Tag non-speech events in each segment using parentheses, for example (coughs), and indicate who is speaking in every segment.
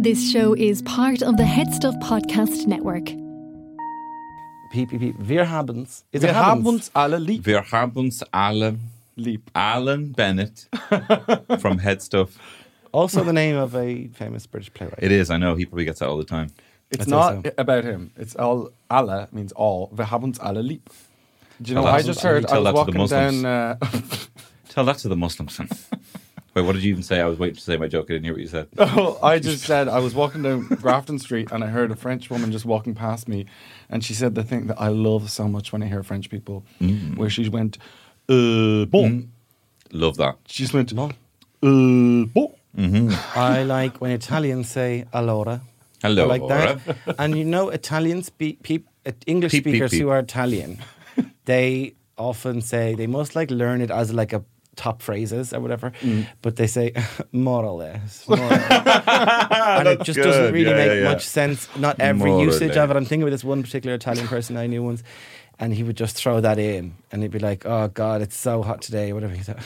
Speaker 1: This show is part of the Head Stuff Podcast Network.
Speaker 2: PPP. Wir haben's. Ist
Speaker 3: Wir
Speaker 2: er
Speaker 3: haben
Speaker 2: haben's?
Speaker 3: uns alle lieb.
Speaker 4: Wir haben uns alle,
Speaker 3: lieb.
Speaker 4: Alan (laughs) Bennett from Headstuff.
Speaker 2: Also the name of a famous British playwright.
Speaker 4: It is, I know, he probably gets that all the time.
Speaker 3: It's
Speaker 2: That's
Speaker 3: not
Speaker 2: awesome.
Speaker 3: about him. It's all alle means all. Wir haben uns alle lieb. Do you know?
Speaker 4: Tell that
Speaker 3: I
Speaker 4: to-
Speaker 3: just heard. I
Speaker 4: tell
Speaker 3: was
Speaker 4: that to
Speaker 3: walking
Speaker 4: the Muslims.
Speaker 3: down. Uh,
Speaker 4: Tell that to the Muslims. (laughs) Wait, what did you even say? I was waiting to say my joke. I didn't hear what you (laughs) said.
Speaker 3: well, uh, (laughs) I just said I was walking down Grafton Street and I heard a French woman just walking past me, and she said the thing that I love so much when I hear French people,
Speaker 4: Mm.
Speaker 3: where she went, uh, bon.
Speaker 4: Love that.
Speaker 3: She just went, uh, bon.
Speaker 4: Mm.
Speaker 2: I like when Italians say allora.
Speaker 4: Hello,
Speaker 2: I like that. and you know, Italians speak peop, uh, English
Speaker 4: Peep, peep,
Speaker 2: speakers who
Speaker 4: peep.
Speaker 2: are Italian. they often say they most like learn it as like a top phrases or whatever,
Speaker 4: Mm.
Speaker 2: but they say (laughs) more or less. more or less. (laughs) and it just doesn't
Speaker 4: Ah, good.
Speaker 2: really
Speaker 4: Yeah,
Speaker 2: make
Speaker 4: yeah, yeah.
Speaker 2: much sense. Not every
Speaker 4: More or
Speaker 2: usage of it.
Speaker 4: less.
Speaker 2: I'm thinking about this one particular Italian person I knew once. And he would just throw that in, and he'd be like, "Oh God, it's so hot today." Whatever. (laughs) He'd say,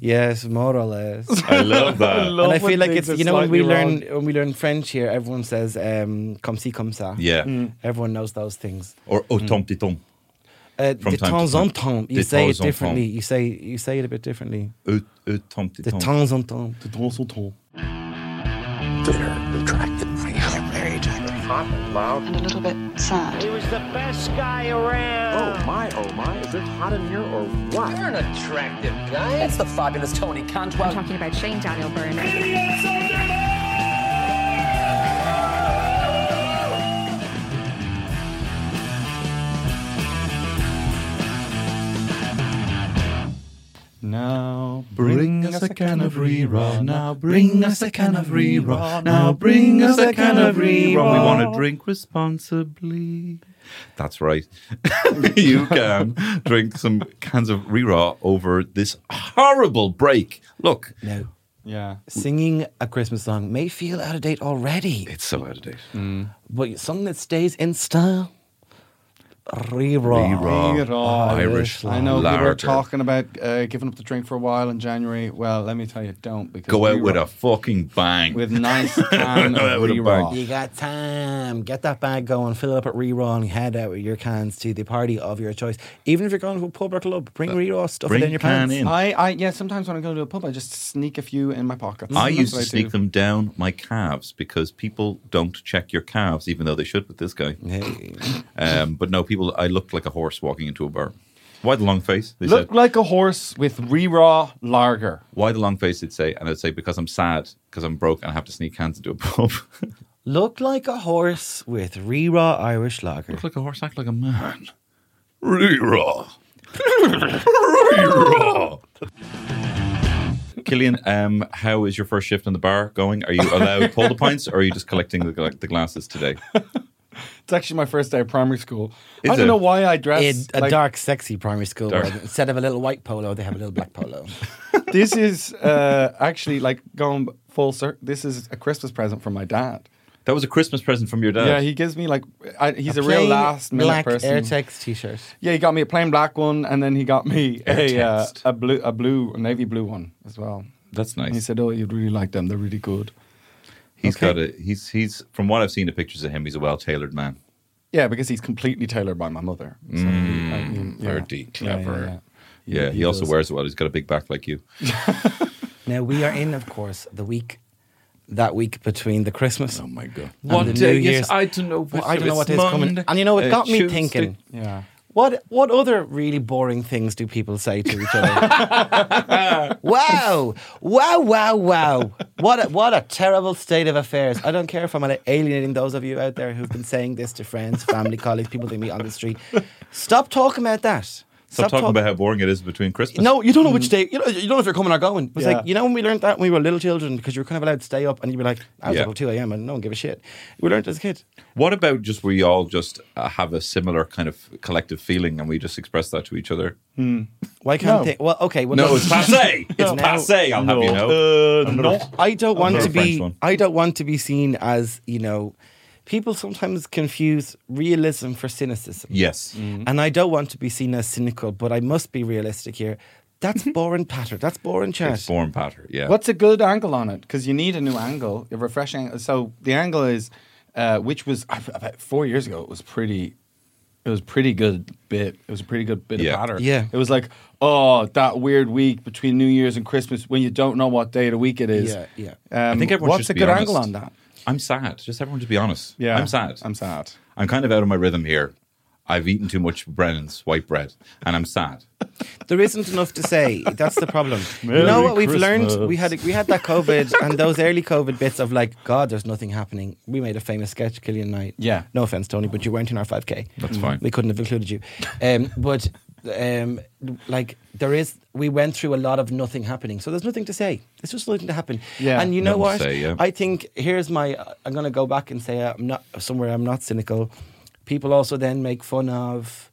Speaker 2: yes, more or
Speaker 4: (laughs)
Speaker 2: less
Speaker 4: I love that.
Speaker 3: love-
Speaker 2: and I
Speaker 3: when
Speaker 2: feel like
Speaker 3: things
Speaker 2: it's
Speaker 3: are
Speaker 2: you know when we
Speaker 3: slightly
Speaker 2: learn when we learn French here, everyone says um, "comme ci comme ça."
Speaker 4: yeah.
Speaker 2: everyone knows those things.
Speaker 4: Or au tom petit
Speaker 2: Uh,
Speaker 4: From
Speaker 2: de
Speaker 4: time to
Speaker 2: temps en
Speaker 4: time.
Speaker 2: temps, you
Speaker 4: De
Speaker 2: say it
Speaker 4: temps en
Speaker 2: differently.
Speaker 4: temps.
Speaker 2: You say you say it a bit differently.
Speaker 4: Au au Oh, tom
Speaker 2: De
Speaker 4: petit
Speaker 2: temps en temps.
Speaker 3: De temps en temps.
Speaker 5: bitter, attractive, very tight.
Speaker 6: and a little bit sad.
Speaker 7: He was the best guy around.
Speaker 8: my, oh my, is it hot in here or what? You're an attractive guy.
Speaker 9: It's the fabulous Tony Cantwell.
Speaker 10: talking about Shane Daniel Byrne.
Speaker 3: Now
Speaker 4: Bring us a can of rerun. Now bring us a can of rerun. Now bring us a can of rerun. We want to drink responsibly. That's right. (laughs) you can drink some cans of rerun over this horrible break. Look,
Speaker 2: No,
Speaker 3: Yeah.
Speaker 2: singing a Christmas song may feel out of date already,
Speaker 4: it's so out of date.
Speaker 2: but something that stays in style. Rerun.
Speaker 4: Rerun.
Speaker 3: Rerun.
Speaker 4: Irish
Speaker 3: I know we
Speaker 4: lager.
Speaker 3: were talking about uh, giving up the drink for a while in January. Well, let me tell you, don't because
Speaker 4: Go out
Speaker 3: we
Speaker 4: with
Speaker 3: were-
Speaker 4: a fucking bang. (laughs)
Speaker 3: with nice can
Speaker 4: Go out with a
Speaker 3: rerun.
Speaker 2: You got time. Get that bag going. Fill it up at Rerun. Head out with your cans to the party of your choice. Even if you're going to a pub or club, bring Rerun stuff
Speaker 4: Uh, bring
Speaker 2: it in your
Speaker 4: can
Speaker 2: pants.
Speaker 4: in.
Speaker 3: I, I yeah. Sometimes when I go to a pub, I just sneak a few in my pockets.
Speaker 4: I
Speaker 3: That's
Speaker 4: used
Speaker 3: what
Speaker 4: to
Speaker 3: do.
Speaker 4: sneak them down my calves because people don't check your calves, even though they should with this guy.
Speaker 2: Hey.
Speaker 4: Um, but no, people, I looked like a horse walking into a bar. Why the long face? They
Speaker 3: Look
Speaker 4: said.
Speaker 3: like a horse with re-raw lager.
Speaker 4: Why the long face? They'd say, and I'd say because I'm sad, because I'm broke, and I have to sneak hands into a pub. (laughs)
Speaker 2: Look like a horse with Rera Irish lager.
Speaker 4: Look like a horse, act like a man. (laughs) Ree-raw. Killian, um, how is your first shift in the bar going? Are you allowed pull the pints, or are you just collecting the, gla- the glasses today?
Speaker 3: It's actually my first day of primary school.
Speaker 4: Is
Speaker 3: I don't
Speaker 4: it?
Speaker 3: know why I dress
Speaker 2: In a
Speaker 3: like-
Speaker 2: dark, sexy primary school,
Speaker 4: Dark.
Speaker 2: where instead of a little white polo, they have a little black polo.
Speaker 3: This is uh, actually like going full circle. This is a Christmas present from my dad.
Speaker 4: That was a Christmas present from your dad.
Speaker 3: Yeah, he gives me like I, he's a, real
Speaker 2: Plain
Speaker 3: last minute
Speaker 2: black
Speaker 3: person.
Speaker 2: Airtex t-shirt.
Speaker 3: Yeah, he got me a plain black one, and then he got
Speaker 4: (laughs)
Speaker 3: me a uh,
Speaker 4: text.
Speaker 3: a blue a blue a navy blue one as well.
Speaker 4: That's nice.
Speaker 3: And he said, "Oh, you'd really like them. They're really good."
Speaker 4: He's
Speaker 2: Okay.
Speaker 4: got a he's he's from what I've seen the pictures of him, he's a well tailored man.
Speaker 3: Yeah, because he's completely tailored by my mother. So he- I mean, yeah.
Speaker 4: Dirty,
Speaker 3: Yeah, yeah,
Speaker 4: Mm, clever.
Speaker 3: yeah.
Speaker 4: Yeah, he, also wears it well. He's got a big back like you.
Speaker 2: Now we are in, of course, the week that week between the Christmas. Oh my god!
Speaker 4: What
Speaker 2: the
Speaker 4: day
Speaker 2: New
Speaker 4: is-
Speaker 2: Year's.
Speaker 4: I don't know
Speaker 2: Well,
Speaker 4: which
Speaker 2: I don't
Speaker 4: of
Speaker 2: know what
Speaker 4: it's
Speaker 2: day's coming.
Speaker 4: Monday,
Speaker 2: And you know, it
Speaker 4: uh,
Speaker 2: got me
Speaker 4: Tuesday.
Speaker 2: thinking.
Speaker 3: Yeah.
Speaker 2: What what other really boring things do people say to each other?
Speaker 4: (laughs)
Speaker 2: wow, wow, wow, wow! What a, what a terrible state of affairs. I don't care if I'm alienating those of you out there who've been saying this to friends, family, (laughs) colleagues, people they meet on the street. Stop talking about that.
Speaker 4: Stop, talking
Speaker 2: talk-
Speaker 4: about how boring it is between Christmas.
Speaker 2: no, you don't know
Speaker 4: Mm.
Speaker 2: which day. You know, you don't know if you're coming or going. It's
Speaker 3: Yeah.
Speaker 2: like you know when we learned that when we were little children because you were kind of allowed to stay up and you'd be like, I was
Speaker 4: Yeah.
Speaker 2: up till two a.m. and no one gave a shit. We learned as a kid.
Speaker 4: What about just we all just uh, have a similar kind of collective feeling and we just express that to each other?
Speaker 2: Why can't
Speaker 3: Mm. No.
Speaker 2: they? Well, okay. Well,
Speaker 4: No, it's
Speaker 3: (laughs)
Speaker 4: passe. It's
Speaker 2: No.
Speaker 4: passe. I'll have you know.
Speaker 3: Uh, no.
Speaker 2: I don't want
Speaker 4: not
Speaker 2: to
Speaker 4: a French
Speaker 2: be.
Speaker 4: one.
Speaker 2: I don't want to be seen as you know. People sometimes confuse realism for cynicism,
Speaker 4: Yes. Mm-hmm.
Speaker 2: and I don't want to be seen as cynical. But I must be realistic here. That's boring patter. That's boring chat.
Speaker 4: Mm-hmm. It's born patter. Yeah.
Speaker 3: What's a good angle on it? Because you need a new angle, a refreshing. So the angle is, uh, which was about four years ago. It was pretty. It was pretty good bit. It was a pretty good bit
Speaker 4: Yeah.
Speaker 3: of patter.
Speaker 2: Yeah.
Speaker 3: It was like, oh, that weird week between New Year's and Christmas when you don't know what day of the week it is.
Speaker 2: Yeah, yeah.
Speaker 3: Um,
Speaker 4: I think everyone
Speaker 3: what's
Speaker 4: should
Speaker 3: a
Speaker 4: be
Speaker 3: good
Speaker 4: honest.
Speaker 3: angle on that?
Speaker 4: I'm sad. Just everyone to be honest.
Speaker 3: Yeah,
Speaker 4: I'm sad.
Speaker 3: I'm sad.
Speaker 4: I'm kind of out of my rhythm here. I've eaten too much Brennan's white bread, and I'm sad.
Speaker 2: There isn't enough to say. That's the problem. you know what we've learned? We had we had that COVID and those early COVID bits of like, God, there's nothing happening. We made a famous sketch, Killian Knight.
Speaker 3: Yeah.
Speaker 2: No offense, Tony, but you weren't in our 5K.
Speaker 4: That's fine.
Speaker 2: We couldn't have included you. Um, but um, like there is, we went through a lot of nothing happening. So there's nothing to say. There's just nothing to happen.
Speaker 3: Yeah.
Speaker 2: And you know
Speaker 4: Nothing
Speaker 2: what?
Speaker 4: to say, yeah.
Speaker 2: I think here's my. I'm going to go back and say I'm not somewhere. I'm not cynical. People also then make fun of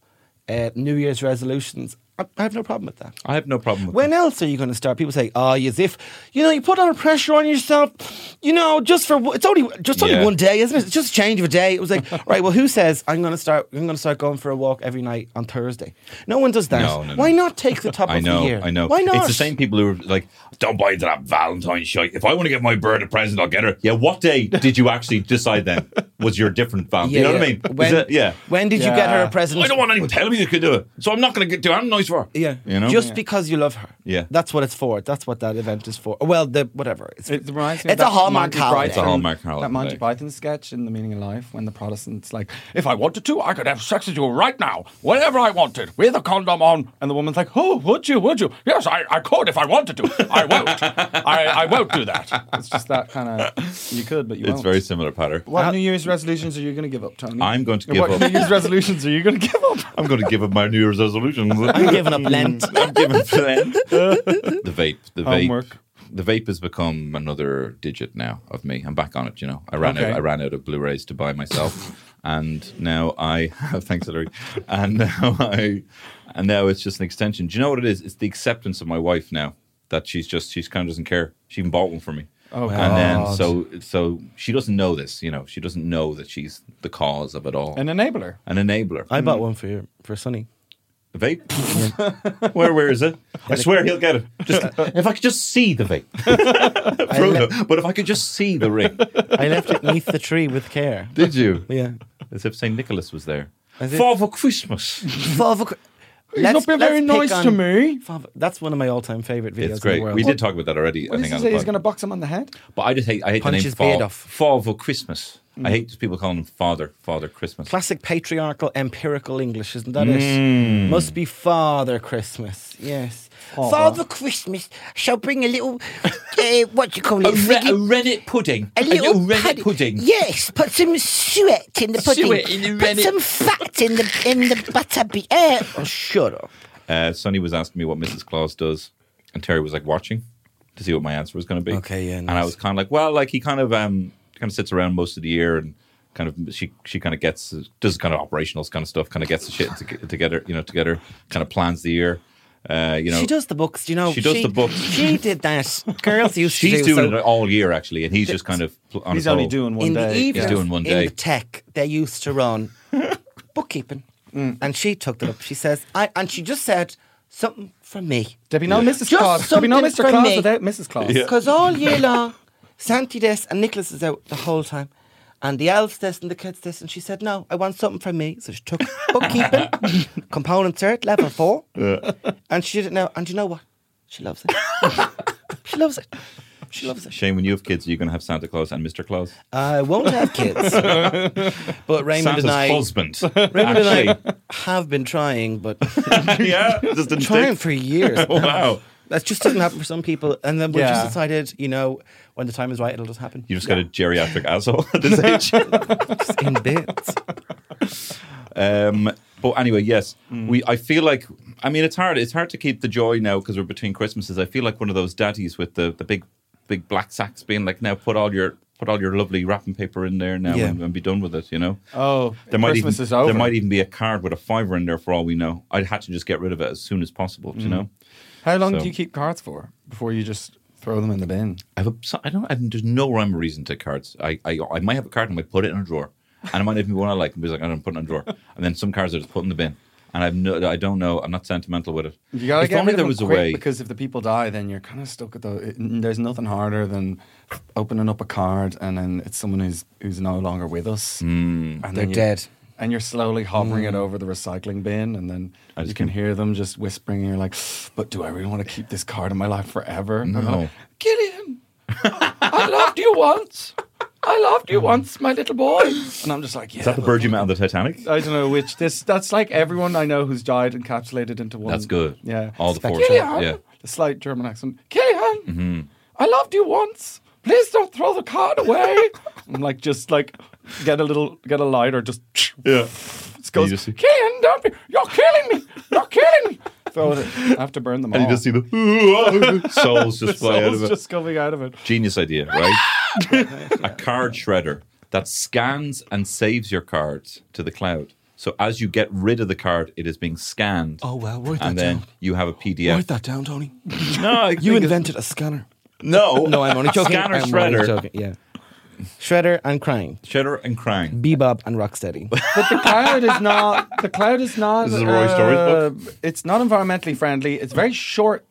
Speaker 2: uh, New Year's resolutions. I, I have no problem with that.
Speaker 4: I have no problem with
Speaker 2: When else are you going to start? People say, "Oh, as if you know, you put on a pressure on yourself. You know, just for it's only just only
Speaker 4: Yeah.
Speaker 2: one day, isn't it? It's just a change of a day." It was
Speaker 4: (laughs)
Speaker 2: like, right, well, who says I'm going to start? I'm going to start going for a walk every night on Thursday. No one does that.
Speaker 4: No, no, no.
Speaker 2: Why not take the top
Speaker 4: (laughs) I
Speaker 2: of
Speaker 4: know,
Speaker 2: the year?
Speaker 4: I know.
Speaker 2: Why not?
Speaker 4: It's the same people who are like, "Don't buy into that Valentine's shit. If I want to get my bird a present, I'll get her." Yeah, what day did you actually decide? Then was your different Valentine? Oh, you know what I mean? Is
Speaker 2: When,
Speaker 4: it- yeah.
Speaker 2: When did you get her
Speaker 3: Yeah.
Speaker 2: a present?
Speaker 4: I don't want anyone telling me they could do it, so I'm not going to get do. it. I'm nice for her.
Speaker 2: Yeah,
Speaker 4: you know.
Speaker 2: just because you love her.
Speaker 4: Yeah.
Speaker 2: that's what it's for. That's what that event is for. Well, the whatever. It's
Speaker 3: It reminds me
Speaker 2: it's
Speaker 3: of
Speaker 2: a
Speaker 3: that
Speaker 2: hallmark
Speaker 3: Monty
Speaker 2: holiday.
Speaker 4: It's a hallmark holiday.
Speaker 3: That Monty Python sketch in The Meaning of Life when the Protestant's like, if I wanted to, I could have sex with you right now, whenever I wanted, with a condom on. And the woman's like, oh, would you, would you? Yes, I, I could if I wanted to. I won't.
Speaker 4: (laughs)
Speaker 3: I, I won't do that. It's just that kind of, you could, but you
Speaker 4: it's
Speaker 3: won't.
Speaker 4: very similar pattern.
Speaker 3: What New Year's resolutions are you going to give up, Tony?
Speaker 4: I'm going to
Speaker 3: what
Speaker 4: give
Speaker 3: New
Speaker 4: up-
Speaker 3: Year's resolutions are you going to give up?
Speaker 4: I'm going to give up my New Year's resolutions.
Speaker 2: (laughs) I'm giving up Lent. (laughs)
Speaker 4: (laughs) I'm giving blend. the vape. The vape.
Speaker 3: Homework.
Speaker 4: The vape has become another digit now of me. I'm back on it. You know, I ran
Speaker 3: Okay.
Speaker 4: out. I ran out of Blu-rays to buy myself, and now I (laughs) have. Thanks, Hillary. And now I, and now it's just an extension. Do you know what it is? It's the acceptance of my wife now that she's just she's kind of doesn't care. She even bought one for me.
Speaker 3: Oh,
Speaker 4: and then
Speaker 3: God.
Speaker 4: so so she doesn't know this. You know, she doesn't know that she's the cause of it all.
Speaker 3: An enabler.
Speaker 4: an enabler.
Speaker 2: I bought one for you for Sunny.
Speaker 4: The vape? where where is it? I swear he'll get it. Just, Uh, if I could just see the (laughs) vape. Bruno, but if I could just see the ring.
Speaker 2: I left it neath the tree with care.
Speaker 4: Did you?
Speaker 2: Yeah.
Speaker 4: As if St. Nicholas was there.
Speaker 2: As if-
Speaker 4: Father Christmas.
Speaker 2: Father, Cr-
Speaker 3: (laughs) He's not been very
Speaker 2: let's pick
Speaker 3: nice to
Speaker 2: on-
Speaker 3: me.
Speaker 2: Father- that's one of my all-time favorite videos.
Speaker 4: It's
Speaker 2: In
Speaker 4: great.
Speaker 2: the world.
Speaker 4: We did talk about that already, I
Speaker 3: What does
Speaker 4: think.
Speaker 3: he
Speaker 4: on
Speaker 3: say?
Speaker 4: the
Speaker 3: He's
Speaker 4: pod.
Speaker 3: going to box him on the head?
Speaker 4: But I just hate, I hate the
Speaker 2: Punch
Speaker 4: name
Speaker 2: his beard
Speaker 4: Fa-
Speaker 2: off.
Speaker 4: Father Christmas. I hate these people calling him Father, Father Christmas.
Speaker 2: Classic patriarchal empirical English, isn't that
Speaker 4: Mm.
Speaker 2: it? Must be Father Christmas. Yes. Father Christmas shall bring a
Speaker 4: (laughs)
Speaker 2: little, uh, what do you call it?
Speaker 4: a, re- a rennet pudding. A little, rennet
Speaker 2: pud-
Speaker 4: pudding.
Speaker 2: Yes, put some suet in the pudding.
Speaker 4: Suet in the
Speaker 2: put
Speaker 4: rennet.
Speaker 2: some fat in the in the butter. Be- uh, oh, shut up.
Speaker 4: Uh, Sonny was asking me what Mrs. Claus does, and Terry was like watching to see what my answer was going to be.
Speaker 2: Okay, yeah,
Speaker 4: And I
Speaker 2: nice.
Speaker 4: was kind of like, well, like he kind of um kind of sits around most of the year and kind of she she kind of gets does kind of operationals kind of stuff, kind of gets the shit to- together, you know, together, kind of plans the year. Uh, you know,
Speaker 2: she does the books. Do you know?
Speaker 4: She does the books.
Speaker 2: She did that. Girls used to
Speaker 4: She's
Speaker 2: do
Speaker 4: doing
Speaker 2: so.
Speaker 4: it all year actually, and he's just kind of pl- on
Speaker 3: He's
Speaker 4: his
Speaker 3: only
Speaker 4: own.
Speaker 3: doing one
Speaker 2: in
Speaker 3: day.
Speaker 2: the evening,
Speaker 4: He's doing one
Speaker 2: in
Speaker 4: day.
Speaker 2: the tech, they used to
Speaker 4: (laughs)
Speaker 2: run bookkeeping, Mm. and she took it up. She says, "I," and she just said something for me
Speaker 3: There'd be no Mrs.
Speaker 2: Just
Speaker 3: Claus. There'd be no
Speaker 2: something
Speaker 3: Mr.
Speaker 2: from
Speaker 3: Claus
Speaker 2: me.
Speaker 3: without Mrs. Claus.
Speaker 2: because all year long, Santy this and Nicholas is out the whole time. And the elves this and the kids this, and she said, "No, I want something from me." So she took (laughs) bookkeeping, component cert, level four, and she did it now. And you know what? She loves (laughs) it. she loves it. She loves it.
Speaker 4: Shane, when you have kids, are you going to have Santa Claus and Mr. Claus?
Speaker 2: I won't have kids. but Raymond
Speaker 4: Santa's
Speaker 2: and I
Speaker 4: husband.
Speaker 2: (laughs) Raymond
Speaker 4: actually.
Speaker 2: and I have been trying,
Speaker 4: (laughs)
Speaker 2: but
Speaker 4: yeah,
Speaker 2: (laughs)
Speaker 4: just didn't
Speaker 2: trying
Speaker 4: stick.
Speaker 2: for
Speaker 4: (laughs)
Speaker 2: years.
Speaker 4: Wow.
Speaker 2: That just doesn't happen for some people. And then we
Speaker 3: Yeah.
Speaker 2: just decided, you know, when the time is right, it'll just happen.
Speaker 4: You just got a
Speaker 3: (laughs)
Speaker 4: geriatric asshole at this age.
Speaker 2: Just
Speaker 4: (laughs)
Speaker 2: in bits.
Speaker 4: Um, but anyway, yes,
Speaker 3: Hmm.
Speaker 4: we. I feel like. I mean, it's hard. It's hard to keep the joy now because we're between Christmases. I feel like one of those daddies with the, the big, big black sacks being like, now put all your put all your lovely wrapping paper in there now
Speaker 2: Yeah.
Speaker 4: and, and be done with it. You know.
Speaker 3: Oh,
Speaker 4: There might
Speaker 3: Christmas
Speaker 4: even,
Speaker 3: is over.
Speaker 4: There might even be a card with a fiver in there for all we know. I'd had to just get rid of it as soon as possible.
Speaker 3: Hmm.
Speaker 4: You know.
Speaker 3: How long
Speaker 4: So-
Speaker 3: do you keep cards for before you just throw them in the bin?
Speaker 4: I have a, so- I don't. I, there's no rhyme or reason to cards. I, I I might have a card and I might put it in a drawer, and I might have one I like and be like, I'm putting it in a drawer, and then some cards I just put in the bin. and I've no, I don't know. I'm not sentimental with it.
Speaker 3: You gotta
Speaker 4: if
Speaker 3: get
Speaker 4: only
Speaker 3: rid of
Speaker 4: there
Speaker 3: them
Speaker 4: was a
Speaker 3: quick
Speaker 4: way.
Speaker 3: because if the people die, then you're kind of stuck at the. it- There's nothing harder than opening up a card and then it's someone who's who's no longer with us.
Speaker 4: Hmm.
Speaker 3: Mm, and
Speaker 2: They're
Speaker 3: you-
Speaker 2: dead.
Speaker 3: And you're slowly hovering it over the recycling bin, and then
Speaker 4: Mm. I
Speaker 3: you
Speaker 4: just
Speaker 3: can
Speaker 4: can't-
Speaker 3: hear them just whispering. And you're like, "But do I really want to keep this card in my life forever?" And they're
Speaker 4: No.
Speaker 3: like, Gillian, I loved you once. I loved you once, my little boy. And I'm just like, "Yeah."
Speaker 4: Is that the
Speaker 3: but
Speaker 4: bird you met on
Speaker 3: (laughs)
Speaker 4: the Titanic?
Speaker 3: I don't know which. This that's like everyone I know who's died encapsulated into one.
Speaker 4: That's good.
Speaker 3: Yeah,
Speaker 4: All the four.
Speaker 3: Killian,
Speaker 4: Yeah. Mm-hmm.
Speaker 3: the slight German accent. Killian, I loved you once. Please don't throw the card away.
Speaker 4: (laughs)
Speaker 3: I'm like, just like get a little, get a lighter, just.
Speaker 4: Yeah.
Speaker 3: It goes,
Speaker 4: just see-
Speaker 3: Killian, don't be, you're killing me, you're killing me. Throw it. I have to burn them all.
Speaker 4: And
Speaker 3: (laughs)
Speaker 4: you just see the souls just fly out
Speaker 3: Soul's
Speaker 4: of it.
Speaker 3: just coming out of it.
Speaker 4: Genius idea, right? a card shredder that scans and saves your cards to the cloud. So as you get rid of the card, it is being scanned.
Speaker 2: Oh, wow, write that
Speaker 4: And then
Speaker 2: down.
Speaker 4: you have a PDF.
Speaker 2: Write that down, Tony.
Speaker 4: No, I
Speaker 2: You
Speaker 4: think it's-
Speaker 2: invented a scanner. (laughs)
Speaker 4: no,
Speaker 2: No,
Speaker 4: (laughs)
Speaker 2: I'm only joking.
Speaker 4: Scanner,
Speaker 2: I'm
Speaker 4: shredder,
Speaker 2: Only joking. Yeah. Shredder and Krang,
Speaker 4: shredder, and Krang.
Speaker 2: Bebop and
Speaker 4: (laughs)
Speaker 2: Rocksteady.
Speaker 3: But the cloud is not. The cloud is not. uh,
Speaker 4: This is a Roy Stories book.
Speaker 3: It's not environmentally friendly. It's very short.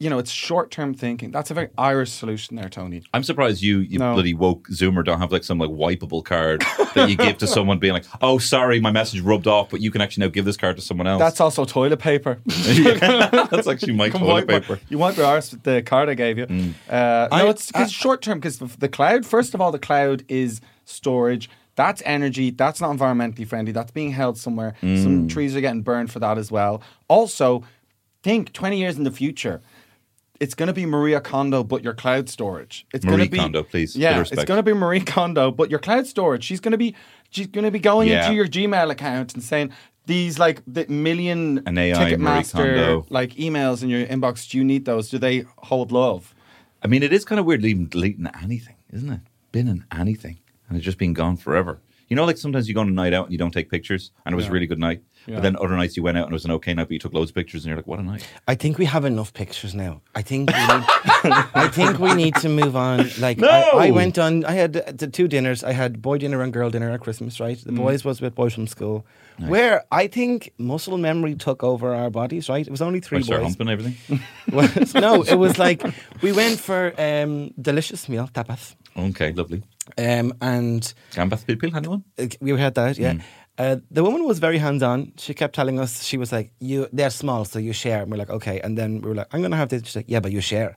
Speaker 3: You know, it's short-term thinking. That's a very Irish solution there, Tony.
Speaker 4: I'm surprised you, you
Speaker 3: No.
Speaker 4: bloody woke Zoomer, don't have like some like wipeable card that you give
Speaker 3: (laughs)
Speaker 4: to someone, being like, "Oh, sorry, my message rubbed off, but you can actually now give this card to someone else."
Speaker 3: That's also toilet paper. (laughs)
Speaker 4: (laughs) That's actually my
Speaker 3: Come
Speaker 4: toilet
Speaker 3: wipe my-
Speaker 4: paper. Mm.
Speaker 3: You won't be arsed with the card I gave you. Uh, no,
Speaker 2: I-
Speaker 3: it's cause short term because the cloud. First of all, the cloud is storage. That's energy. That's not environmentally friendly. That's being held somewhere. Some
Speaker 4: Mm.
Speaker 3: trees are getting burned for that as well. Also, think twenty years in the future. It's going to be Maria Kondo, but your cloud storage. It's going
Speaker 4: Marie
Speaker 3: to be
Speaker 4: Kondo, please, with
Speaker 3: Yeah, it's
Speaker 4: respect.
Speaker 3: going to be Marie Kondo, but your cloud storage. She's going to be she's going to be going
Speaker 4: Yeah.
Speaker 3: into your Gmail account and saying these like the million
Speaker 4: An AI Marie Kondo.
Speaker 3: Ticketmaster like emails in your inbox. Do you need those? Do they
Speaker 2: (laughs)
Speaker 3: hold love?
Speaker 4: I mean, it is kind of weird leaving deleting anything, isn't it? Been in anything, and it's just been gone forever. You know, like sometimes you go on a night out and you don't take pictures, and it was a really good night.
Speaker 3: Yeah.
Speaker 4: But then other nights you went out and it was an okay night, but you took loads of pictures, and you're like, "What a night!"
Speaker 2: I think we have enough pictures now. I think we need, I think we need to move on. Like I, I
Speaker 4: No!
Speaker 2: went on. I had uh, the two dinners. I had boy dinner and girl dinner at Christmas. Right, the boys was with boys from school, where I think muscle memory took over our bodies. Right, it was only three
Speaker 4: I start
Speaker 2: boys.
Speaker 4: humping
Speaker 3: (laughs)
Speaker 4: everything.
Speaker 2: (laughs) Was- no, it was like we went for um, delicious meal tapas,
Speaker 4: okay, lovely.
Speaker 2: um, and
Speaker 4: Gambas Pilpil, er anyone?
Speaker 2: uh, we had that. Yeah. Uh, the woman was very hands on. She kept telling us, she was like, "You, they're small, so you share." And we're like, "Okay." And then we were like, "I'm gonna have this." She's like, "Yeah, but you share."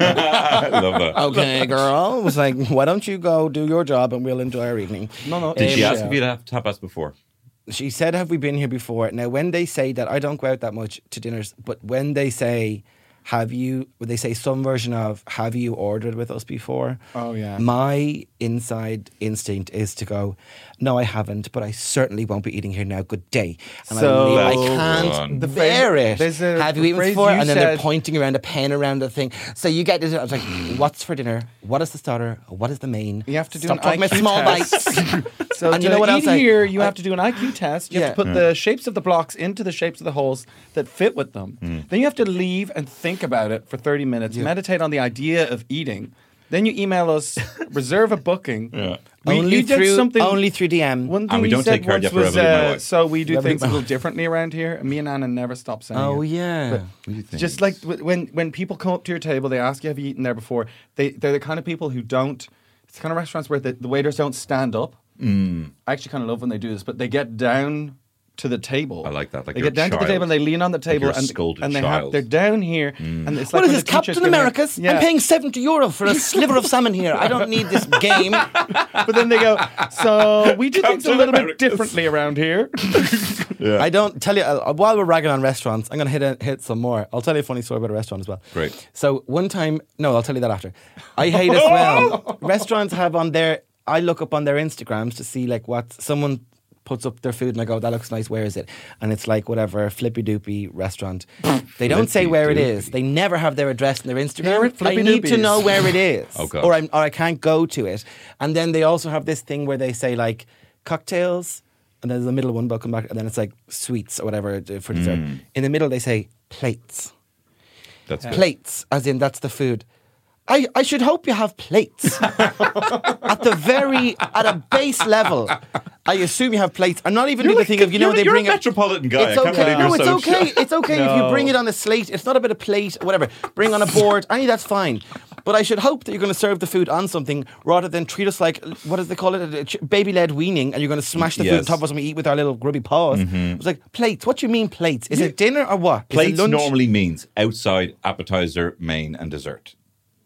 Speaker 4: I love that.
Speaker 2: okay, girl. was like, why don't you go do your job and we'll enjoy our evening.
Speaker 3: No, eh, no.
Speaker 4: Did she
Speaker 2: Um,
Speaker 4: ask if you'd have tapas before?
Speaker 2: She said, have we been here before? Now, when they say that, I don't go out that much to dinners, but when they say, have you, when they say some version of, have you ordered with us before?
Speaker 3: Oh, yeah.
Speaker 2: My inside instinct is to go, no, I haven't, but I certainly won't be eating here now. Good day. And
Speaker 3: So-
Speaker 2: I, leave. I
Speaker 4: That's
Speaker 2: can't
Speaker 4: one.
Speaker 2: the
Speaker 4: The
Speaker 2: bear
Speaker 3: phrase-
Speaker 2: it.
Speaker 3: there's a
Speaker 2: have you eaten
Speaker 3: phrase
Speaker 2: before?
Speaker 3: you
Speaker 2: And then they're
Speaker 3: said-
Speaker 2: pointing around a pen around the thing. So you get this. I was like, (clears throat) what's for dinner? What is the starter? What is the main?
Speaker 3: You have to do
Speaker 2: Stop
Speaker 3: an
Speaker 2: talking
Speaker 3: IQ
Speaker 2: about small
Speaker 3: test. (laughs)
Speaker 2: bites.
Speaker 3: So
Speaker 2: And
Speaker 3: to
Speaker 2: you know what
Speaker 3: eat
Speaker 2: else I-
Speaker 3: here, you
Speaker 2: I-
Speaker 3: have to do an IQ test. You
Speaker 2: Yeah. Hmm.
Speaker 3: have to put the shapes of the blocks into the shapes of the holes that fit with them.
Speaker 2: Hmm.
Speaker 3: Then you have to leave and think about it for 30 minutes, meditate on the idea of eating. Then you email
Speaker 2: (laughs)
Speaker 3: us, reserve a booking. Yeah.
Speaker 2: only through only through DM.
Speaker 3: One thing
Speaker 4: Ah, we
Speaker 3: you
Speaker 4: don't
Speaker 3: said
Speaker 4: take card
Speaker 3: once
Speaker 4: yet for
Speaker 3: was, uh,
Speaker 4: Revolut, my wife.
Speaker 3: so we do
Speaker 2: Revolut, (laughs)
Speaker 3: things a
Speaker 2: my
Speaker 3: little differently around here. and Me and Anna never stop saying.
Speaker 2: Oh,
Speaker 3: it.
Speaker 2: yeah.
Speaker 3: But just like w- when when people come up to your table, they ask you, "Have you eaten there before?" They they're the kind of people who don't. It's the kind of restaurants where the, the waiters don't stand up.
Speaker 4: Mm.
Speaker 3: I actually kind of love when they do this, but they get down to the table.
Speaker 4: I like that, like
Speaker 3: they
Speaker 4: you're
Speaker 3: get
Speaker 4: a
Speaker 3: down to the
Speaker 4: child.
Speaker 3: table and they lean on the
Speaker 4: Like
Speaker 3: table
Speaker 4: you're a
Speaker 3: and
Speaker 4: scolded
Speaker 3: and they have
Speaker 4: child. Mm.
Speaker 3: they're down here and
Speaker 2: What
Speaker 3: it's like
Speaker 2: is
Speaker 3: when
Speaker 2: this,
Speaker 3: the teacher's
Speaker 2: Captain
Speaker 3: giving out-
Speaker 2: America's?
Speaker 3: Yeah.
Speaker 2: I'm paying 70 euro for a
Speaker 3: (laughs)
Speaker 2: sliver of salmon here. I don't need this game.
Speaker 3: but then they
Speaker 2: (laughs)
Speaker 3: go. So we do things a
Speaker 4: Captain
Speaker 3: little bit
Speaker 4: America's.
Speaker 3: differently around here.
Speaker 2: I don't tell you. Uh, while we're ragging on restaurants, I'm going to hit a, hit some more. I'll tell you a funny story about a restaurant as well.
Speaker 4: Great.
Speaker 2: So one time, no, I'll tell you that after. I hate as
Speaker 3: (laughs)
Speaker 2: well. restaurants have on their. I look up on their Instagrams to see like what someone puts up their food, and I go, "That looks nice. Where is it?" And it's like whatever flippy doopy restaurant.
Speaker 3: (laughs)
Speaker 2: they don't say where it is.
Speaker 4: Flippy-doopy.
Speaker 2: They never have their address in their
Speaker 3: Here
Speaker 2: Instagram. I
Speaker 3: at
Speaker 2: need to
Speaker 3: Flippy-doopies.
Speaker 2: know where
Speaker 4: (laughs)
Speaker 2: it is,
Speaker 4: Oh, God.
Speaker 2: or I'm or I can't go to it. And then they also have this thing where they say like cocktails, and there's the middle one, but come back, and then it's like sweets or whatever uh, for dessert.
Speaker 4: Mm.
Speaker 2: In the middle, they say plates,
Speaker 4: That's good.
Speaker 2: plates, as in that's the food. I, I should hope you have
Speaker 4: (laughs)
Speaker 2: plates. at the very, at a base level, I assume you have plates. I'm not even doing the thing of, you know,
Speaker 4: you're,
Speaker 2: they
Speaker 4: you're
Speaker 2: bring
Speaker 4: a
Speaker 2: up-
Speaker 4: metropolitan guy.
Speaker 2: It's
Speaker 4: I can't
Speaker 2: okay.
Speaker 4: believe
Speaker 2: No,
Speaker 4: you're
Speaker 2: it's
Speaker 4: so
Speaker 2: okay.
Speaker 4: sure.
Speaker 2: It's okay if you bring it on a slate. It's not about a plate, whatever. Bring on a
Speaker 4: (laughs)
Speaker 2: board. Any that's fine. But I should hope that you're going to serve the food on something rather than treat us like what does they call it? A ch- Baby-led weaning, and you're going to smash the food on
Speaker 4: Yes. Mm-hmm.
Speaker 2: top of us and we eat with our little grubby paws. It's like plates. What do you mean plates? Is it dinner or what? Is it
Speaker 4: Plates
Speaker 2: lunch?
Speaker 4: normally means outside, appetizer, main, and dessert.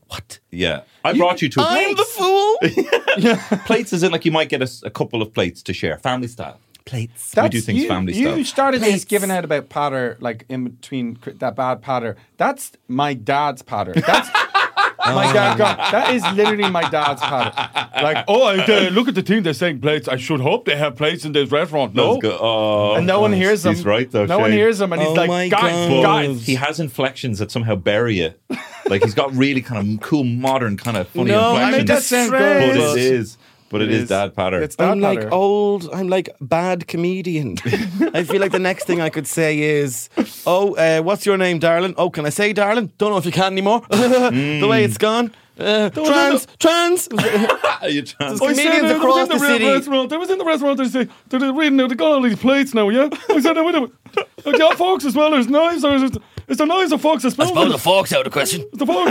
Speaker 2: What?
Speaker 4: Yeah, I brought you to.
Speaker 2: I'm (laughs) the fool.
Speaker 4: plates is in like you might get a, s- a couple of plates to share, family style.
Speaker 2: plates.
Speaker 4: we do things
Speaker 3: you,
Speaker 4: family
Speaker 3: you
Speaker 4: style.
Speaker 3: started
Speaker 2: Plates.
Speaker 3: this giving out about patter, like in between cr- that bad patter. That's my dad's patter. That's
Speaker 4: (laughs)
Speaker 3: my
Speaker 4: Oh.
Speaker 3: dad got. That is literally my dad's patter.
Speaker 4: (laughs)
Speaker 3: Like, oh, I, uh, look at the team. They're saying plates. I should hope they have plates in this restaurant. No,
Speaker 4: Let's go. Oh,
Speaker 3: and no one hears him.
Speaker 4: He's right though.
Speaker 3: No one
Speaker 4: Shane.
Speaker 3: hears him, and he's
Speaker 2: Oh my
Speaker 3: like, guys,
Speaker 2: God.
Speaker 3: guys.
Speaker 4: He has inflections that somehow bury it. Like he's got really kind of cool, modern, kind of funny
Speaker 2: No, I
Speaker 4: inflections.
Speaker 2: made that sound
Speaker 4: But
Speaker 2: good.
Speaker 4: it is. But it is, dad patter. (laughs)
Speaker 3: It's dad
Speaker 2: I'm like
Speaker 3: patter.
Speaker 2: old. I'm like bad (laughs) comedian. I feel like the next thing I could say is, "Oh, uh, what's your name, darling? Oh, can I say darling? Don't know if you can anymore. (laughs) The way it's gone. Uh, trans, (laughs) trans.
Speaker 4: You trans-
Speaker 2: There's
Speaker 3: said
Speaker 2: comedians
Speaker 3: it was
Speaker 2: across
Speaker 3: in
Speaker 2: the,
Speaker 3: the re-
Speaker 2: city.
Speaker 3: restaurant. They was in the restaurant. They say they're reading out. They got all these plates now. Yeah, I said, "Wait a minute. Like, yeah, fox as well. There's knives. Or is, it, is there knives or fox? I suppose the
Speaker 2: fork's out of the question.
Speaker 3: the
Speaker 2: (laughs)
Speaker 3: fox.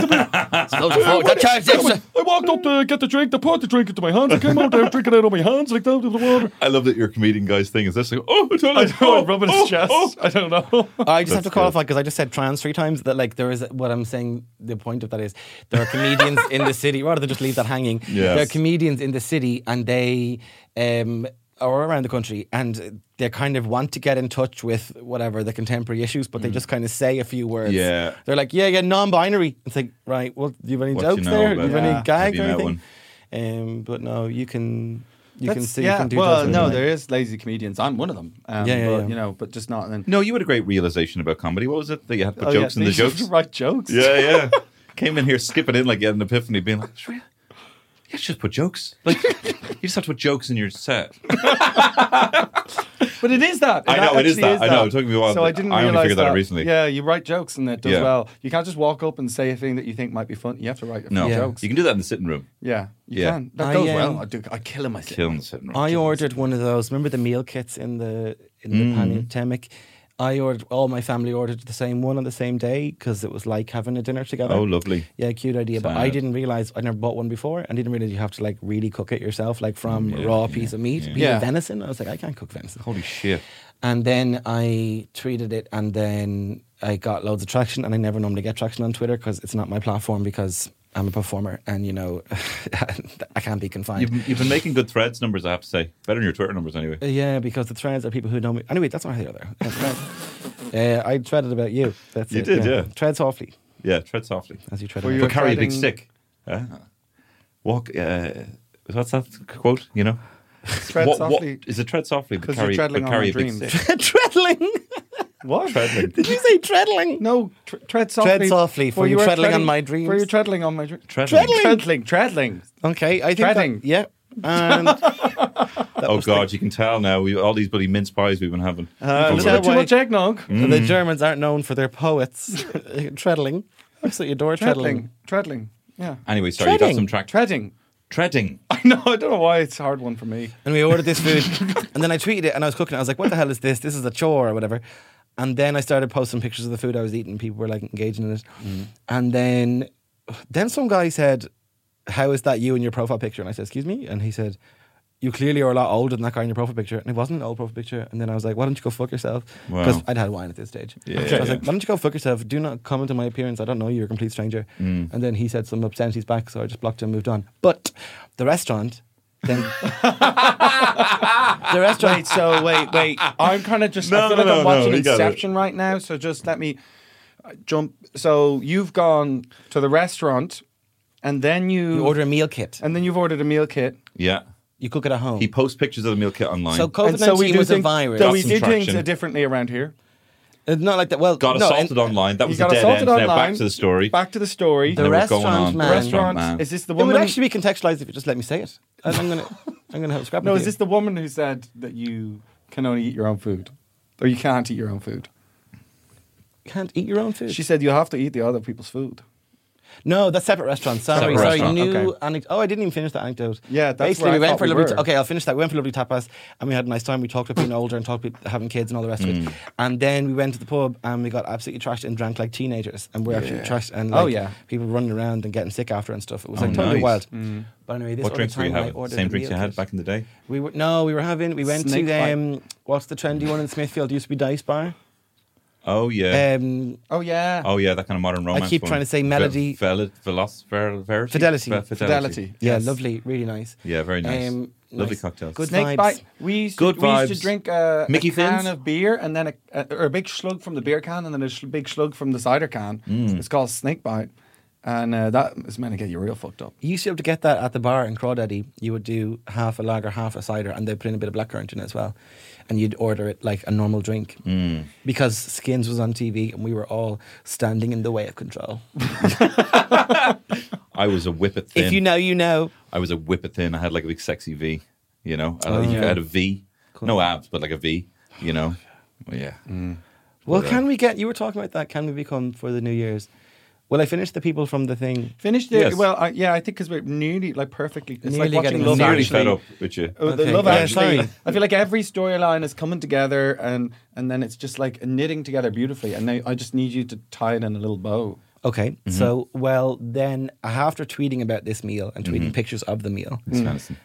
Speaker 2: Suppose the fork- that charge's extra.
Speaker 3: I walked up to get the drink. They poured the drink into my hands. I came out there drinking out of my hands like that with the (laughs) water.
Speaker 4: I love that your comedian guy's thing is this. Like, oh, it's all
Speaker 3: I
Speaker 4: like,
Speaker 3: don't know, rubbing his
Speaker 4: oh,
Speaker 3: chest.
Speaker 4: oh.
Speaker 3: I don't know.
Speaker 2: I just have to
Speaker 4: That's
Speaker 2: qualify because I just said trans three times. That like there is what I'm saying. The point of that is there are comedians in the city. Rather than just leave that hanging, there are
Speaker 4: Yes.
Speaker 2: comedians in the city, and they um, are around the country, and they kind of want to get in touch with whatever the contemporary issues, but they just kind of say a few words.
Speaker 4: Mm. Yeah.
Speaker 2: they're like, yeah, yeah, non-binary. It's like, right, well, do you have any
Speaker 4: What do you
Speaker 2: jokes
Speaker 4: know
Speaker 2: there? Do
Speaker 4: about
Speaker 2: you have any
Speaker 4: that?
Speaker 2: gag
Speaker 4: Have you
Speaker 2: or
Speaker 4: met
Speaker 2: anything? Um, but no, you can. You can see. you can do
Speaker 3: well,
Speaker 2: that
Speaker 3: no, there is lazy comedians. I'm one of them. Um,
Speaker 2: Yeah, yeah,
Speaker 3: but,
Speaker 2: yeah.
Speaker 3: You know, but just not. And then,
Speaker 4: No, you had a great realization about comedy. What was it that you had to put
Speaker 3: Oh, yeah,
Speaker 4: jokes
Speaker 3: (laughs)
Speaker 4: in the
Speaker 3: these are
Speaker 4: jokes?
Speaker 3: Right jokes.
Speaker 4: Yeah, yeah. (laughs) Came in here skipping in like you had an epiphany, being like, "Shreya, you should just put jokes. Like, (laughs) you just have to put jokes in your
Speaker 3: (laughs)
Speaker 4: set.
Speaker 3: But it is that.
Speaker 4: I know, it is
Speaker 3: actually
Speaker 4: that. I know, it took me a while,
Speaker 3: So
Speaker 4: but
Speaker 3: I didn't
Speaker 4: I only
Speaker 3: realize
Speaker 4: figured that out recently.
Speaker 3: Yeah, you write jokes and it does
Speaker 4: Yeah.
Speaker 3: well. You can't just walk up and say a thing that you think might be fun. You have to write a
Speaker 4: No,
Speaker 3: few
Speaker 2: Yeah.
Speaker 3: jokes.
Speaker 4: you can do that in the sitting room.
Speaker 3: yeah, you
Speaker 4: Yeah.
Speaker 3: can. That
Speaker 2: I,
Speaker 3: goes
Speaker 2: um,
Speaker 3: well. I do. I kill him. I say.
Speaker 4: Kill in the sitting room.
Speaker 2: I ordered one of those. Remember the meal kits in the in
Speaker 4: Mm-hmm.
Speaker 2: the pandemic? I ordered all my family ordered the same one on the same day because it was like having a dinner together.
Speaker 4: Oh, lovely.
Speaker 2: Yeah, cute idea. But I
Speaker 4: Sad.
Speaker 2: didn't realize I never bought one before, and didn't realize you have to like really cook it yourself,
Speaker 4: Mm,
Speaker 2: like from a raw piece of meat, be it
Speaker 3: Yeah.
Speaker 2: venison. I was like, I can't cook venison.
Speaker 4: Holy shit.
Speaker 2: And then I tweeted it, and then I got loads of traction. And I never normally get traction on Twitter because it's not my platform. Because I'm a performer, and you know, (laughs) I can't be confined.
Speaker 4: You've, you've been making good threads numbers, I have to say. Better than your Twitter numbers, anyway.
Speaker 2: Uh, Yeah, because the threads are people who know me. Anyway, that's not how they're there. (laughs) That's right. uh, I threaded about you. That's
Speaker 4: You
Speaker 2: it,
Speaker 4: did, yeah.
Speaker 2: Tread softly
Speaker 4: Yeah, tread softly.
Speaker 2: as you tread.
Speaker 3: Were
Speaker 2: about
Speaker 3: you-
Speaker 2: you...
Speaker 4: But carry a big
Speaker 3: treading-
Speaker 4: stick. Uh, walk. Uh, what's that quote? You know?
Speaker 3: Tread
Speaker 4: What- what-
Speaker 3: softly.
Speaker 4: is it tread softly? But
Speaker 3: 'Cause you're
Speaker 4: carry,
Speaker 3: treadling on
Speaker 4: but carry
Speaker 3: my
Speaker 4: a big
Speaker 3: dreams. (laughs)
Speaker 2: (laughs)
Speaker 4: stick.
Speaker 2: treadling?
Speaker 3: What?
Speaker 2: did you say treadling?
Speaker 3: No, tr- tread softly.
Speaker 2: softly, for
Speaker 3: Were
Speaker 2: you
Speaker 3: were
Speaker 2: treadling on my dreams.
Speaker 3: Were you treadling on my dreams?
Speaker 4: Treadling.
Speaker 3: Treadling. Treadling.
Speaker 2: Okay, I think that-
Speaker 3: Treading.
Speaker 2: yeah.
Speaker 4: (laughs)
Speaker 2: And
Speaker 4: Oh, God, you can tell now. We, all these bloody mince pies we've been having.
Speaker 3: A
Speaker 4: Over
Speaker 2: tell
Speaker 3: little
Speaker 4: the-
Speaker 3: bit too
Speaker 2: why-
Speaker 3: much eggnog.
Speaker 4: Mm.
Speaker 2: the Germans aren't known for their poets. (laughs) treadling. Absolutely adore treadling.
Speaker 3: Treadling. Treadling. Yeah.
Speaker 4: anyway, sorry, you got
Speaker 2: Treading.
Speaker 4: some track.
Speaker 3: Treading. (laughs)
Speaker 4: treading.
Speaker 3: No, I don't know why it's a hard one for me.
Speaker 2: And we ordered this food, (laughs) and then I tweeted it, and I was cooking. it. I was like, "What the hell is this? This is a chore or whatever." And then I started posting pictures of the food I was eating. People were like engaging in it,
Speaker 4: Mm.
Speaker 2: and then then some guy said, "How is that you in your profile picture?" And I said, "Excuse me," and he said. You clearly are a lot older than that guy in your profile picture, and it wasn't an old profile picture. And then I was like, "Why don't you go fuck yourself?"
Speaker 4: Wow.
Speaker 2: Because I'd had wine at this stage.
Speaker 4: Yeah,
Speaker 2: so
Speaker 4: yeah,
Speaker 2: I was
Speaker 4: yeah.
Speaker 2: like, "Why don't you go fuck yourself? Do not comment on my appearance. I don't know you. You're a complete stranger."
Speaker 4: Mm.
Speaker 2: And then he said some obscenities back, so I just blocked him and moved on. But the restaurant then the restaurant.
Speaker 3: Wait, so wait, wait. I'm kind of just.
Speaker 4: No,
Speaker 3: I feel
Speaker 4: no,
Speaker 3: like
Speaker 4: no,
Speaker 3: I'm
Speaker 4: no,
Speaker 3: watching
Speaker 4: you got it.
Speaker 3: Inception right now. So just let me uh, jump. So you've gone to the restaurant, and then you,
Speaker 2: You order a meal kit.
Speaker 3: and then you've ordered a meal kit.
Speaker 4: Yeah.
Speaker 2: You cook it at home.
Speaker 4: He posts pictures of the meal kit online.
Speaker 2: so COVID
Speaker 3: and so we
Speaker 2: nineteen
Speaker 3: do
Speaker 2: was a
Speaker 3: think-
Speaker 2: virus.
Speaker 3: So we
Speaker 4: Got
Speaker 3: do
Speaker 4: some
Speaker 3: things
Speaker 4: traction.
Speaker 3: differently around here.
Speaker 2: It's not like that. Well,
Speaker 4: got
Speaker 2: no,
Speaker 4: assaulted
Speaker 2: and-
Speaker 4: online. That
Speaker 3: You
Speaker 4: was a
Speaker 3: got
Speaker 4: dead
Speaker 3: assaulted
Speaker 4: end.
Speaker 3: online.
Speaker 4: Now back to the story.
Speaker 3: Back to the story.
Speaker 2: The
Speaker 4: Now we're going
Speaker 2: restaurant
Speaker 4: on.
Speaker 2: man.
Speaker 4: The restaurant man.
Speaker 3: Is this the
Speaker 2: It
Speaker 3: woman?
Speaker 2: would actually be contextualized if you just let me say it. And I'm gonna, I'm gonna have a scrap.
Speaker 3: no,
Speaker 2: with
Speaker 3: is
Speaker 2: you.
Speaker 3: this the woman who said that you can only eat your own food, or you can't eat your own food?
Speaker 2: can't eat your own food?
Speaker 3: She said you have to eat the other people's food.
Speaker 2: No, that's separate restaurant. Sorry,
Speaker 4: Separate
Speaker 2: sorry.
Speaker 4: restaurant,
Speaker 2: New
Speaker 3: okay.
Speaker 2: anec- Oh, I didn't even finish that anecdote.
Speaker 3: Yeah, that's
Speaker 2: basically
Speaker 3: where I
Speaker 2: we went
Speaker 3: thought
Speaker 2: for
Speaker 3: we
Speaker 2: lovely.
Speaker 3: were.
Speaker 2: okay, I'll finish that. We went for lovely tapas, and we had a nice time. We talked
Speaker 4: (laughs)
Speaker 2: about being older and talked about having kids and all the rest
Speaker 4: Mm.
Speaker 2: of it. And then we went to the pub and we got absolutely trashed and drank like teenagers, and we're actually trashed and like,
Speaker 3: Oh, yeah.
Speaker 2: people running around and getting sick after and stuff. It was like
Speaker 4: Oh,
Speaker 2: totally
Speaker 4: nice.
Speaker 2: wild. But anyway, this
Speaker 4: What
Speaker 2: other
Speaker 4: drinks were
Speaker 2: time
Speaker 4: you
Speaker 2: I
Speaker 4: having?
Speaker 2: ordered
Speaker 4: Same
Speaker 2: a
Speaker 4: drinks you
Speaker 2: meal
Speaker 4: had
Speaker 2: kit.
Speaker 4: back in the day?
Speaker 2: We were no, we were having. We went
Speaker 3: Snake
Speaker 2: to
Speaker 3: bite.
Speaker 2: um, what's the trendy one in Smithfield? Used to be Dice Bar.
Speaker 4: Oh yeah.
Speaker 2: Um,
Speaker 3: Oh yeah.
Speaker 4: oh yeah, that kind of modern romance.
Speaker 2: keep
Speaker 4: one.
Speaker 2: trying to say melody-
Speaker 4: Ve- veli- velos- ver- verity?
Speaker 2: Fidelity.
Speaker 4: Ve-
Speaker 3: Fidelity.
Speaker 2: yeah,
Speaker 3: Yes.
Speaker 2: lovely, really nice. Um,
Speaker 4: Yeah, very nice. Lovely cocktails.
Speaker 2: Good
Speaker 3: Snake
Speaker 2: vibes.
Speaker 3: bite. We used,
Speaker 4: Good
Speaker 3: to, we used to
Speaker 4: vibes.
Speaker 3: drink a, a
Speaker 4: Mickey
Speaker 3: can
Speaker 4: Finn's?
Speaker 3: of beer and then a, a, or a big slug from the beer can and then a sh- big slug from the cider can. It's called snake bite, and uh, that is meant to get you real fucked up.
Speaker 2: You used to be able to get that at the bar in Crawdaddy. You would do half a lager, half a cider, and they put in a bit of blackcurrant in it as well. And you'd order it like a normal drink.
Speaker 4: Mm.
Speaker 2: Because Skins was on TV and we were all standing in the way of control.
Speaker 4: I was a whippet thin.
Speaker 2: If you know, you know.
Speaker 4: I was a whippet thin. I had like a big sexy V. You know, I,
Speaker 2: Oh,
Speaker 4: like- I had a V. No abs, but like a V. You know. Well, yeah.
Speaker 2: Mm. Well, can we get, you were talking about that, can we become for the New Year's? Will I finish the people from the thing?
Speaker 3: Finish the
Speaker 4: Yes.
Speaker 3: well, I, yeah, I think because we're nearly like perfectly. It's
Speaker 2: Nearly
Speaker 3: like watching
Speaker 2: getting
Speaker 3: Love
Speaker 2: there.
Speaker 4: Nearly
Speaker 3: Actually.
Speaker 4: fed up with you.
Speaker 3: Oh, the
Speaker 2: Okay.
Speaker 3: Love
Speaker 2: Yeah,
Speaker 3: Actually.
Speaker 2: sorry.
Speaker 3: I feel like every storyline is coming together, and and then it's just like knitting together beautifully. And now I just need you to tie it in a little bow.
Speaker 2: Okay.
Speaker 3: Mm-hmm.
Speaker 2: So, well, then after tweeting about this meal and
Speaker 3: Mm-hmm.
Speaker 2: tweeting pictures of the meal,
Speaker 4: Miss Madison.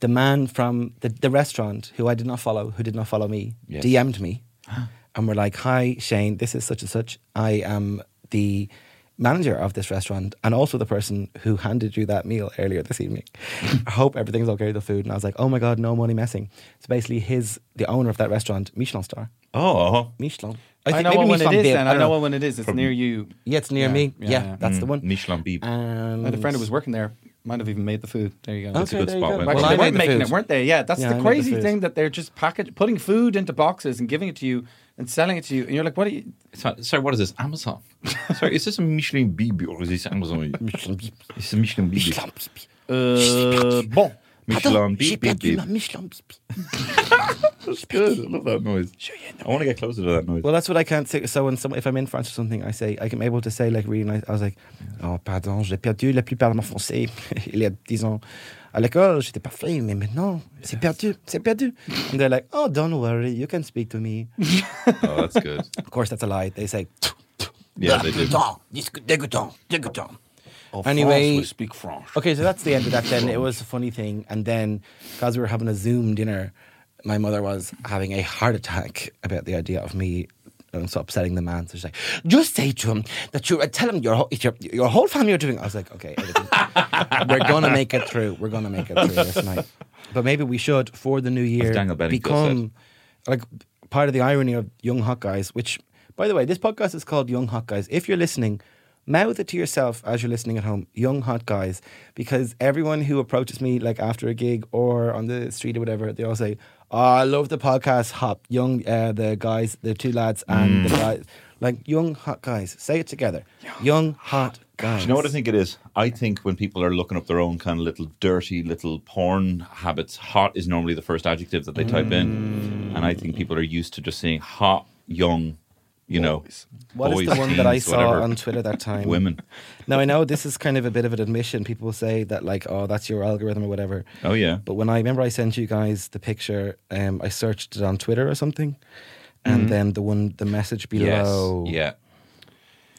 Speaker 2: the man from the, the restaurant who I did not follow, who did not follow me,
Speaker 4: Yes.
Speaker 2: DM'd me and were like, Hi, Shane, this is such and such. I am the manager of this restaurant and also the person who handed you that meal earlier this
Speaker 3: (laughs)
Speaker 2: evening. I hope everything's okay with the food. And I was like, Oh my God, no money messing. So basically, his, the owner of that restaurant, Michelin star.
Speaker 4: Oh,
Speaker 2: Michelin.
Speaker 3: I,
Speaker 2: think
Speaker 3: know
Speaker 2: maybe
Speaker 3: what one it
Speaker 2: Michelin
Speaker 3: is.
Speaker 2: Bib,
Speaker 3: Then I know
Speaker 2: dunno.
Speaker 3: what one it is. It's near you.
Speaker 2: Yeah, it's near
Speaker 3: Yeah,
Speaker 2: me.
Speaker 3: yeah, mm-hmm.
Speaker 2: Yeah,
Speaker 3: yeah.
Speaker 2: that's
Speaker 4: Mm.
Speaker 2: the one.
Speaker 4: Michelin Beeb.
Speaker 2: Um,
Speaker 3: I had a friend who was working there. Might have even made the food. There you go.
Speaker 4: a good
Speaker 2: there you
Speaker 4: spot,
Speaker 2: go.
Speaker 4: man.
Speaker 3: Well,
Speaker 4: Well,
Speaker 3: actually,
Speaker 4: I
Speaker 3: they weren't making
Speaker 2: food.
Speaker 3: it, weren't they? Yeah, that's
Speaker 2: Yeah, I
Speaker 3: the
Speaker 2: made the
Speaker 3: crazy
Speaker 2: food.
Speaker 3: thing that they're just package, putting food into boxes and giving it to you and selling it to you. And you're like, what are you?
Speaker 4: So- Sorry, what is this?
Speaker 2: (laughs)
Speaker 4: Amazon. Sorry, is this a Michelin Beeb or is this Amazon? Michelin Beeb. It's a Michelin Beeb.
Speaker 3: Uh, bon.
Speaker 4: Michelin Beeb. Beeb, Beeb. That's good. I love that noise. I want to get closer to that noise.
Speaker 2: Well, that's what I can't say. So when some, if I'm in France or something, I say I'm able to say like really nice. I was like, oh pardon, j'ai perdu la plupart de mon français (laughs) il y a 10 ans. À l'école, j'étais parfait, mais maintenant, c'est perdu, c'est perdu. And they're like, oh, don't worry, you can speak to me.
Speaker 4: oh, that's good.
Speaker 2: of course, that's a lie. They say,
Speaker 4: Yeah,
Speaker 2: (laughs)
Speaker 4: they do.
Speaker 2: anyway, Oh, speak French. Okay, so that's the end of that. Then it was a funny thing, and then because we were having a Zoom dinner, my mother was having a heart attack about the idea of me. um, so upsetting the man. So she's like, just say to him that you tell him your whole, your, your whole family are doing. I was like, okay, (laughs) everything. we're gonna make it through. We're gonna make it through this night. But maybe we should for the new year
Speaker 4: Daniel Benningfield
Speaker 2: become like part of the irony of young hot guys, which, by the way, this podcast is called Young Hot Guys. If you're listening, mouth it to yourself as you're listening at home, Young Hot Guys, because everyone who approaches me like after a gig or on the street or whatever, they all say, oh, "I love the podcast, Hop Young, uh, the guys, the two lads, and
Speaker 4: Mm.
Speaker 2: the guys." Like young hot guys, say it together. Young, hot guys.
Speaker 4: Do you know what I think it is? I think when people are looking up their own kind of little dirty little porn habits, hot is normally the first adjective that they type in. And I think people are used to just seeing hot, young, you know.
Speaker 2: What is
Speaker 4: boys,
Speaker 2: the one that I
Speaker 4: teens,
Speaker 2: saw
Speaker 4: whatever,
Speaker 2: on Twitter that time?
Speaker 4: Women.
Speaker 2: Now I know this is kind of a bit of an admission. People say that like, oh, that's your algorithm or whatever.
Speaker 4: Oh, yeah.
Speaker 2: But when I remember, I sent you guys the picture. Um, I searched it on Twitter or something, and then the one, the message below.
Speaker 4: Mm-hmm. Yeah.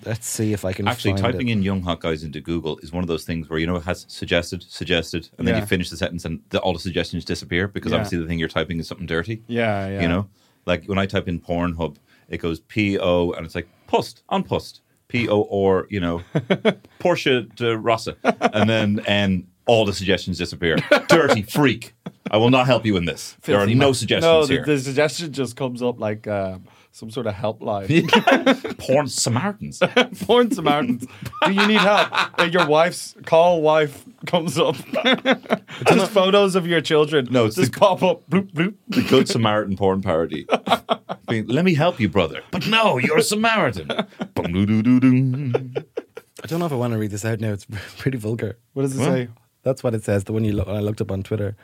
Speaker 2: Let's see if I can
Speaker 4: Actually,
Speaker 2: find
Speaker 4: typing
Speaker 2: it.
Speaker 4: in young hot guys into Google is one of those things where, you know, it has suggested, suggested, and then
Speaker 3: Yeah.
Speaker 4: you finish the sentence and the, all the suggestions disappear because
Speaker 3: Yeah.
Speaker 4: obviously the thing you're typing is something dirty.
Speaker 3: Yeah, yeah.
Speaker 4: You know, like when I type in Pornhub, it goes P O and it's like post on post P O or you
Speaker 3: (laughs)
Speaker 4: know Porsche de Rossa, and then and all the suggestions disappear. Dirty freak! I will not help you in this. There are no suggestions
Speaker 3: No, the,
Speaker 4: here.
Speaker 3: the suggestion just comes up like uh, some sort of (laughs) helpline.
Speaker 4: (laughs) Porn Samaritans.
Speaker 3: Porn Samaritans. Do you need help?
Speaker 4: (laughs)
Speaker 3: Uh, your wife's call wife comes up. (laughs) just photos of your children.
Speaker 4: No, it's
Speaker 3: just
Speaker 4: the-
Speaker 3: pop up. Bloop bloop.
Speaker 4: The Good Samaritan porn parody. I mean, Let me help you, brother. But no, you're a Samaritan. Bum-doo-doo-doo-doo.
Speaker 2: I don't know if I want to read this out now. It's (laughs) pretty vulgar.
Speaker 3: What does it say?
Speaker 2: That's what it says. The one you lo- I looked up on Twitter.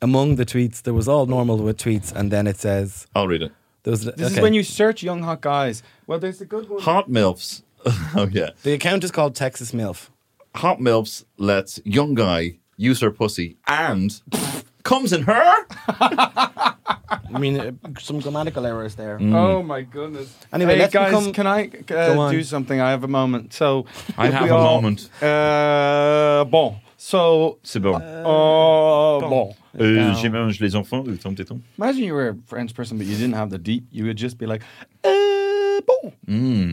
Speaker 2: Among the tweets, there was all normal with tweets, and then it says
Speaker 4: I'll read it.
Speaker 2: there was.
Speaker 3: This is when you search young hot guys. Well, there's a good one.
Speaker 4: Hot MILFs. (laughs) Oh yeah.
Speaker 2: The account is called Texas MILF.
Speaker 4: Hot MILFs lets young guy use her pussy and comes in her.
Speaker 2: I mean, uh, some grammatical errors there.
Speaker 4: Mm.
Speaker 3: Oh my goodness.
Speaker 2: Mm. Anyway,
Speaker 3: Hey,
Speaker 2: let's
Speaker 3: guys,
Speaker 2: become-
Speaker 3: can I
Speaker 2: Go
Speaker 3: uh,
Speaker 2: on.
Speaker 3: do something? I have a moment. So
Speaker 4: I
Speaker 3: if
Speaker 4: have
Speaker 3: we
Speaker 4: a
Speaker 3: all-
Speaker 4: moment.
Speaker 3: Uh, bon. So,
Speaker 4: C'est bon.
Speaker 3: uh, bon.
Speaker 4: Euh, J'ai mange les enfants, le temps téton.
Speaker 3: Imagine you were a French person, but you didn't have the deep. You would just be like, uh, bon.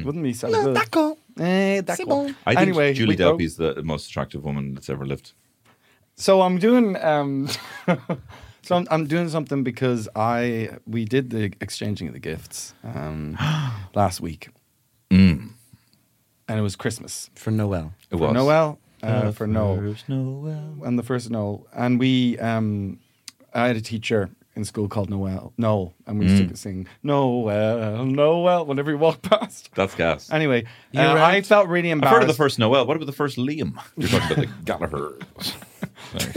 Speaker 3: Wouldn't be so good.
Speaker 2: D'accord.
Speaker 3: Eh, d'accord.
Speaker 2: C'est bon.
Speaker 4: Mm. I think
Speaker 3: anyway,
Speaker 4: Julie
Speaker 3: we go.
Speaker 4: Delpy is the most attractive woman that's ever lived.
Speaker 3: So I'm doing um, (laughs) so I'm, I'm doing something because I we did the exchanging of the gifts
Speaker 4: (gasps)
Speaker 3: um, last week,
Speaker 4: Mm.
Speaker 3: and it was Christmas
Speaker 2: For Noel.
Speaker 4: It
Speaker 3: for
Speaker 4: was.
Speaker 3: Noel uh, for Noel
Speaker 4: Noel.
Speaker 3: and the first Noel, and we um, I had a teacher in school called Noel Noel, and we
Speaker 4: Mm.
Speaker 3: used to sing Noel Noel whenever we walked (laughs) past.
Speaker 4: That's gas.
Speaker 3: Anyway, uh,
Speaker 2: You're right.
Speaker 3: I felt really
Speaker 4: I've
Speaker 3: embarrassed.
Speaker 4: heard of the first Noel. What about the first Liam? You're talking about the
Speaker 3: (laughs)
Speaker 4: Gallagher.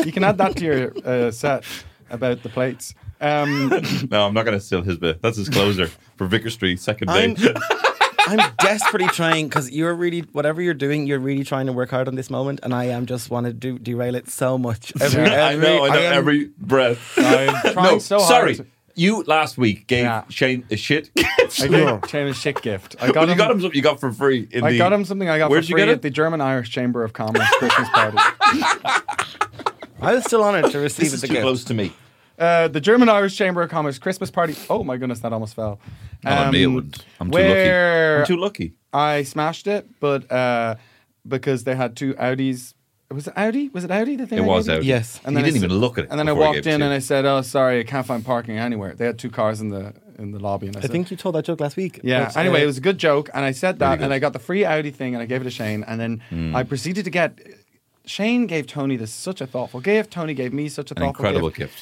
Speaker 3: You can add that to
Speaker 4: (laughs)
Speaker 3: your uh, set about the plates. Um,
Speaker 4: No, I'm not going to steal his bit. That's his closer for Vicker Street, second
Speaker 2: I'm,
Speaker 4: date.
Speaker 3: (laughs)
Speaker 2: I'm desperately trying because you're really whatever you're doing, you're really trying to work hard on this moment, and I am just want to do, derail it so much. Every,
Speaker 4: (laughs) I know, I know
Speaker 2: am-
Speaker 4: every breath.
Speaker 3: I'm trying
Speaker 4: no,
Speaker 3: so hard
Speaker 4: sorry.
Speaker 3: to-
Speaker 4: You last week gave
Speaker 3: Yeah.
Speaker 4: Shane a shit.
Speaker 3: (laughs) I gave Shane a shit gift. I got
Speaker 4: you
Speaker 3: him.
Speaker 4: got him something you got for free. In
Speaker 3: I
Speaker 4: the,
Speaker 3: got him something I got
Speaker 4: Where'd
Speaker 3: for
Speaker 4: you
Speaker 3: free
Speaker 4: get
Speaker 3: at
Speaker 4: it?
Speaker 3: the German Irish Chamber of Commerce Christmas party.
Speaker 4: (laughs)
Speaker 2: I was still honored to receive
Speaker 4: this is
Speaker 2: it
Speaker 4: too
Speaker 2: again.
Speaker 4: close to me.
Speaker 3: Uh, the German Irish Chamber of Commerce Christmas party. Oh my goodness, that almost fell.
Speaker 4: Not on me, it
Speaker 3: Um,
Speaker 4: wouldn't. I'm too
Speaker 3: where
Speaker 4: lucky. I'm too lucky.
Speaker 3: I smashed it, but uh, because they had two Audis. Was it Audi? Was it Audi that they
Speaker 4: It
Speaker 3: had
Speaker 4: was
Speaker 3: given?
Speaker 4: out.
Speaker 2: Yes.
Speaker 4: And he
Speaker 3: I
Speaker 4: didn't
Speaker 3: said-
Speaker 4: even look at it.
Speaker 3: And then I
Speaker 4: before he
Speaker 3: walked
Speaker 4: gave it
Speaker 3: in
Speaker 4: to
Speaker 3: and
Speaker 4: you.
Speaker 3: I said, "Oh, sorry, I can't find parking anywhere." They had two cars in the in the lobby, and I,
Speaker 2: I
Speaker 3: said,
Speaker 2: think you told that joke last week.
Speaker 3: Yeah.
Speaker 2: That's,
Speaker 3: anyway,
Speaker 2: uh,
Speaker 3: it was a good joke, and I said that,
Speaker 4: good. Hmm.
Speaker 3: and I got the free Audi thing, and I gave it to Shane, and then I proceeded to get. Shane gave Tony this such a thoughtful gift. Tony gave me such a
Speaker 4: an
Speaker 3: thoughtful
Speaker 4: incredible gift.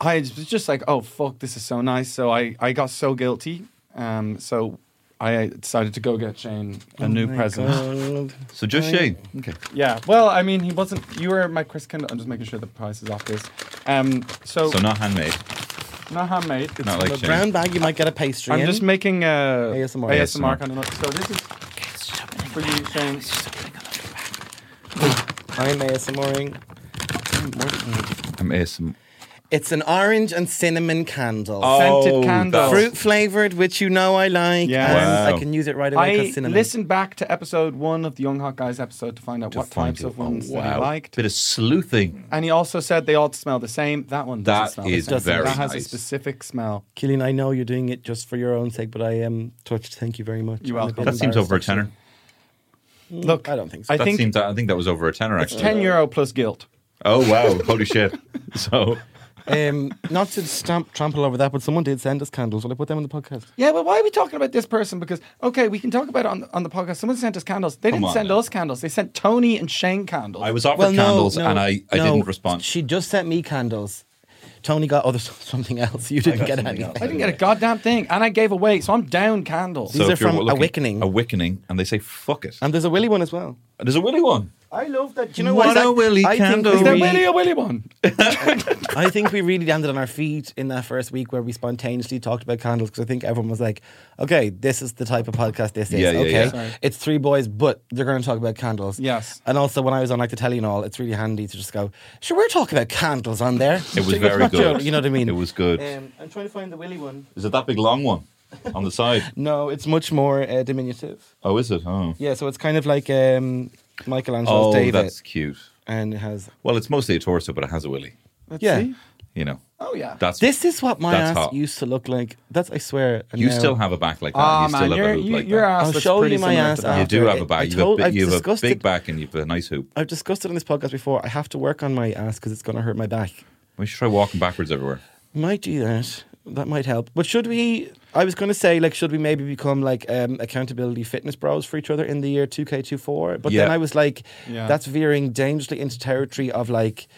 Speaker 3: I was just like, oh fuck, this is so nice. So I I got so guilty. Um, so I decided to go get Shane a new present.
Speaker 2: Oh God.
Speaker 4: So just Shane. Okay.
Speaker 3: (laughs) Yeah. Well, I mean, he wasn't. You were my Chris Kindle. I'm just making sure the price is off this. Um, so,
Speaker 4: So not handmade.
Speaker 3: not handmade. It's
Speaker 4: Not like
Speaker 3: the-
Speaker 4: Shane.
Speaker 2: brown bag, you might get a pastry.
Speaker 3: I'm
Speaker 2: in.
Speaker 3: just making uh, a
Speaker 2: ASMR.
Speaker 3: ASMR kind of noise. So this is for you, Shane.
Speaker 2: I'm ASMRing.
Speaker 4: I'm ASM.
Speaker 2: It's an orange and cinnamon candle.
Speaker 3: Scented
Speaker 4: Oh,
Speaker 3: candle.
Speaker 4: that's-
Speaker 2: Fruit flavored, which you know I like.
Speaker 3: Yes.
Speaker 2: And
Speaker 4: Wow.
Speaker 2: I can use it right away
Speaker 3: I
Speaker 2: because cinnamon.
Speaker 3: listened back to episode one of the Young Hot Guys episode to find out what types of ones that he liked.
Speaker 4: Bit of sleuthing.
Speaker 3: And he also said they all smell the same. That one doesn't
Speaker 4: That
Speaker 3: smell
Speaker 4: is
Speaker 3: the same.
Speaker 4: very
Speaker 3: That has a
Speaker 4: nice.
Speaker 3: specific smell.
Speaker 2: Killian, I know you're doing it just for your own sake, but I am touched. Thank you very much.
Speaker 3: You're
Speaker 2: I'm a
Speaker 3: welcome.
Speaker 2: bit
Speaker 4: That seems over a
Speaker 2: embarrassed,
Speaker 4: tenner.
Speaker 3: Look,
Speaker 2: actually. I don't think so.
Speaker 3: I
Speaker 4: That
Speaker 3: think
Speaker 4: seems. I think that was over a tenner
Speaker 3: it's
Speaker 4: actually.
Speaker 3: 10 euro plus guilt.
Speaker 4: Oh wow! Holy shit! So
Speaker 2: um, not to stamp, trample over that, but someone did send us candles. Will I put them on the podcast?
Speaker 3: Yeah, but why are we talking about this person? Because, okay, we can talk about it on, on the podcast. Someone sent us candles. They
Speaker 4: Come
Speaker 3: didn't
Speaker 4: on
Speaker 3: send
Speaker 4: now.
Speaker 3: us candles. They sent Tony and Shane candles.
Speaker 4: I was offered candles and I, I
Speaker 2: no.
Speaker 4: didn't respond.
Speaker 2: She just sent me candles. Tony got other (laughs) something else. You didn't
Speaker 4: got
Speaker 2: get
Speaker 4: something
Speaker 2: anything.
Speaker 4: else.
Speaker 3: I
Speaker 4: (laughs)
Speaker 3: didn't get a goddamn thing. And I gave away, so I'm down candles.
Speaker 2: These are
Speaker 4: if you're
Speaker 2: from
Speaker 4: looking-
Speaker 2: Awakening. Um,
Speaker 4: Awakening, and they say fuck it.
Speaker 2: And there's a Willy one as well.
Speaker 4: There's a Willy one.
Speaker 3: I love that.
Speaker 2: Do you know what?
Speaker 4: What
Speaker 2: is
Speaker 4: a
Speaker 2: that-
Speaker 4: Willy
Speaker 2: I think
Speaker 4: candle.
Speaker 2: we
Speaker 3: Is there
Speaker 2: really-
Speaker 3: really a Willy one?
Speaker 2: I think we really landed on our feet in that first week where we spontaneously talked about candles because I think everyone was like, okay, this is the type of podcast this is.
Speaker 4: Yeah, yeah,
Speaker 2: okay,
Speaker 4: yeah.
Speaker 3: Sorry.
Speaker 2: it's three boys, but they're going to talk about candles.
Speaker 3: Yes.
Speaker 2: And also, when I was on like the telly and all, it's really handy to just go, sure, we're talking about candles on there.
Speaker 4: It was very
Speaker 2: not your-
Speaker 4: (laughs) good.
Speaker 2: you know what I mean?
Speaker 4: It was good.
Speaker 2: Um, I'm trying to find the Willy one.
Speaker 4: is it that big long one on the side?
Speaker 2: No, it's much more uh, diminutive.
Speaker 4: Oh, is it? Oh,
Speaker 2: Yeah, so it's kind of like um, Michelangelo's
Speaker 4: oh,
Speaker 2: David,
Speaker 4: that's cute.
Speaker 2: and it has.
Speaker 4: Well, it's mostly a torso, but it has a Willy.
Speaker 2: yeah,
Speaker 3: see.
Speaker 4: You know,
Speaker 3: Oh, yeah.
Speaker 4: that's
Speaker 2: this is what my
Speaker 4: That's
Speaker 2: ass
Speaker 4: hot.
Speaker 2: used to look like. That's I swear. and
Speaker 4: You
Speaker 2: now-
Speaker 4: still have a back like that.
Speaker 3: Ah,
Speaker 4: you still
Speaker 3: man,
Speaker 4: have
Speaker 3: you're-
Speaker 4: a hoop
Speaker 3: you-
Speaker 4: like
Speaker 3: your
Speaker 4: that.
Speaker 3: ass
Speaker 2: I'll
Speaker 3: looks
Speaker 2: show
Speaker 3: pretty
Speaker 2: you my
Speaker 3: similar
Speaker 2: ass
Speaker 3: to that.
Speaker 4: You
Speaker 2: after.
Speaker 4: do have
Speaker 2: I-
Speaker 4: a back.
Speaker 2: I
Speaker 4: You've
Speaker 2: told-
Speaker 4: a big,
Speaker 2: I've
Speaker 4: you have a
Speaker 2: discussed
Speaker 4: big
Speaker 2: it-
Speaker 4: back, and you've a nice hoop.
Speaker 2: I've discussed it on this podcast before. I have to work on my ass because it's going to hurt my back.
Speaker 4: We should try walking backwards everywhere.
Speaker 2: Might do that. That might help. But should we? I was going to say, like, should we maybe become like um, accountability fitness bros for each other in the year 2K24? But then
Speaker 4: Yeah.
Speaker 2: I was like,
Speaker 3: Yeah.
Speaker 2: that's veering dangerously into territory of like,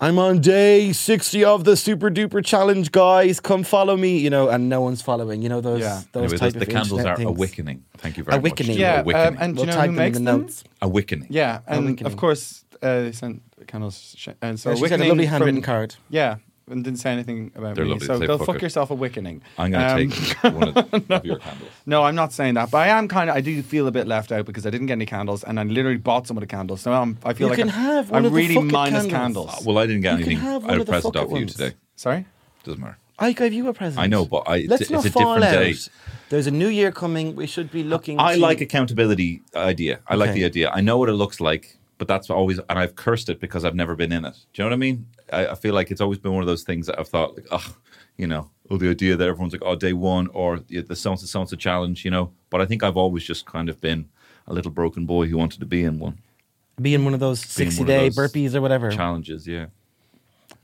Speaker 2: I'm on day 60 of the super duper challenge, guys. Come follow me, you know, and no one's following, you know, those,
Speaker 3: Yeah.
Speaker 2: those
Speaker 4: Anyway,
Speaker 2: type
Speaker 4: the
Speaker 2: of
Speaker 4: candles
Speaker 2: internet
Speaker 4: are
Speaker 2: things.
Speaker 4: awakening. Thank you very
Speaker 2: Awakening.
Speaker 4: much.
Speaker 3: Yeah,
Speaker 4: awakening.
Speaker 3: um, and do
Speaker 2: We'll
Speaker 3: you know
Speaker 2: type
Speaker 3: who
Speaker 2: them in
Speaker 3: makes
Speaker 2: the
Speaker 3: them?
Speaker 2: notes.
Speaker 4: awakening.
Speaker 3: Yeah, and
Speaker 2: Awakening.
Speaker 3: of course uh, they sent candles. Sh- and so
Speaker 2: Yeah, she sent a
Speaker 3: Awakening
Speaker 2: lovely handwritten
Speaker 3: from-
Speaker 2: card.
Speaker 3: Yeah, and didn't say anything about
Speaker 4: They're
Speaker 3: me.
Speaker 4: lovely to
Speaker 3: so
Speaker 4: say,
Speaker 3: go
Speaker 4: fuck
Speaker 3: fuck
Speaker 4: it.
Speaker 3: yourself a wickening.
Speaker 4: I'm going to
Speaker 3: Um,
Speaker 4: take one of, of your candles.
Speaker 3: No, I'm not saying that, but I am kind of. I do feel a bit left out because I didn't get any candles, and I literally bought someone a candle. So I'm, I feel
Speaker 2: You
Speaker 3: like
Speaker 2: can
Speaker 3: I'm,
Speaker 2: have one
Speaker 3: I'm
Speaker 2: of the
Speaker 3: really
Speaker 2: fucking
Speaker 3: minus
Speaker 2: candles.
Speaker 3: candles.
Speaker 4: Uh, Well, I didn't get
Speaker 2: You can
Speaker 4: anything.
Speaker 2: have
Speaker 4: I
Speaker 2: one
Speaker 4: had a
Speaker 2: of the
Speaker 4: present
Speaker 2: fuck it
Speaker 4: off you
Speaker 2: ones.
Speaker 4: today.
Speaker 3: Sorry,
Speaker 4: Doesn't matter.
Speaker 2: I gave you a present.
Speaker 4: I know, but I- it's-
Speaker 2: let's
Speaker 4: it's
Speaker 2: not
Speaker 4: a
Speaker 2: fall
Speaker 4: different
Speaker 2: out.
Speaker 4: day.
Speaker 2: There's a new year coming. We should be looking.
Speaker 4: I
Speaker 2: to-
Speaker 4: like accountability idea. I like
Speaker 2: Okay.
Speaker 4: the idea. I know what it looks like, but that's always and I've cursed it because I've never been in it. Do you know what I mean? I, I feel like it's always been one of those things that I've thought like, oh, you know, oh, the idea that everyone's like, oh, day one or yeah, the so and so challenge, you know. But I think I've always just kind of been a little broken boy who wanted to be in one
Speaker 2: being one of those
Speaker 4: Being
Speaker 2: sixty
Speaker 4: one of
Speaker 2: day
Speaker 4: those
Speaker 2: burpees or whatever.
Speaker 4: challenges. Yeah,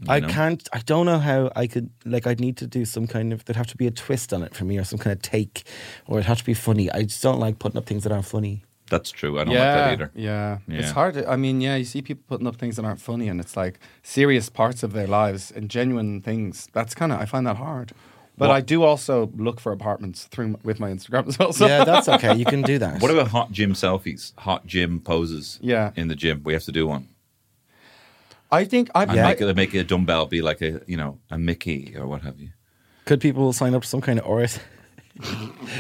Speaker 2: I
Speaker 4: know?
Speaker 2: can't. I don't know how I could. Like, I'd need to do some kind of. There'd have to be a twist on it for me, or some kind of take, or it'd have to be funny. I just don't like putting up things that aren't
Speaker 4: (laughs)
Speaker 2: funny.
Speaker 4: that's true. I don't
Speaker 3: yeah,
Speaker 4: like that either.
Speaker 3: yeah, It's
Speaker 4: Yeah.
Speaker 3: hard. to- I mean, yeah, you see people putting up things that aren't funny, and it's like serious parts of their lives and genuine things. That's kind of I find that hard. But
Speaker 4: What-
Speaker 3: I do also look for apartments through m- with my Instagram as well. So
Speaker 2: Yeah, that's okay. You can do that.
Speaker 4: What about hot gym selfies? Hot gym poses.
Speaker 3: Yeah.
Speaker 4: in the gym, we have to do one.
Speaker 3: I think I,
Speaker 4: And
Speaker 3: I-
Speaker 4: make, it, make it a dumbbell be like a you know a Mickey or what have you.
Speaker 2: Could people sign up for some kind of RS,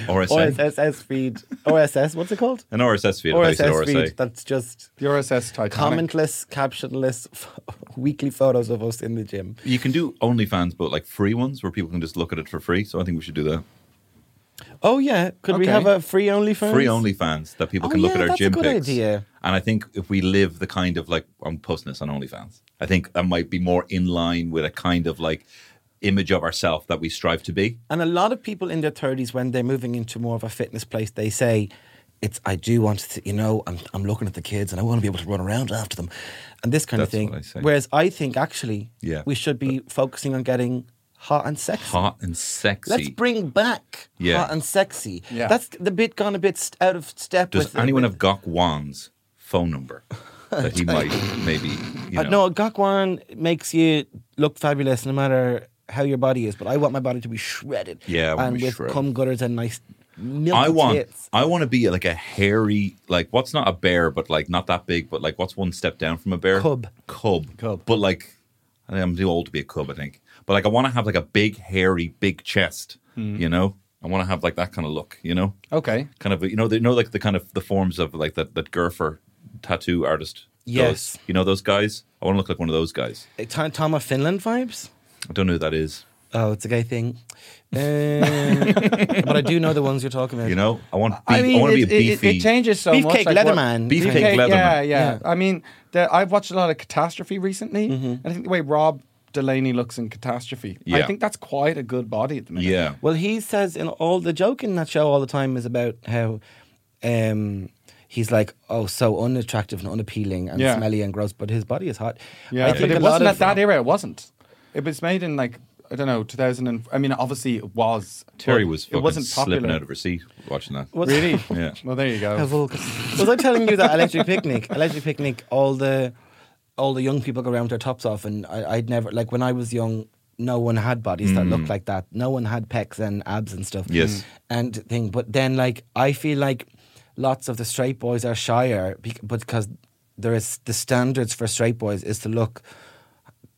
Speaker 4: Or a
Speaker 2: OSSS feed? OSS, what's it called?
Speaker 4: An RSS feed. I thought you
Speaker 2: OSS
Speaker 4: said RSA.
Speaker 2: feed. That's just
Speaker 3: the RSS Titanic.
Speaker 2: commentless, captionless, f- weekly photos of us in the gym.
Speaker 4: You can do OnlyFans, but like free ones where people can just look at it for free. So I think we should do that.
Speaker 2: Oh yeah, could we
Speaker 3: Okay.
Speaker 2: have a free OnlyFans?
Speaker 4: Free OnlyFans that people
Speaker 2: Oh,
Speaker 4: can look
Speaker 2: yeah,
Speaker 4: at our
Speaker 2: that's a
Speaker 4: gym
Speaker 2: good
Speaker 4: pics.
Speaker 2: idea.
Speaker 4: And I think if we live the kind of like I'm posting this on OnlyFans, I think that might be more in line with a kind of like image of ourselves that we strive to be.
Speaker 2: And a lot of people in their 30s, when they're moving into more of a fitness place, they say, it's, I do want to, you know, I'm, I'm looking at the kids and I want to be able to run around after them and this kind
Speaker 4: That's
Speaker 2: of thing.
Speaker 4: what I say.
Speaker 2: Whereas I think actually
Speaker 4: Yeah,
Speaker 2: we should be focusing on getting hot and sexy.
Speaker 4: Hot and sexy.
Speaker 2: Let's bring back
Speaker 4: Yeah.
Speaker 2: hot and sexy.
Speaker 3: Yeah.
Speaker 2: That's the bit gone a bit st- out of step
Speaker 4: Does
Speaker 2: with
Speaker 4: anyone
Speaker 2: with,
Speaker 4: have Gok Wan's phone number that
Speaker 2: (laughs)
Speaker 4: he might maybe you
Speaker 2: Uh,
Speaker 4: know?
Speaker 2: no, Gakwan makes you look fabulous no matter how your body is, but I want my body to be shredded.
Speaker 4: Yeah, I wanna
Speaker 2: and
Speaker 4: be
Speaker 2: with
Speaker 4: shredded.
Speaker 2: cum gutters and nice milk
Speaker 4: I want
Speaker 2: tits.
Speaker 4: I want to be like a hairy like what's not a bear but like not that big but like what's one step down from a bear
Speaker 2: Cub.
Speaker 4: cub
Speaker 3: Cub.
Speaker 4: but like I think I'm too old to be a cub I think but like I want to have like a big hairy big chest you know I want to have like that kind of look you know
Speaker 3: Okay.
Speaker 4: kind of you know they know like the kind of the forms of like that that Gerfer tattoo artist does.
Speaker 2: Yes.
Speaker 4: you know those guys I want to look like one of those guys
Speaker 2: Uh, Tom, Tom of Finland vibes.
Speaker 4: I don't know who that is
Speaker 2: Oh, it's a gay
Speaker 4: (laughs)
Speaker 2: thing. Uh, but I do know the ones you're talking about.
Speaker 4: you know I want beef, I, want to be a
Speaker 3: it, it- it-
Speaker 4: beefy
Speaker 3: It, changes so much.
Speaker 2: Beefcake
Speaker 3: what-
Speaker 2: Leatherman.
Speaker 4: Beefcake
Speaker 3: Yeah,
Speaker 4: Leatherman.
Speaker 3: yeah,
Speaker 2: Yeah.
Speaker 3: I mean, the, I've watched a lot of Catastrophe recently,
Speaker 4: Mm-hmm.
Speaker 3: and I think the way Rob Delaney looks in Catastrophe,
Speaker 4: Yeah.
Speaker 3: I think that's quite a good body at the minute.
Speaker 4: yeah
Speaker 2: Well, he says in all the joke in that show all the time is about how um, he's like, oh, so unattractive and unappealing and
Speaker 3: Yeah.
Speaker 2: smelly and gross, but his body is hot.
Speaker 3: yeah.
Speaker 2: I
Speaker 3: but
Speaker 2: think a
Speaker 3: it
Speaker 2: lot
Speaker 3: wasn't
Speaker 2: of-
Speaker 3: at that era. It wasn't. It was made in like I don't know, 2000. And, I mean, obviously it was.
Speaker 4: Terry
Speaker 3: but
Speaker 4: was
Speaker 3: It
Speaker 4: fucking
Speaker 3: wasn't popular.
Speaker 4: slipping out of her seat watching that
Speaker 2: Was-
Speaker 3: Really?
Speaker 4: Yeah.
Speaker 3: Well, there you
Speaker 2: How
Speaker 3: go.
Speaker 2: vulgar. Was I telling you that electric picnic? Electric picnic. All the all the young people go around with their tops off, and I, I'd never like when I was young. No one had bodies that looked like that. No one had pecs and abs and stuff.
Speaker 4: Mm.
Speaker 2: Mm.
Speaker 4: Yes.
Speaker 2: and thing. But then, like, I feel like lots of the straight boys are shyer bec- because there is the standards for straight boys is to look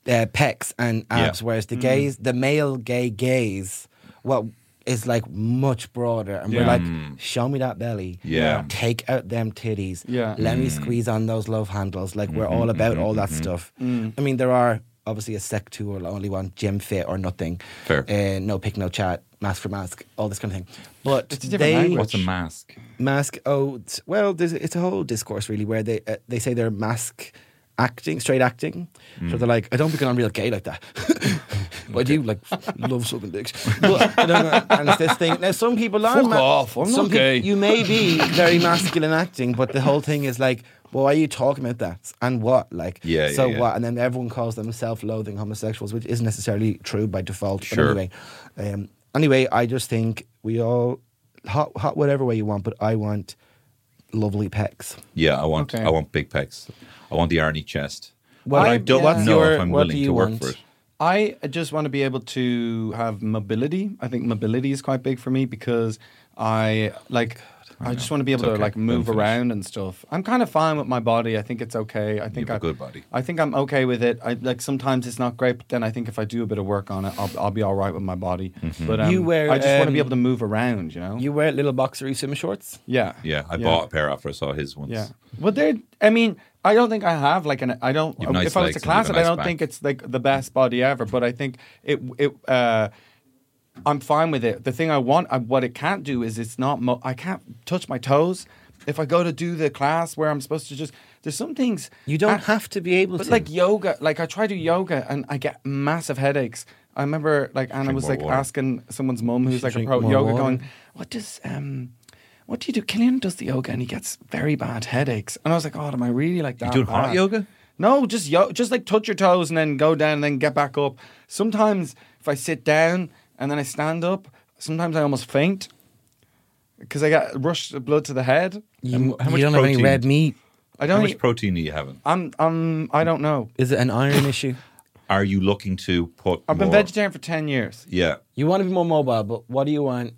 Speaker 2: uh, pecs and
Speaker 4: Yeah.
Speaker 2: abs, whereas the gays, the male gay gaze, well, is like much broader, and we're
Speaker 3: Yeah.
Speaker 2: like, show me that belly,
Speaker 4: Mm. Yeah.
Speaker 2: take out them titties,
Speaker 3: Mm. Yeah.
Speaker 2: let
Speaker 4: Mm.
Speaker 2: me squeeze on those love handles. Like we're
Speaker 4: Mm-hmm,
Speaker 2: all about all that stuff.
Speaker 3: Mm.
Speaker 2: I mean, there are obviously a sect who will only want gym fit or nothing,
Speaker 4: Fair.
Speaker 2: uh, no pick, no chat, mask for mask, all this kind of thing. But
Speaker 3: It's a different
Speaker 2: they
Speaker 3: language.
Speaker 4: What's a mask?
Speaker 2: mask oh t- well there's, it's a whole discourse really where they uh, they say they're mask acting straight acting
Speaker 3: Mm.
Speaker 2: so they're like I don't think I'm real gay like that (laughs) but I do like love sucking
Speaker 3: (laughs)
Speaker 2: dicks but, you know, and it's this thing now some people are
Speaker 3: Fuck off, I'm
Speaker 2: some
Speaker 3: not
Speaker 2: peop-
Speaker 3: gay.
Speaker 2: you may be very masculine acting but the whole thing is like well, why are you talking about that and what like
Speaker 4: Yeah, yeah,
Speaker 2: so
Speaker 4: yeah.
Speaker 2: what and then everyone calls them self-loathing homosexuals which isn't necessarily true by default
Speaker 4: Sure.
Speaker 2: but anyway um, anyway I just think we all hot, hot whatever way you want, but I want lovely pecs.
Speaker 4: Yeah, I want
Speaker 3: Okay.
Speaker 4: I want big pecs. I want the irony chest.
Speaker 2: What-
Speaker 4: but I don't
Speaker 2: what's
Speaker 4: know
Speaker 2: your-
Speaker 4: if I'm
Speaker 2: what do
Speaker 4: willing
Speaker 2: you
Speaker 4: to work
Speaker 2: want?
Speaker 4: for it.
Speaker 3: I just want to be able to have mobility. I think mobility is quite big for me because I like I just want to be able
Speaker 4: It's
Speaker 3: to
Speaker 4: okay.
Speaker 3: like move
Speaker 4: Don't finish.
Speaker 3: around and stuff. I'm kind of fine with my body. I think it's okay. I think
Speaker 4: have a
Speaker 3: I
Speaker 4: good body.
Speaker 3: I think I'm okay with it. I like sometimes it's not great, but then I think if I do a bit of work on it, I'll, I'll be all right with my body.
Speaker 4: Mm-hmm.
Speaker 3: But um,
Speaker 2: You wear,
Speaker 3: I just want to be
Speaker 2: um,
Speaker 3: able to move around. You know.
Speaker 2: You wear little boxery swim shorts?
Speaker 3: yeah.
Speaker 4: Yeah, I bought a pair after I saw his once.
Speaker 3: Yeah. Well, there. I mean, I don't think I have like an. I don't.
Speaker 4: You've nice
Speaker 3: if I was
Speaker 4: legs
Speaker 3: to
Speaker 4: and
Speaker 3: class
Speaker 4: you've
Speaker 3: it,
Speaker 4: a
Speaker 3: I
Speaker 4: nice
Speaker 3: don't
Speaker 4: back.
Speaker 3: think it's like the best body ever. But I think it. It. uh I'm fine with it. The thing I want, I, what it can't do is it's not. Mo- I can't touch my toes. If I go to do the class where I'm supposed to just, there's some things
Speaker 2: You don't
Speaker 3: I-
Speaker 2: have to be able
Speaker 3: but
Speaker 2: to.
Speaker 3: like yoga, like I try to do yoga and I get massive headaches. I remember like Anna
Speaker 4: Drink
Speaker 3: was
Speaker 4: more
Speaker 3: like
Speaker 4: water.
Speaker 3: asking someone's mum who's like a
Speaker 2: drink
Speaker 3: pro
Speaker 2: more
Speaker 3: yoga
Speaker 2: water.
Speaker 3: going, What does um what do you do? Killian does the yoga and he gets very bad headaches. And I was like, Oh, am I really like that?
Speaker 4: doing hot
Speaker 3: bad?"
Speaker 4: yoga?
Speaker 3: No, just yo- just like touch your toes and then go down and then get back up. Sometimes if I sit down and then I stand up, sometimes I almost faint. Because I got rushed blood to the head.
Speaker 2: You,
Speaker 4: how
Speaker 2: you
Speaker 4: much
Speaker 2: don't have any
Speaker 4: protein?
Speaker 2: red meat.
Speaker 3: I
Speaker 4: How
Speaker 3: don't. e
Speaker 4: much protein are you having?
Speaker 3: I'm. I'm. I don't know.
Speaker 2: Is it an (coughs) iron issue?
Speaker 4: Are you looking to put?
Speaker 3: I've been
Speaker 4: more-
Speaker 3: vegetarian for ten years.
Speaker 4: Yeah,
Speaker 2: You want to be more mobile, but what do you want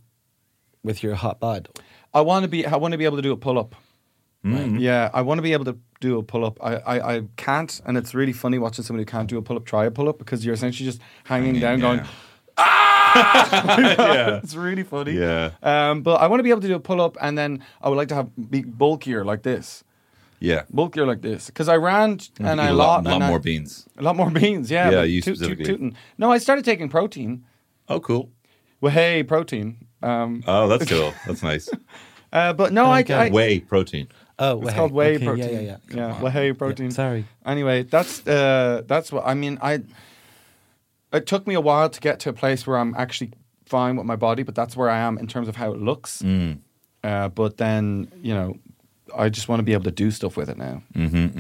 Speaker 2: with your hot bod?
Speaker 3: I want to be. I want to be able to do a pull up.
Speaker 4: Mm-hmm.
Speaker 3: Yeah, I want to be able to do a pull up. I, I, I can't, and it's really funny watching somebody who can't do a pull up try a pull up because you're essentially just hanging down, going. "Ah!"
Speaker 4: (laughs) yeah,
Speaker 3: It's really funny.
Speaker 4: yeah,
Speaker 3: Um, but I want to be able to do a pull up, and then I would like to have be bulkier like this,
Speaker 4: yeah.
Speaker 3: bulkier like this, because I ran and
Speaker 4: Eat
Speaker 3: I
Speaker 4: a
Speaker 3: lot,
Speaker 4: lot, lot
Speaker 3: and I-
Speaker 4: more beans.
Speaker 3: a lot more beans. Yeah,
Speaker 4: Yeah,
Speaker 3: but
Speaker 4: you
Speaker 3: toot- toot-
Speaker 4: specifically.
Speaker 3: tootin'. No, I started taking protein.
Speaker 4: Oh, cool.
Speaker 3: Well, hey, protein. Um,
Speaker 4: Oh, that's cool. That's nice.
Speaker 3: uh, but no, I,
Speaker 2: Okay.
Speaker 3: I
Speaker 4: Whey protein.
Speaker 2: Oh,
Speaker 3: It's called whey
Speaker 2: okay,
Speaker 3: protein.
Speaker 2: Yeah, yeah, yeah.
Speaker 3: whey protein.
Speaker 2: sorry.
Speaker 3: Anyway, that's uh, that's what I mean. I it took me a while to get to a place where I'm actually fine with my body, but that's where I am in terms of how it looks.
Speaker 2: Mm.
Speaker 3: Uh, but then you know, I just want to be able to do stuff with it now.
Speaker 2: Mm.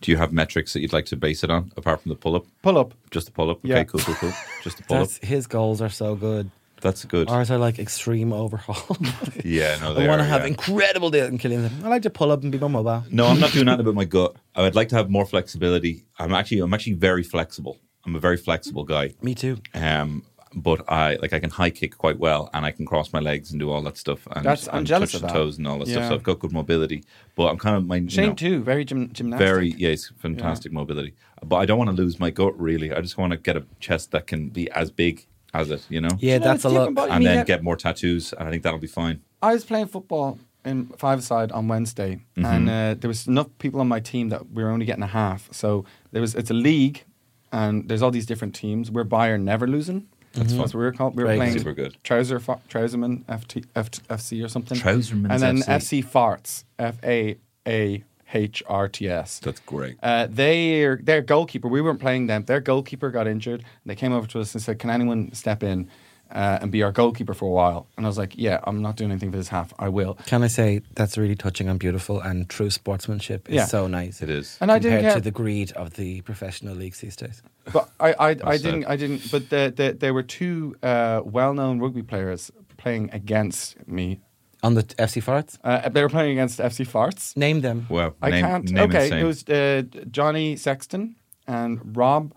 Speaker 4: Do you have metrics that you'd like to base it on, apart from the pull up?
Speaker 3: Pull up.
Speaker 4: Just the pull up. Okay,
Speaker 3: Yeah.
Speaker 4: cool, cool, cool. Just the pull up.
Speaker 2: That's, his goals are so good.
Speaker 4: That's good.
Speaker 2: Ours are like extreme overhaul.
Speaker 4: (laughs) Yeah, no, they
Speaker 2: I want
Speaker 4: are,
Speaker 2: to have
Speaker 4: yeah.
Speaker 2: incredible days. And Killian's like, I like to pull up and be more mobile.
Speaker 4: No, I'm not doing that about my gut. I'd like to have more flexibility. I'm actually, I'm actually very flexible. I'm a very flexible guy.
Speaker 2: Me too.
Speaker 4: Um, but I like I can high kick quite well, and I can cross my legs and do all that stuff. And,
Speaker 3: That's- I'm
Speaker 4: and
Speaker 3: jealous
Speaker 4: touch
Speaker 3: of
Speaker 4: the
Speaker 3: that.
Speaker 4: toes and all that stuff.
Speaker 3: Yeah.
Speaker 4: So I've got good mobility, but I'm kind of my you
Speaker 3: Shane
Speaker 4: know,
Speaker 3: too. Very gym- gymnastic.
Speaker 4: Very, yeah, it's fantastic mobility. But I don't want to lose my gut really. I just want to get a chest that can be as big as it, you know?
Speaker 2: Yeah,
Speaker 3: know,
Speaker 2: that's
Speaker 3: it's
Speaker 2: a
Speaker 3: different,
Speaker 2: look.
Speaker 3: but- I
Speaker 4: And
Speaker 3: mean,
Speaker 4: then
Speaker 3: that-
Speaker 4: get more tattoos, and I think that'll be fine.
Speaker 3: I was playing football in five side on Wednesday, and uh, there was enough people on my team that we were only getting a half. So there was it's a league, and there's all these different teams. We're Bayern never losing. That's, what we were called. We were
Speaker 2: Right.
Speaker 3: playing
Speaker 4: Super good.
Speaker 3: Trouser Fo- Trouserman FT, FT, FC or something.
Speaker 4: Trouserman's
Speaker 3: and then
Speaker 4: FC.
Speaker 3: FC Farts F A A H R T S.
Speaker 4: That's great.
Speaker 3: Uh, their their goalkeeper, we weren't playing them. Their goalkeeper got injured. And they came over to us and said, "Can anyone step in uh, and be our goalkeeper for a while?" And I was like, "Yeah, I'm not doing anything for this half. I will."
Speaker 2: Can I say that's really touching and beautiful, and true sportsmanship is
Speaker 3: Yeah.
Speaker 2: so nice.
Speaker 4: It is.
Speaker 3: And I didn't
Speaker 2: compared
Speaker 3: care.
Speaker 2: to the greed of the professional leagues these days.
Speaker 3: But I, I, I
Speaker 4: sad.
Speaker 3: didn't, I didn't. But the, the, there were two uh, well-known rugby players playing against me.
Speaker 2: On the FC Farts,
Speaker 3: Uh, they were playing against FC Farts.
Speaker 2: name them.
Speaker 4: Well,
Speaker 3: I
Speaker 4: name,
Speaker 3: can't.
Speaker 4: name and
Speaker 3: okay,
Speaker 4: shame.
Speaker 3: it was uh, Johnny Sexton and Rob.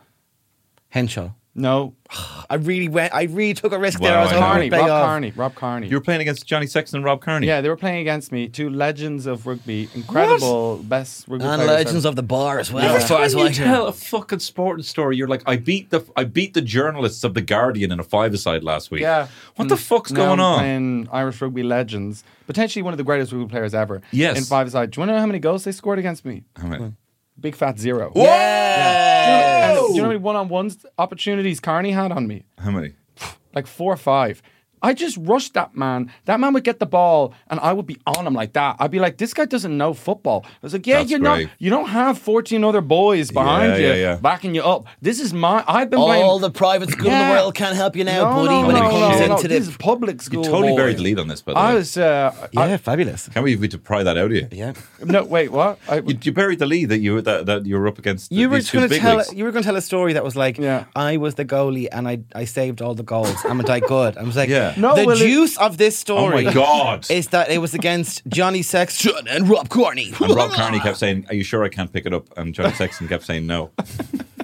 Speaker 2: Henshaw.
Speaker 3: No,
Speaker 2: I really went. I really took a risk
Speaker 4: Wow,
Speaker 2: there. I was
Speaker 4: I
Speaker 2: hoping
Speaker 4: know.
Speaker 2: it'd
Speaker 3: Carney.
Speaker 2: pay
Speaker 3: Rob
Speaker 2: off.
Speaker 3: Carney. Rob Carney.
Speaker 4: you were playing against Johnny Sexton and Rob Kearney.
Speaker 3: yeah, they were playing against me. Two legends of rugby, incredible best rugby
Speaker 2: And
Speaker 3: players.
Speaker 2: legends of the bar as well.
Speaker 4: Every
Speaker 2: As far
Speaker 4: time
Speaker 2: as
Speaker 4: you
Speaker 2: I
Speaker 4: tell
Speaker 2: know.
Speaker 4: a fucking sporting story, you're like, I beat the I beat the journalists of the Guardian in a five-a-side last week.
Speaker 3: Yeah.
Speaker 4: what the
Speaker 2: Mm.
Speaker 4: fuck's
Speaker 3: Now
Speaker 4: going
Speaker 3: I'm
Speaker 4: on?
Speaker 3: Playing Irish rugby legends, potentially one of the greatest rugby players ever.
Speaker 4: Yes.
Speaker 3: In five side. Do you want to know how many goals they scored against me?
Speaker 4: I'm
Speaker 2: Mm.
Speaker 4: like,
Speaker 3: Big fat zero.
Speaker 4: Whoa!
Speaker 3: And do you know how many one-on-ones opportunities Carney had on me?
Speaker 4: How many?
Speaker 3: Like four or five. I just rushed that man. That man would get the ball, and I would be on him like that. I'd be like, "This guy doesn't know football." I was like, "Yeah,
Speaker 4: That's
Speaker 3: you're
Speaker 4: great.
Speaker 3: not. You don't have 14 other boys behind
Speaker 4: Yeah,
Speaker 3: you,
Speaker 4: yeah, yeah.
Speaker 3: backing you up. This is my. I've been playing
Speaker 2: All the private school in
Speaker 3: Yeah.
Speaker 2: the world can't help you now,
Speaker 3: No,
Speaker 2: buddy.
Speaker 3: no,
Speaker 2: when
Speaker 3: no,
Speaker 2: it comes
Speaker 3: no, no.
Speaker 2: into
Speaker 3: this
Speaker 2: the
Speaker 3: is public school.
Speaker 4: You totally
Speaker 3: boy.
Speaker 4: buried the lead on this, by the
Speaker 3: I
Speaker 4: way.
Speaker 3: was. Uh, I-
Speaker 2: yeah, fabulous.
Speaker 4: Can't believe we to pry that out of you.
Speaker 2: Yeah.
Speaker 3: no, wait, what? I,
Speaker 4: You, you buried the lead that you were that, that you were up against.
Speaker 2: You were just
Speaker 4: these two
Speaker 2: going to
Speaker 4: big
Speaker 2: tell
Speaker 4: leagues.
Speaker 2: you were going to tell a story that was like
Speaker 3: Yeah.
Speaker 2: I was the goalie and I I saved all the goals. Am I good? I was like
Speaker 4: Yeah.
Speaker 3: No,
Speaker 2: the
Speaker 3: well, it-
Speaker 2: juice of this
Speaker 4: Oh
Speaker 2: story
Speaker 4: my god!
Speaker 2: is that it was against Johnny Sexton and Rob Corney. (laughs)
Speaker 4: and Rob Carney kept saying, "Are you sure I can't pick it up?" And Johnny Sexton kept saying, "No."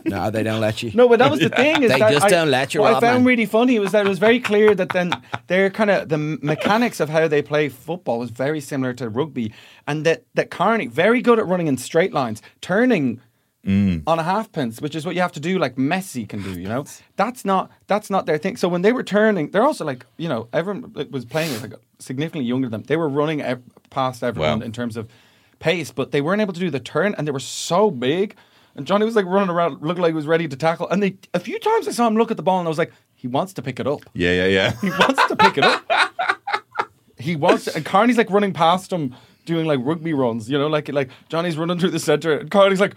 Speaker 2: no, they don't let you.
Speaker 3: No, but that
Speaker 2: (laughs)
Speaker 3: was the thing. Is
Speaker 2: They
Speaker 3: that
Speaker 2: just
Speaker 3: I,
Speaker 2: don't let you,
Speaker 3: What I
Speaker 2: Rob,
Speaker 3: found
Speaker 2: man.
Speaker 3: really funny was that it was very clear that then they're kind of the m- mechanics of how they play football was very similar to rugby, and that that Carney very good at running in straight lines, turning. On a half pence, which is what you have to do, like Messi can do, you know. That's not that's not their thing. So when they were turning, they're also like, you know, everyone that was playing is like significantly younger than them. They were running ev- past everyone
Speaker 4: Wow.
Speaker 3: in terms of pace, but they weren't able to do the turn, and they were so big. And Johnny was like running around, looked like he was ready to tackle. And they, a few times I saw him look at the ball, and I was like, he wants to pick it up.
Speaker 4: Yeah, yeah,
Speaker 3: He
Speaker 4: yeah. (laughs)
Speaker 3: wants to pick it up. he wants. To, and Carney's like running past him, doing like rugby runs. You know, like like Johnny's running through the center, and Carney's like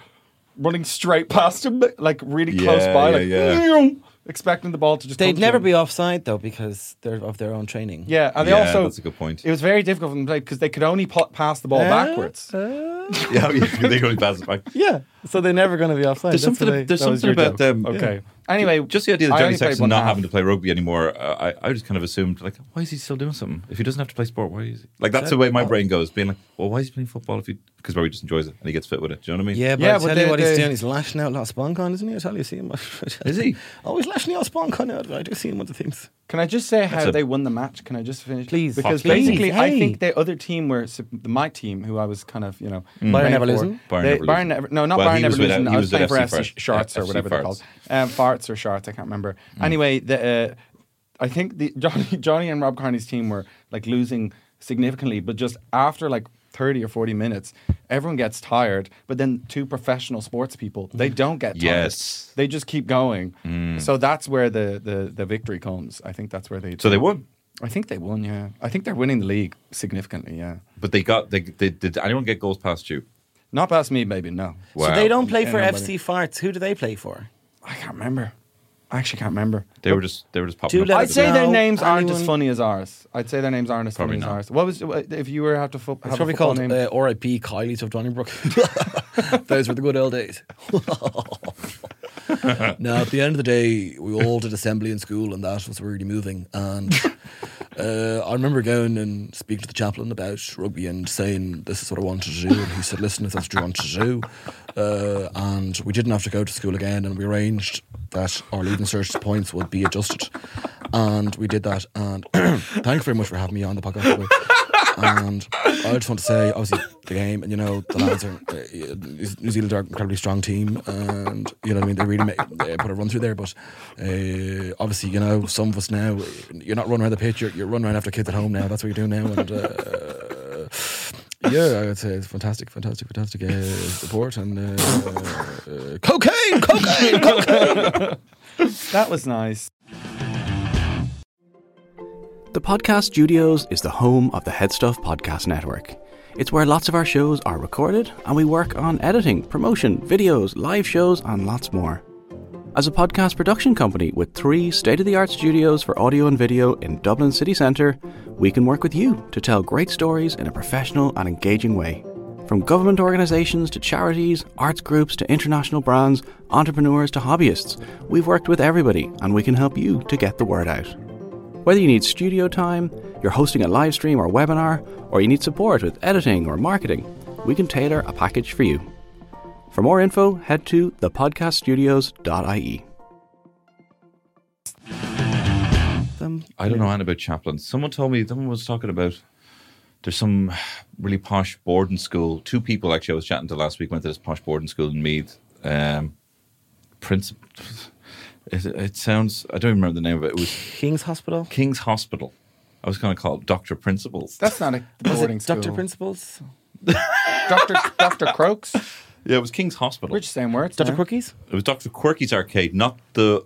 Speaker 3: running straight past him, like really close
Speaker 4: Yeah,
Speaker 3: by,
Speaker 4: yeah,
Speaker 3: like
Speaker 4: yeah.
Speaker 3: expecting the ball to just. come
Speaker 2: They'd
Speaker 3: to
Speaker 2: never
Speaker 3: him.
Speaker 2: be offside though because they're of their own training.
Speaker 3: Yeah, and they
Speaker 4: Yeah,
Speaker 3: also.
Speaker 4: that's a good point.
Speaker 3: It was very difficult for them to play because they could only pot, pass the ball backwards. Uh,
Speaker 4: yeah, yeah. They go pass it back.
Speaker 2: yeah. So they're never going to be offside.
Speaker 4: There's
Speaker 2: That's
Speaker 4: something.
Speaker 2: what I-
Speaker 4: there's
Speaker 3: that was
Speaker 4: something
Speaker 3: your
Speaker 4: about
Speaker 3: joke.
Speaker 4: them.
Speaker 3: Okay.
Speaker 4: yeah.
Speaker 3: Anyway,
Speaker 4: just the idea
Speaker 3: I
Speaker 4: that Johnny
Speaker 3: only played
Speaker 4: Sexton
Speaker 3: one
Speaker 4: not
Speaker 3: half.
Speaker 4: having to play rugby anymore, uh, I, I just kind of assumed like, why is he still doing something? If he doesn't have to play sport, why is he? Like that's the way my brain goes, being like, well, why is he playing football if he? Because Robbie just enjoys it and he gets fit with it. Do you know what I mean?
Speaker 2: Yeah, but
Speaker 3: Yeah,
Speaker 2: I
Speaker 3: but
Speaker 2: tell
Speaker 3: they-
Speaker 2: you what
Speaker 3: they-
Speaker 2: he's doing. He's lashing out lots of spunk on, isn't he? I tell you, see him. (laughs)
Speaker 4: Is he?
Speaker 2: Always lashing out spunk on out. I do see him with the things.
Speaker 3: Can I just say how
Speaker 4: a-
Speaker 3: they won the match? Can I just finish?
Speaker 2: Please.
Speaker 3: Because
Speaker 4: Fuck, please.
Speaker 3: basically, I
Speaker 2: Hey.
Speaker 3: think the other team were sup- my team, who I was kind of, you know, mm.
Speaker 2: Bayern Leverkusen?
Speaker 4: Bayern
Speaker 3: They,
Speaker 4: Leverkusen.
Speaker 3: Bayern Never, no, not
Speaker 4: Well,
Speaker 3: Bayern
Speaker 4: he was with-
Speaker 3: Leverkusen.
Speaker 4: he
Speaker 3: I was
Speaker 4: was with
Speaker 3: playing for
Speaker 4: FC
Speaker 3: FC
Speaker 4: Farts.
Speaker 3: Sharts or whatever they're
Speaker 4: Farts. Mm.
Speaker 3: called. Um, farts or Sharts, I can't remember. Anyway, the, uh, I think the (laughs) Johnny, Johnny and Rob Carney's team were like losing significantly, but just after like. 30 or 40 minutes, everyone gets tired, but then two professional sports people, they don't get tired.
Speaker 4: Mm. Yes.
Speaker 3: They just keep going. So that's where the, the, the victory comes. I think that's where they
Speaker 4: So they won,
Speaker 3: I think they won, yeah. I think they're winning the league significantly, yeah.
Speaker 4: but they got. They, they did. Anyone get goals past you?
Speaker 3: Not past me, maybe, no.
Speaker 4: Wow.
Speaker 2: So they don't play
Speaker 3: Yeah,
Speaker 2: for FC
Speaker 3: nobody.
Speaker 2: Farts. Who do they play for?
Speaker 3: I can't remember. I actually can't remember.
Speaker 4: They were just. They were just popping.
Speaker 2: Two
Speaker 4: up.
Speaker 2: letters.
Speaker 3: I'd say their
Speaker 2: No,
Speaker 3: names aren't as
Speaker 2: anyone-
Speaker 3: funny as ours. I'd say their names aren't as
Speaker 4: Probably
Speaker 3: funny
Speaker 4: not.
Speaker 3: as ours. What was if you were have to fo- have
Speaker 2: It's probably
Speaker 3: a football
Speaker 2: called
Speaker 3: name?
Speaker 2: uh, R.I.P. Kylie's of Donnybrook. (laughs) Those were the good old days. now, at the end of the day, we all did assembly in school, and that was really moving. And (laughs) uh, I remember going and speaking to the chaplain about rugby and saying, This is what I wanted to do. And he said, Listen, if that's what you want to do. Uh, and we didn't have to go to school again, and we arranged that our leaving cert points would be adjusted. And we did that. And (clears throat) thanks very much for having me on the podcast. by the way. And I just want to say, obviously, the game, and you know, the lads are uh, New Zealand are an incredibly strong team, and you know, what I mean, they really make, they put a run through there. But uh, obviously, you know, some of us now, you're not running around the pitch, you're, you're running around after kids at home now. That's what you're doing now, and. Uh, yeah, I would say it's fantastic, fantastic, fantastic uh, support and uh, uh, cocaine, cocaine, cocaine. uh,
Speaker 3: that was nice.
Speaker 11: The podcast studios is the home of the Head Stuff Podcast Network. It's where lots of our shows are recorded, and we work on editing, promotion, videos, live shows, and lots more. As a podcast production company with three state of the art studios for audio and video in Dublin City Centre, we can work with you to tell great stories in a professional and engaging way. From government organisations to charities, arts groups to international brands, entrepreneurs to hobbyists, we've worked with everybody and we can help you to get the word out. Whether you need studio time, you're hosting a live stream or webinar, or you need support with editing or marketing, we can tailor a package for you. For more info, head to thepodcaststudios.ie.
Speaker 4: I
Speaker 2: Hmm.
Speaker 4: don't know anything about chaplains. Someone told me, someone was talking about there's some really posh boarding school. Two people actually I was chatting to last week went to this posh boarding school in Meath. Um, Prince, it, it sounds, I don't even remember the name of it. It was
Speaker 2: King's Hospital.
Speaker 4: King's Hospital. I was going to call it Dr. Principles.
Speaker 3: That's not a
Speaker 2: (laughs) Was
Speaker 3: boarding
Speaker 2: it
Speaker 3: school.
Speaker 2: Doctor Principles?
Speaker 3: Doctor Doctor Croaks.
Speaker 4: yeah, it was King's Hospital.
Speaker 3: We're just saying words.
Speaker 2: Doctor
Speaker 3: now.
Speaker 2: Crookies?
Speaker 4: It was Dr. Quirky's Arcade, not the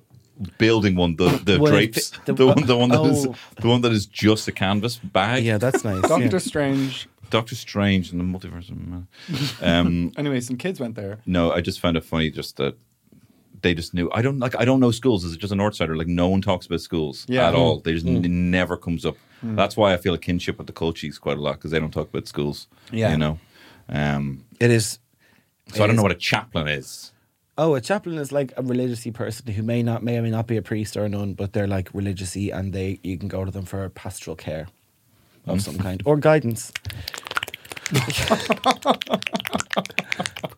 Speaker 4: building one, the, the
Speaker 2: Well,
Speaker 4: drapes.
Speaker 2: the-
Speaker 4: (laughs) The, one, the, one that is
Speaker 2: oh.
Speaker 4: the one that is just a canvas bag.
Speaker 2: Yeah, that's nice.
Speaker 3: Doctor
Speaker 2: yeah.
Speaker 3: Strange.
Speaker 4: Doctor Strange and the Multiverse. of
Speaker 2: (laughs)
Speaker 4: Madness. Um,
Speaker 3: Anyway, some kids went there.
Speaker 4: No, I just found it funny just that they just knew. I don't like. I don't know schools. Is it just a north sider? Like no one talks about schools
Speaker 3: Yeah. Mm.
Speaker 4: at all. They just it never comes up. That's why I feel a kinship with the Colchis quite a lot because they don't talk about schools.
Speaker 3: Yeah.
Speaker 4: you know. Um,
Speaker 2: It is
Speaker 4: so I don't know what a chaplain is.
Speaker 2: Oh, a chaplain is like a religiousy person who may not may or may not be a priest or a nun, but they're like religiousy and they you can go to them for pastoral care of
Speaker 3: Mm.
Speaker 2: some kind. Or guidance.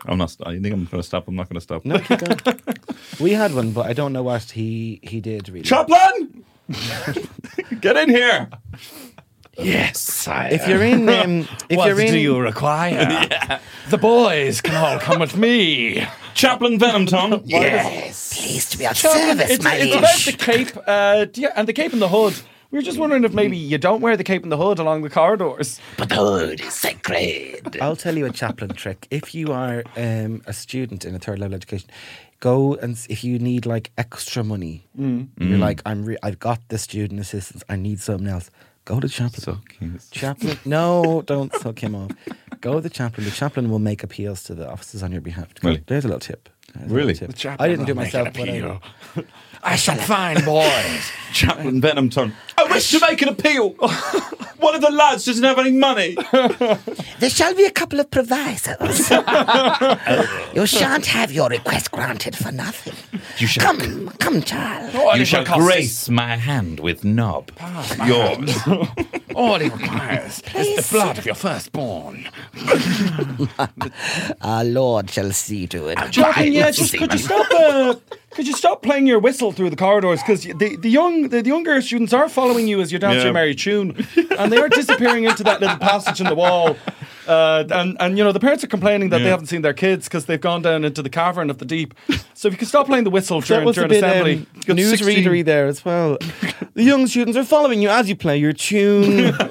Speaker 4: I'm not. I think I'm going to stop. I'm not going to stop. (laughs)
Speaker 2: No, keep going.
Speaker 10: We had one, but I don't know what he he did
Speaker 4: (laughs)
Speaker 10: really.
Speaker 3: Chaplain, get in here.
Speaker 10: Yes, If you're
Speaker 3: (laughs)
Speaker 10: in, um, if
Speaker 3: What
Speaker 10: you're in,
Speaker 3: do you require?
Speaker 4: (laughs)
Speaker 3: The boys can all come with me. Chaplain Venom, (laughs) Tom.
Speaker 2: Pleased to be of
Speaker 3: Chaplain, it's, it's about the cape uh, yeah, and the cape and the hood. We were just wondering if maybe you don't wear the cape and the hood along the corridors.
Speaker 2: But the hood is sacred.
Speaker 10: I'll tell you a chaplain trick. If you are um, a student in a third level education, go and s- if you need like extra money,
Speaker 3: Mm.
Speaker 10: you're like, I'm re- I've got the student assistance. I need something else. Go to chaplain. Chaplain, no, don't suck him off. Go to the chaplain. The chaplain will make appeals to the officers on your behalf.
Speaker 4: Really?
Speaker 10: There's a little tip. There's a
Speaker 4: Really?
Speaker 10: little
Speaker 4: The
Speaker 10: tip. I didn't do it myself, but I,
Speaker 3: appeal. I shall find boys.
Speaker 4: Chaplain Venom Tongue.
Speaker 12: I wish to make an
Speaker 3: (laughs)
Speaker 12: appeal. One of the lads doesn't have any money.
Speaker 2: There shall be a couple of provisos. you shan't have your request granted for nothing.
Speaker 4: You shall-
Speaker 2: Come, come, child.
Speaker 4: you shall grace my hand with knob. Yours.
Speaker 3: All (laughs) he requires is the blood of your firstborn.
Speaker 2: Our Lord shall see to it.
Speaker 3: Chaplain, yeah, just could you stop? Uh, could you stop playing your whistle through the corridors? Because the, the young the, the younger students are following you as you dance
Speaker 4: Yeah.
Speaker 3: your merry tune, and they are disappearing into that little passage in the wall. Uh, and and you know the parents are complaining that they
Speaker 4: Yeah.
Speaker 3: haven't seen their kids because they've gone down into the cavern of the deep. So if you could stop playing the whistle during,
Speaker 10: that was a
Speaker 3: during
Speaker 10: bit
Speaker 3: assembly,
Speaker 10: um, newsreadery there as well. the young students are following you as you play your tune.
Speaker 2: (laughs)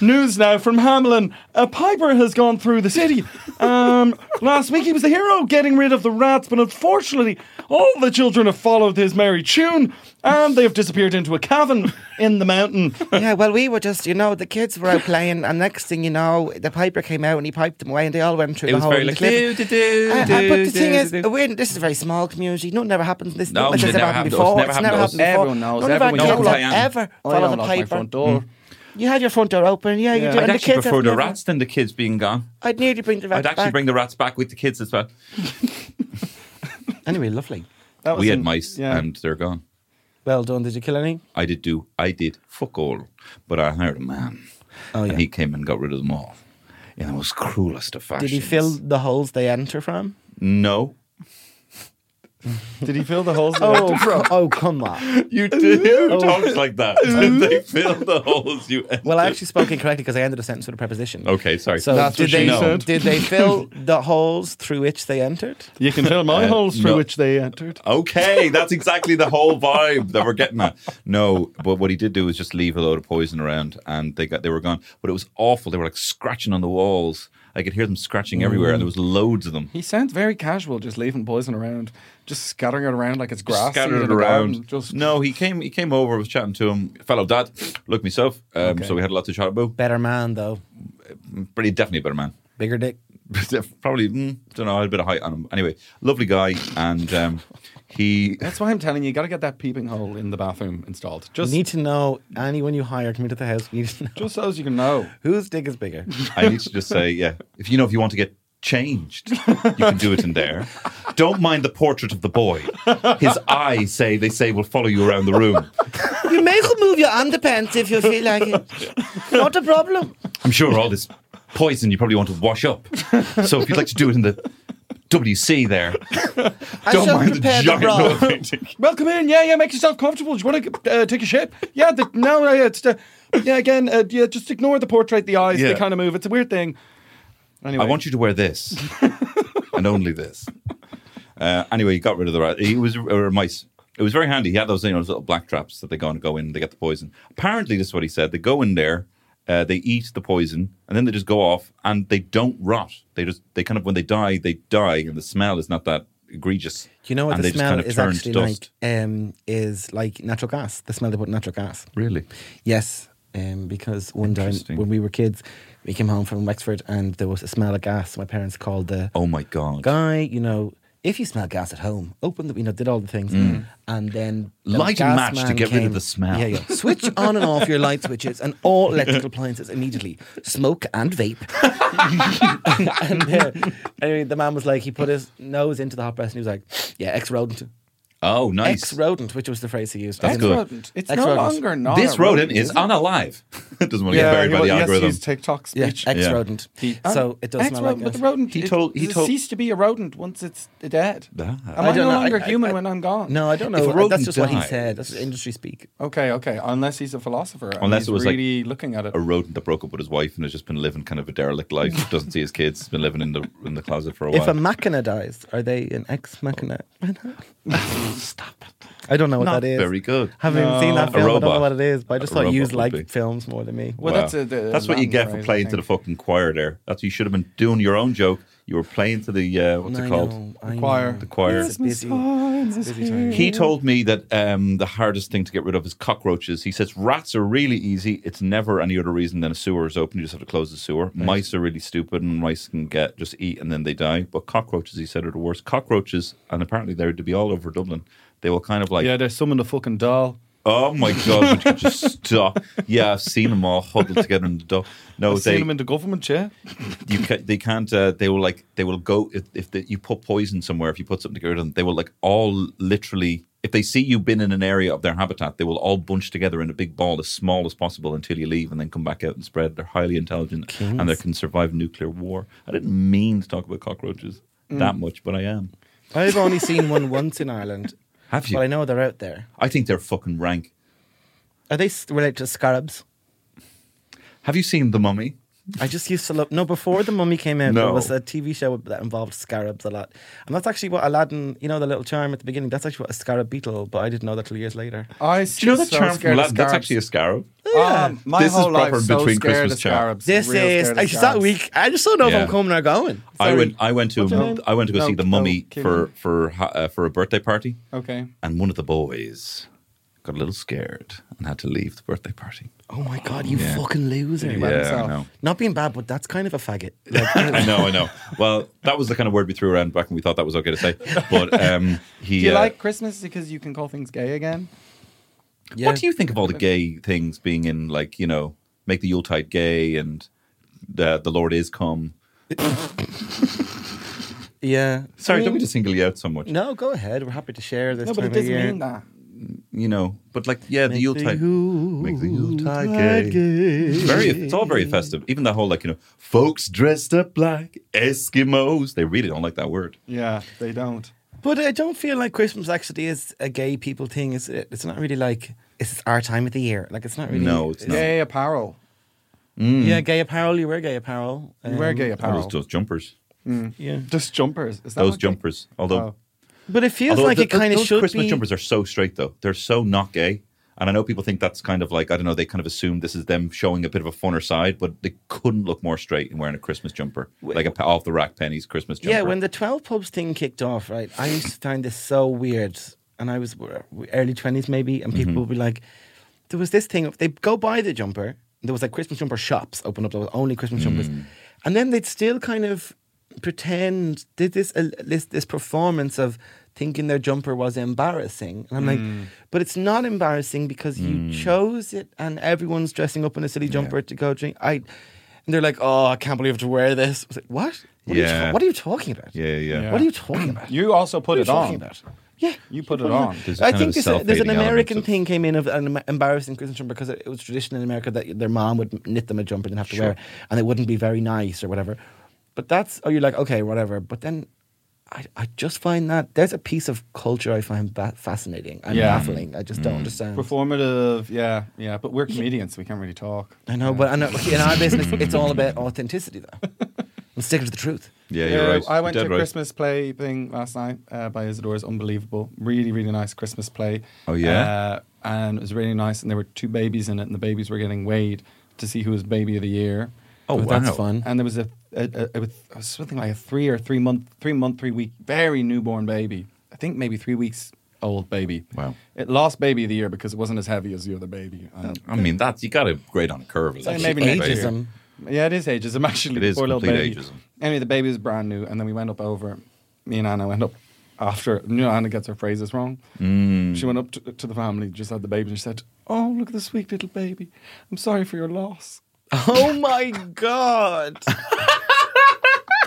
Speaker 3: News now from Hamlin. A piper has gone through the city. Um, last week he was the hero getting rid of the rats, but unfortunately, all the children have followed his merry tune and they have disappeared into a cavern in the
Speaker 10: (laughs)
Speaker 3: mountain.
Speaker 10: yeah, well, we were just, you know, the kids were out playing, and next thing you know, the piper came out and he piped them away, and they all went through
Speaker 4: It
Speaker 10: the
Speaker 4: was
Speaker 10: hole.
Speaker 4: very
Speaker 10: in the
Speaker 4: like,
Speaker 10: cliff.
Speaker 4: "Do, do, do,
Speaker 10: Uh, uh,
Speaker 4: do,
Speaker 10: but the thing
Speaker 4: do,
Speaker 10: is,
Speaker 4: do."
Speaker 10: we're in, this is a very small community. Nothing ever happens. This
Speaker 4: No,
Speaker 10: nothing like
Speaker 4: it
Speaker 10: this
Speaker 4: never
Speaker 10: ever happened
Speaker 4: happened to us,
Speaker 10: before.
Speaker 4: never
Speaker 10: it's
Speaker 4: happened to us.
Speaker 10: never
Speaker 13: Everyone
Speaker 10: happened before.
Speaker 13: knows,
Speaker 10: None of our
Speaker 13: everyone
Speaker 10: kids
Speaker 4: knows.
Speaker 10: have
Speaker 4: I am.
Speaker 10: ever
Speaker 13: I
Speaker 10: followed the
Speaker 13: unlock my
Speaker 10: piper.
Speaker 13: front
Speaker 3: Hmm.
Speaker 13: door.
Speaker 10: You had your front door open, yeah. You do,
Speaker 4: I'd
Speaker 10: and the
Speaker 4: actually
Speaker 10: kids
Speaker 4: prefer
Speaker 10: have
Speaker 4: the
Speaker 10: never-
Speaker 4: rats than the kids being gone.
Speaker 10: I'd nearly bring the rats
Speaker 4: I'd actually
Speaker 10: back.
Speaker 4: bring the rats back with the kids as well.
Speaker 10: Anyway, lovely.
Speaker 13: That was
Speaker 4: We had
Speaker 13: in-
Speaker 4: mice
Speaker 13: yeah.
Speaker 4: and they're gone.
Speaker 10: Well done. Did you kill any?
Speaker 4: I did do, I did fuck all, but I hired a man.
Speaker 10: Oh, yeah.
Speaker 4: And he came and got rid of them all in the most cruelest of fashions.
Speaker 10: Did he fill the holes they enter from?
Speaker 4: No.
Speaker 13: Did he fill the (laughs) holes? in
Speaker 10: Oh, co- oh, come on.
Speaker 4: (laughs) (laughs) You did. Who talks like
Speaker 10: (laughs)
Speaker 4: that? And they fill the holes you entered.
Speaker 10: Well, I actually spoke incorrectly because I ended a sentence with a preposition.
Speaker 4: Okay, sorry.
Speaker 10: So
Speaker 13: That's
Speaker 10: did
Speaker 13: what she
Speaker 10: they
Speaker 13: said.
Speaker 4: (laughs)
Speaker 10: did they fill the holes through which they entered?
Speaker 13: the- You can fill my
Speaker 4: Uh,
Speaker 13: holes through
Speaker 4: no.
Speaker 13: which they entered.
Speaker 4: Okay, that's exactly the whole vibe that we're getting at. No, but what he did do was just leave a load of poison around, and they got they were gone. But it was awful. They were like scratching on the walls. I could hear them scratching everywhere, and there was loads of them.
Speaker 13: He sounds very casual, just leaving poison around, just scattering it around like it's grass.
Speaker 4: Scattered
Speaker 13: seed
Speaker 4: it
Speaker 13: in a garden,
Speaker 4: around.
Speaker 13: Just
Speaker 4: No, he came. He came over. I was chatting to him, fellow dad. Look, myself. Um, So we had a lot to chat about.
Speaker 10: Better man though,
Speaker 4: But he's definitely a better man. (laughs)
Speaker 10: bigger dick.
Speaker 4: Probably. Mm, don't know. I had a bit of height on him. Anyway, lovely guy, and um, he.
Speaker 13: That's why I'm telling you, you got to get that peeping hole in the bathroom installed.
Speaker 10: You
Speaker 13: Just,
Speaker 10: need to know anyone you hire coming to the house. You need to know
Speaker 13: just so as you can know.
Speaker 10: whose dick is bigger.
Speaker 4: I need to just say, yeah, if you know if you want to get changed, you can do it in there. Don't mind the portrait of the boy. His eyes say they say will follow you around the room.
Speaker 10: you may remove your underpants if you feel like it. Not a problem.
Speaker 4: I'm sure all this poison you probably want to wash up. So if you'd like to do it in the WC there,
Speaker 10: I
Speaker 4: don't
Speaker 10: shall
Speaker 4: mind the
Speaker 10: prepare the
Speaker 4: giant
Speaker 10: bra.
Speaker 4: oil painting.
Speaker 13: Welcome in. Yeah, yeah. Make yourself comfortable. Do you want to uh, take a ship? Yeah. The, no, no. Yeah. It's, uh, yeah. Again. Uh, yeah. Just ignore the portrait. The eyes.
Speaker 4: Yeah.
Speaker 13: They kind of move. It's a weird thing. Anyway,
Speaker 4: I want you to wear
Speaker 10: (laughs)
Speaker 4: this and only this. Uh, anyway, he got rid of the rat. He was or mice. It was very handy. He had those, you know, those little black traps that they go and go in. They get the poison. Apparently, this is what he said. They go in there, uh, they eat the poison, and then they just go off and they don't rot. They just they kind of when they die, they die, and the smell is not that egregious.
Speaker 10: Do you know what
Speaker 4: and
Speaker 10: the
Speaker 4: they just
Speaker 10: smell
Speaker 4: kind of
Speaker 10: is
Speaker 4: turn to
Speaker 10: actually
Speaker 4: dust.
Speaker 10: like? Um, is like natural gas. The smell they put in natural gas.
Speaker 4: Really?
Speaker 10: Yes, um, because one time
Speaker 4: Interesting.
Speaker 10: when we were kids, we came home from Wexford and there was a smell of gas. My parents called the
Speaker 4: Oh my god!
Speaker 10: guy, you know, if you smell gas at home, open the, you know, did all the things, and then the
Speaker 4: Mm. Light a
Speaker 10: gas
Speaker 4: match to
Speaker 10: man
Speaker 4: get rid of
Speaker 10: came-
Speaker 4: the smell.
Speaker 10: Yeah, yeah. Switch on and off your light switches and
Speaker 4: (laughs)
Speaker 10: all electrical appliances immediately. Smoke and vape. and uh, anyway, the man was like, he put his nose into the hot press and he was like, "Yeah, ex rodent."
Speaker 4: Oh, nice.
Speaker 10: Ex rodent, which was the phrase he used.
Speaker 4: That's
Speaker 10: Ex
Speaker 4: good.
Speaker 10: rodent.
Speaker 3: It's
Speaker 10: Ex
Speaker 3: no
Speaker 10: rodent.
Speaker 3: longer not
Speaker 4: this rodent is unalive. (laughs) Doesn't want to get buried by the algorithm.
Speaker 3: TikTok
Speaker 10: Yeah,
Speaker 3: speech.
Speaker 10: ex rodent. So it does smell like
Speaker 3: But the
Speaker 10: that.
Speaker 3: rodent,
Speaker 4: He
Speaker 3: he
Speaker 4: told-
Speaker 3: told,
Speaker 4: he told-
Speaker 3: ceased to be a rodent once it's dead.
Speaker 4: Ah.
Speaker 3: Am
Speaker 4: I
Speaker 3: I,
Speaker 10: don't
Speaker 3: no
Speaker 10: know. I-
Speaker 3: longer
Speaker 10: I-
Speaker 3: human
Speaker 10: I-
Speaker 3: when I'm gone?
Speaker 10: No, I don't
Speaker 4: If a
Speaker 10: know.
Speaker 4: rodent
Speaker 10: That's just what he
Speaker 4: dies-
Speaker 10: said. That's industry speak.
Speaker 3: Okay, okay. Unless he's a philosopher. and
Speaker 4: Unless
Speaker 3: he's
Speaker 4: it was
Speaker 3: really
Speaker 4: like
Speaker 3: looking at it.
Speaker 4: a rodent that broke up with his wife and has just been living kind of a
Speaker 3: (laughs)
Speaker 4: derelict life. Doesn't see his kids. Been living in the in the closet for a while.
Speaker 10: If a machina dies, are they an ex machina? (laughs) Stop it. I don't know what
Speaker 4: Oh. Not
Speaker 10: that is.
Speaker 4: very good.
Speaker 10: Haven't even seen that
Speaker 4: A
Speaker 10: film. I don't know
Speaker 4: robot.
Speaker 10: what it is, but I just
Speaker 4: A
Speaker 10: thought you
Speaker 4: robot would
Speaker 10: like
Speaker 4: be.
Speaker 10: films more than me.
Speaker 3: Well,
Speaker 4: Wow.
Speaker 3: that's a, the-
Speaker 4: That's what you
Speaker 3: Latin
Speaker 4: get for
Speaker 3: phrase, I
Speaker 4: playing to the
Speaker 3: think.
Speaker 4: fucking choir. There, that's you should have been doing your own joke. You were playing to the uh, what's
Speaker 10: I
Speaker 4: it called?
Speaker 10: know, I know.
Speaker 3: choir.
Speaker 4: The choir.
Speaker 10: It's busy.
Speaker 3: It's
Speaker 10: busy time.
Speaker 4: He
Speaker 3: Mm-hmm.
Speaker 4: told me that um, the hardest thing to get rid of is cockroaches. He says rats are really easy. It's never any other reason than a sewer is open. You just have to close the sewer. Mice are really stupid, and mice can get just eat and then they die. But cockroaches, he said, are the worst. Cockroaches, and apparently they're to be all over Dublin. They will kind of like,
Speaker 3: Yeah, there's someone the fucking doll.
Speaker 4: oh my god, would you just stop? (laughs) Yeah, I've seen them all huddled together in the dog. No,
Speaker 3: I've
Speaker 4: they
Speaker 3: seen him in the government chair.
Speaker 4: you ca- they can't uh, they will like they will go if, if the, you put poison somewhere if you put something to get rid of them they will like all literally if they see you been in an area of their habitat they will all bunch together in a big ball as small as possible until you leave and then come back out and spread they're highly intelligent and they can survive nuclear war i didn't mean to talk about cockroaches
Speaker 3: Mm.
Speaker 4: that much but i am
Speaker 10: I've only seen one once in Ireland.
Speaker 4: (laughs) Have you?
Speaker 10: But I know they're out there.
Speaker 4: i think they're fucking rank
Speaker 10: Are they s- related to scarabs?
Speaker 4: have you seen the mummy
Speaker 10: I just used to love. No, before the Mummy came out,
Speaker 4: No.
Speaker 10: there was a TV show that involved scarabs a lot, and that's actually what Aladdin. You know, the little charm at the beginning. That's actually what a scarab beetle. But I didn't know that till years later.
Speaker 3: I
Speaker 4: do you know that
Speaker 3: so
Speaker 4: charm from
Speaker 3: scared of
Speaker 4: Aladdin? that's
Speaker 3: scarabs.
Speaker 4: actually a scarab
Speaker 3: Um, my
Speaker 4: This is
Speaker 3: whole life,
Speaker 4: proper
Speaker 3: so
Speaker 4: between
Speaker 3: scared
Speaker 4: Christmas
Speaker 3: of
Speaker 4: charm.
Speaker 3: scarabs.
Speaker 10: This
Speaker 3: Real
Speaker 10: is.
Speaker 3: scared
Speaker 10: I
Speaker 3: of
Speaker 10: just that
Speaker 3: scarabs.
Speaker 10: week. I just don't know
Speaker 4: Yeah.
Speaker 10: if I'm coming or going.
Speaker 4: I
Speaker 10: Sorry.
Speaker 4: went. I went to.
Speaker 3: your name?
Speaker 4: I went to go
Speaker 3: No,
Speaker 4: see the
Speaker 3: no,
Speaker 4: mummy
Speaker 3: kill
Speaker 4: for
Speaker 3: me.
Speaker 4: for ha- uh, for a birthday party.
Speaker 3: Okay.
Speaker 4: and one of the boys got a little scared and had to leave the birthday party.
Speaker 10: Oh my god, you fucking loser!
Speaker 4: yeah, I know.
Speaker 10: Not being bad, but that's kind of a faggot. Like,
Speaker 4: I know, I know. Well, that was the kind of word we threw around back when we thought that was okay to say. But um, he.
Speaker 3: Do you
Speaker 4: uh,
Speaker 3: like Christmas because you can call things gay again?
Speaker 10: yeah.
Speaker 4: What do you think of all the gay things being in, like you know, make the Yuletide gay and the the Lord is come?
Speaker 10: Yeah.
Speaker 4: Sorry,
Speaker 10: I
Speaker 4: don't
Speaker 10: mean,
Speaker 4: mean to single you out so much.
Speaker 10: No, go ahead. We're happy to share this.
Speaker 3: No, but
Speaker 10: time
Speaker 3: it
Speaker 10: of
Speaker 3: doesn't
Speaker 10: year.
Speaker 3: mean that.
Speaker 4: You know, but like yeah, the
Speaker 10: Make
Speaker 4: Yuletide. Make the Yuletide gay. It's very, it's all very festive. Even the whole like you know, folks dressed up like Eskimos. They really don't like that word.
Speaker 3: Yeah, they don't.
Speaker 10: But I don't feel like Christmas actually is a gay people thing, is it? It's not really like it's our time of the year. Like it's not really.
Speaker 4: No, it's not.
Speaker 3: Gay apparel.
Speaker 10: Yeah, gay apparel. You wear gay apparel.
Speaker 3: You wear
Speaker 10: um,
Speaker 3: gay
Speaker 4: Or those,
Speaker 3: apparel.
Speaker 4: those jumpers.
Speaker 10: Yeah,
Speaker 3: Just jumpers. Is that what
Speaker 4: Those
Speaker 3: they-
Speaker 4: jumpers. Although,
Speaker 3: Oh.
Speaker 10: but it feels
Speaker 4: although
Speaker 10: like
Speaker 4: th-
Speaker 10: it kind of
Speaker 4: those
Speaker 10: should
Speaker 4: Christmas
Speaker 10: be.
Speaker 4: jumpers are so straight though. They're so not gay. And I know people think that's kind of like I don't know. They kind of assume this is them showing a bit of a funner side, but they couldn't lop more straight in wearing a Christmas jumper, like a off the rack pennies Christmas jumper.
Speaker 10: Yeah, when the 12 pubs thing kicked off, right, I used to find this so weird. And I was w- early 20s maybe, and people would be like, there was this thing, of- they'd go buy the jumper. There was like Christmas jumper shops open up, there was only Christmas jumpers. And then they'd still kind of pretend, did this, uh, this, this performance of thinking their jumper was embarrassing. And I'm like, but it's not embarrassing because you chose it and everyone's dressing up in a silly jumper to go drink. I, and they're like, oh, I can't believe I have to wear this. I was like, what? What are you
Speaker 4: Yeah.
Speaker 10: ta- what are you talking about?
Speaker 4: yeah, yeah.
Speaker 3: Yeah.
Speaker 10: What are you talking about?
Speaker 3: You also put
Speaker 10: What are
Speaker 3: it
Speaker 10: you talking
Speaker 3: on.
Speaker 10: about? Yeah,
Speaker 3: You put it on.
Speaker 4: There's
Speaker 10: I
Speaker 4: kind
Speaker 10: think
Speaker 4: of a
Speaker 10: there's, a, there's
Speaker 4: self-hating
Speaker 10: an
Speaker 4: element
Speaker 10: American
Speaker 4: of-
Speaker 10: thing came in of an em- embarrassing Christmas jumper because it, it was tradition in America that their mom would knit them a jumper and have to wear, it, and it wouldn't be very nice or whatever. But that's oh, you're like okay, whatever. But then I, I just find that there's a piece of culture I find ba- fascinating and
Speaker 3: Yeah.
Speaker 10: baffling. I just don't
Speaker 4: Mm.
Speaker 10: understand.
Speaker 3: Performative. Yeah, yeah. But we're comedians, so we can't really talk.
Speaker 10: I know, but I know, look, in our
Speaker 4: (laughs)
Speaker 10: business, it's all about authenticity, though. I'm sticking to the truth.
Speaker 4: yeah, you're right.
Speaker 3: I went
Speaker 4: You're
Speaker 3: to a
Speaker 4: dead right.
Speaker 3: Christmas play thing last night uh, by Isidore's. Unbelievable. Really, really nice Christmas play.
Speaker 4: Oh, yeah?
Speaker 3: Uh, and it was really nice. And there were two babies in it, and the babies were getting weighed to see who was baby of the year.
Speaker 4: Oh,
Speaker 10: that's
Speaker 4: wow.
Speaker 10: fun.
Speaker 3: And there was a, a, a, a something like a three or three month, three month, three week, very newborn baby. I think maybe three weeks old baby.
Speaker 4: Wow.
Speaker 3: It lost baby of the year because it wasn't as heavy as the other baby. And-
Speaker 4: I mean, that's you got to grade on a curve. a little
Speaker 3: maybe
Speaker 4: bit,
Speaker 3: next
Speaker 4: babe.
Speaker 3: year.
Speaker 10: Ageism.
Speaker 3: Yeah, it is ageism (laughs) actually.
Speaker 4: It is
Speaker 3: Poor little
Speaker 4: complete
Speaker 3: baby.
Speaker 4: ageism.
Speaker 3: Anyway, the baby was brand new, and then we went up over. Me and Anna went up after. You know, Anna gets her phrases wrong.
Speaker 4: Mm.
Speaker 3: She went up to, to the family, just had the baby, and she said, "Oh, look at the sweet little baby.
Speaker 4: (laughs)
Speaker 3: I'm sorry for your loss."
Speaker 10: Oh my God.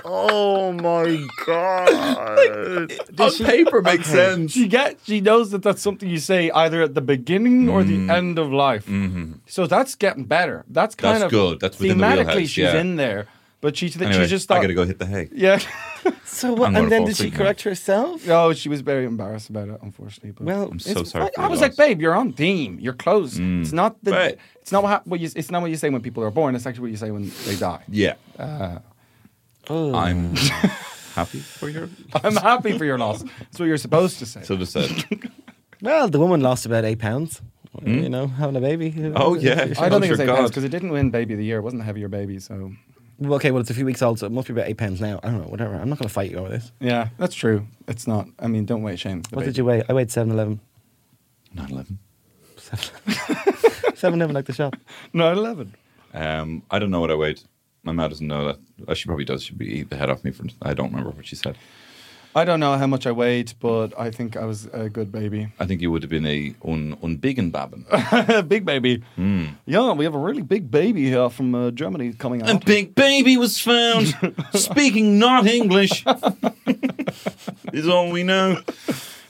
Speaker 14: oh my god!
Speaker 4: Does on paper makes
Speaker 3: Okay.
Speaker 4: sense.
Speaker 3: She get she knows that that's something you say either at the beginning or the end of life.
Speaker 4: Mhm.
Speaker 3: So that's getting better. That's kind
Speaker 4: Mm. That's
Speaker 3: of
Speaker 4: good. That's within the
Speaker 3: thematically
Speaker 4: wheelhouse,
Speaker 3: she's
Speaker 4: yeah.
Speaker 3: in there, but she
Speaker 4: Anyway,
Speaker 3: she just
Speaker 4: I
Speaker 3: thought,
Speaker 4: gotta go hit the hay.
Speaker 3: (laughs) Yeah.
Speaker 10: So
Speaker 4: what- I'm gonna and then fall did she asleep now. correct
Speaker 10: herself?
Speaker 3: No, she was very embarrassed about it, unfortunately. But
Speaker 10: well, I'm
Speaker 4: so sorry for
Speaker 3: I,
Speaker 4: your
Speaker 3: was like, babe, you're on theme. You're close.
Speaker 4: Mm.
Speaker 3: It's not the.
Speaker 4: Right.
Speaker 3: It's not what, hap- what you. It's not what you say when people are born. It's actually what you say when they die.
Speaker 4: Yeah.
Speaker 3: Uh, (laughs)
Speaker 4: I'm happy for your.
Speaker 3: I'm happy for your loss. That's what you're supposed to say.
Speaker 4: So to say.
Speaker 10: Well, the woman lost about eight pounds. You know, having a baby.
Speaker 4: Oh,
Speaker 3: I don't think it's eight pounds because it didn't win Baby of the Year. It wasn't a heavier baby, so
Speaker 10: Well, okay, well, it's a few weeks old, so it must be about eight pounds now. I don't know, whatever. I'm not going to fight you over this.
Speaker 3: yeah, that's true. It's not. I mean, don't wait, shame. the
Speaker 10: What did
Speaker 3: baby.
Speaker 10: you weigh? I weighed 7 (laughs) 11.
Speaker 4: 9 11.
Speaker 10: 7 11 like the shop.
Speaker 3: No, eleven.
Speaker 4: Um, I don't know what I weighed. My mom doesn't know that. Uh, She probably does. She'd be eat the head off me for. I don't remember what she said.
Speaker 3: I don't know how much I weighed, but I think I was a good baby,
Speaker 4: I think you would have been a un unbigen
Speaker 15: (laughs)
Speaker 4: babben.
Speaker 3: big baby.
Speaker 4: Mm.
Speaker 3: Yeah, we have a really big baby here from uh, Germany coming
Speaker 4: A
Speaker 3: out.
Speaker 4: big baby was (laughs) found speaking not (laughs) English. is all we know.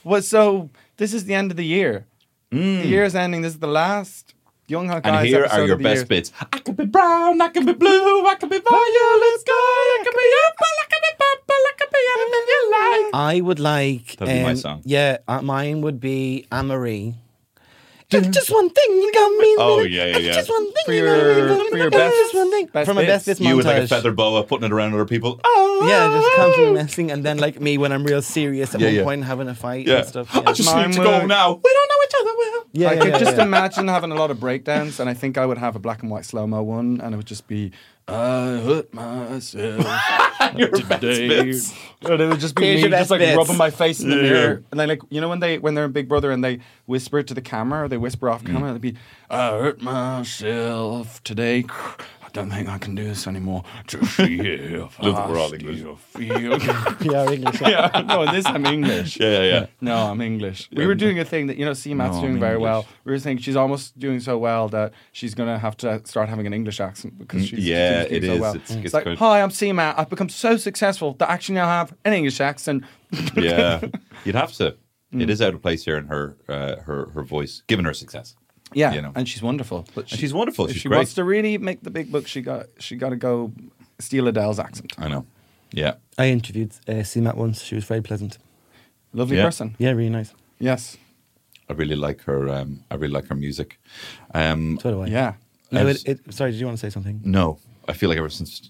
Speaker 3: Well, so this is the end of the year.
Speaker 4: Mm.
Speaker 3: The year's ending. This is the last Young Hot Guys
Speaker 4: and here
Speaker 3: episode
Speaker 4: are
Speaker 3: of
Speaker 4: your
Speaker 3: the
Speaker 4: best
Speaker 3: year.
Speaker 4: bits.
Speaker 15: I could be brown, I could be blue, I could be violet sky, I could be apple, I could be purple, I could be anything you like.
Speaker 10: I would like.
Speaker 4: That'd be my song.
Speaker 10: Yeah, uh, mine would be Anne Marie. Just, just one thing, you got me.
Speaker 4: Oh, yeah, yeah, yeah.
Speaker 10: Just one thing,
Speaker 3: For
Speaker 10: you
Speaker 3: your-
Speaker 10: got me.
Speaker 3: for your
Speaker 10: Just one thing.
Speaker 3: best
Speaker 10: From a best
Speaker 3: bits.
Speaker 10: bits
Speaker 4: You with like a
Speaker 10: montage.
Speaker 4: feather boa, putting it around other people.
Speaker 15: Oh,
Speaker 10: yeah, just constantly messing, and then like me when I'm real serious at
Speaker 4: Yeah,
Speaker 10: one
Speaker 4: yeah.
Speaker 10: point having a fight
Speaker 4: Yeah.
Speaker 10: and
Speaker 3: (gasps)
Speaker 10: stuff.
Speaker 4: I (laughs) just
Speaker 3: Mine
Speaker 4: need to go
Speaker 3: would-
Speaker 4: now. We don't know each other well. (laughs)
Speaker 10: yeah,
Speaker 3: I
Speaker 10: yeah,
Speaker 3: could
Speaker 10: yeah,
Speaker 3: just um,
Speaker 10: yeah.
Speaker 3: imagine having a lot of breakdowns, and I think I would have a black and white slow mo one, and it would just be I hurt myself
Speaker 4: (laughs)
Speaker 3: today,
Speaker 4: bits.
Speaker 3: and it would just be
Speaker 10: Here's
Speaker 3: me
Speaker 10: your
Speaker 3: just
Speaker 10: best
Speaker 3: like
Speaker 10: bits.
Speaker 3: rubbing my face in the
Speaker 4: Yeah.
Speaker 3: mirror, and then like you know when they when they're in Big Brother and they whisper it to the camera, or they whisper off
Speaker 4: Mm.
Speaker 3: camera, they'd be I hurt myself today. I don't think I can do this
Speaker 4: (laughs)
Speaker 3: anymore. To feel,
Speaker 4: Look, we're all
Speaker 3: fast,
Speaker 4: English.
Speaker 3: you feel.
Speaker 10: yeah,
Speaker 3: (laughs)
Speaker 10: English.
Speaker 3: yeah, no, in this I'm English.
Speaker 4: Yeah, yeah, yeah.
Speaker 3: No, I'm English. We were doing a thing that you know, C Matt's
Speaker 4: No,
Speaker 3: doing
Speaker 4: I'm
Speaker 3: very
Speaker 4: English.
Speaker 3: well. We were saying she's almost doing so well that she's gonna have to start having an English accent because
Speaker 4: Mm,
Speaker 3: she's she's
Speaker 4: yeah,
Speaker 3: doing
Speaker 4: it
Speaker 3: so
Speaker 4: is.
Speaker 3: well.
Speaker 4: It's-
Speaker 3: It's,
Speaker 4: it's
Speaker 3: like,
Speaker 4: good.
Speaker 3: hi, I'm C Matt. I've become so successful that I actually now have an English accent. (laughs)
Speaker 4: yeah, Mm. you'd have to. It is out of place here in her uh, her her voice, given her success.
Speaker 3: Yeah,
Speaker 4: You know.
Speaker 3: and she's wonderful. But
Speaker 4: And she's wonderful.
Speaker 3: If
Speaker 4: She's
Speaker 3: she
Speaker 4: great.
Speaker 3: wants to really make the big book, she got she got to go steal Adele's accent.
Speaker 4: I know. Yeah,
Speaker 10: I interviewed uh, C-Mat once. She was very pleasant.
Speaker 3: Lovely
Speaker 4: Yeah.
Speaker 3: person.
Speaker 10: Yeah, really nice.
Speaker 3: Yes.
Speaker 4: I really like her. Um, I really like her music. Um,
Speaker 10: So do I.
Speaker 3: Yeah.
Speaker 10: No,
Speaker 4: Yes.
Speaker 10: it, it, sorry, did you want to say something?
Speaker 4: no, I feel like ever since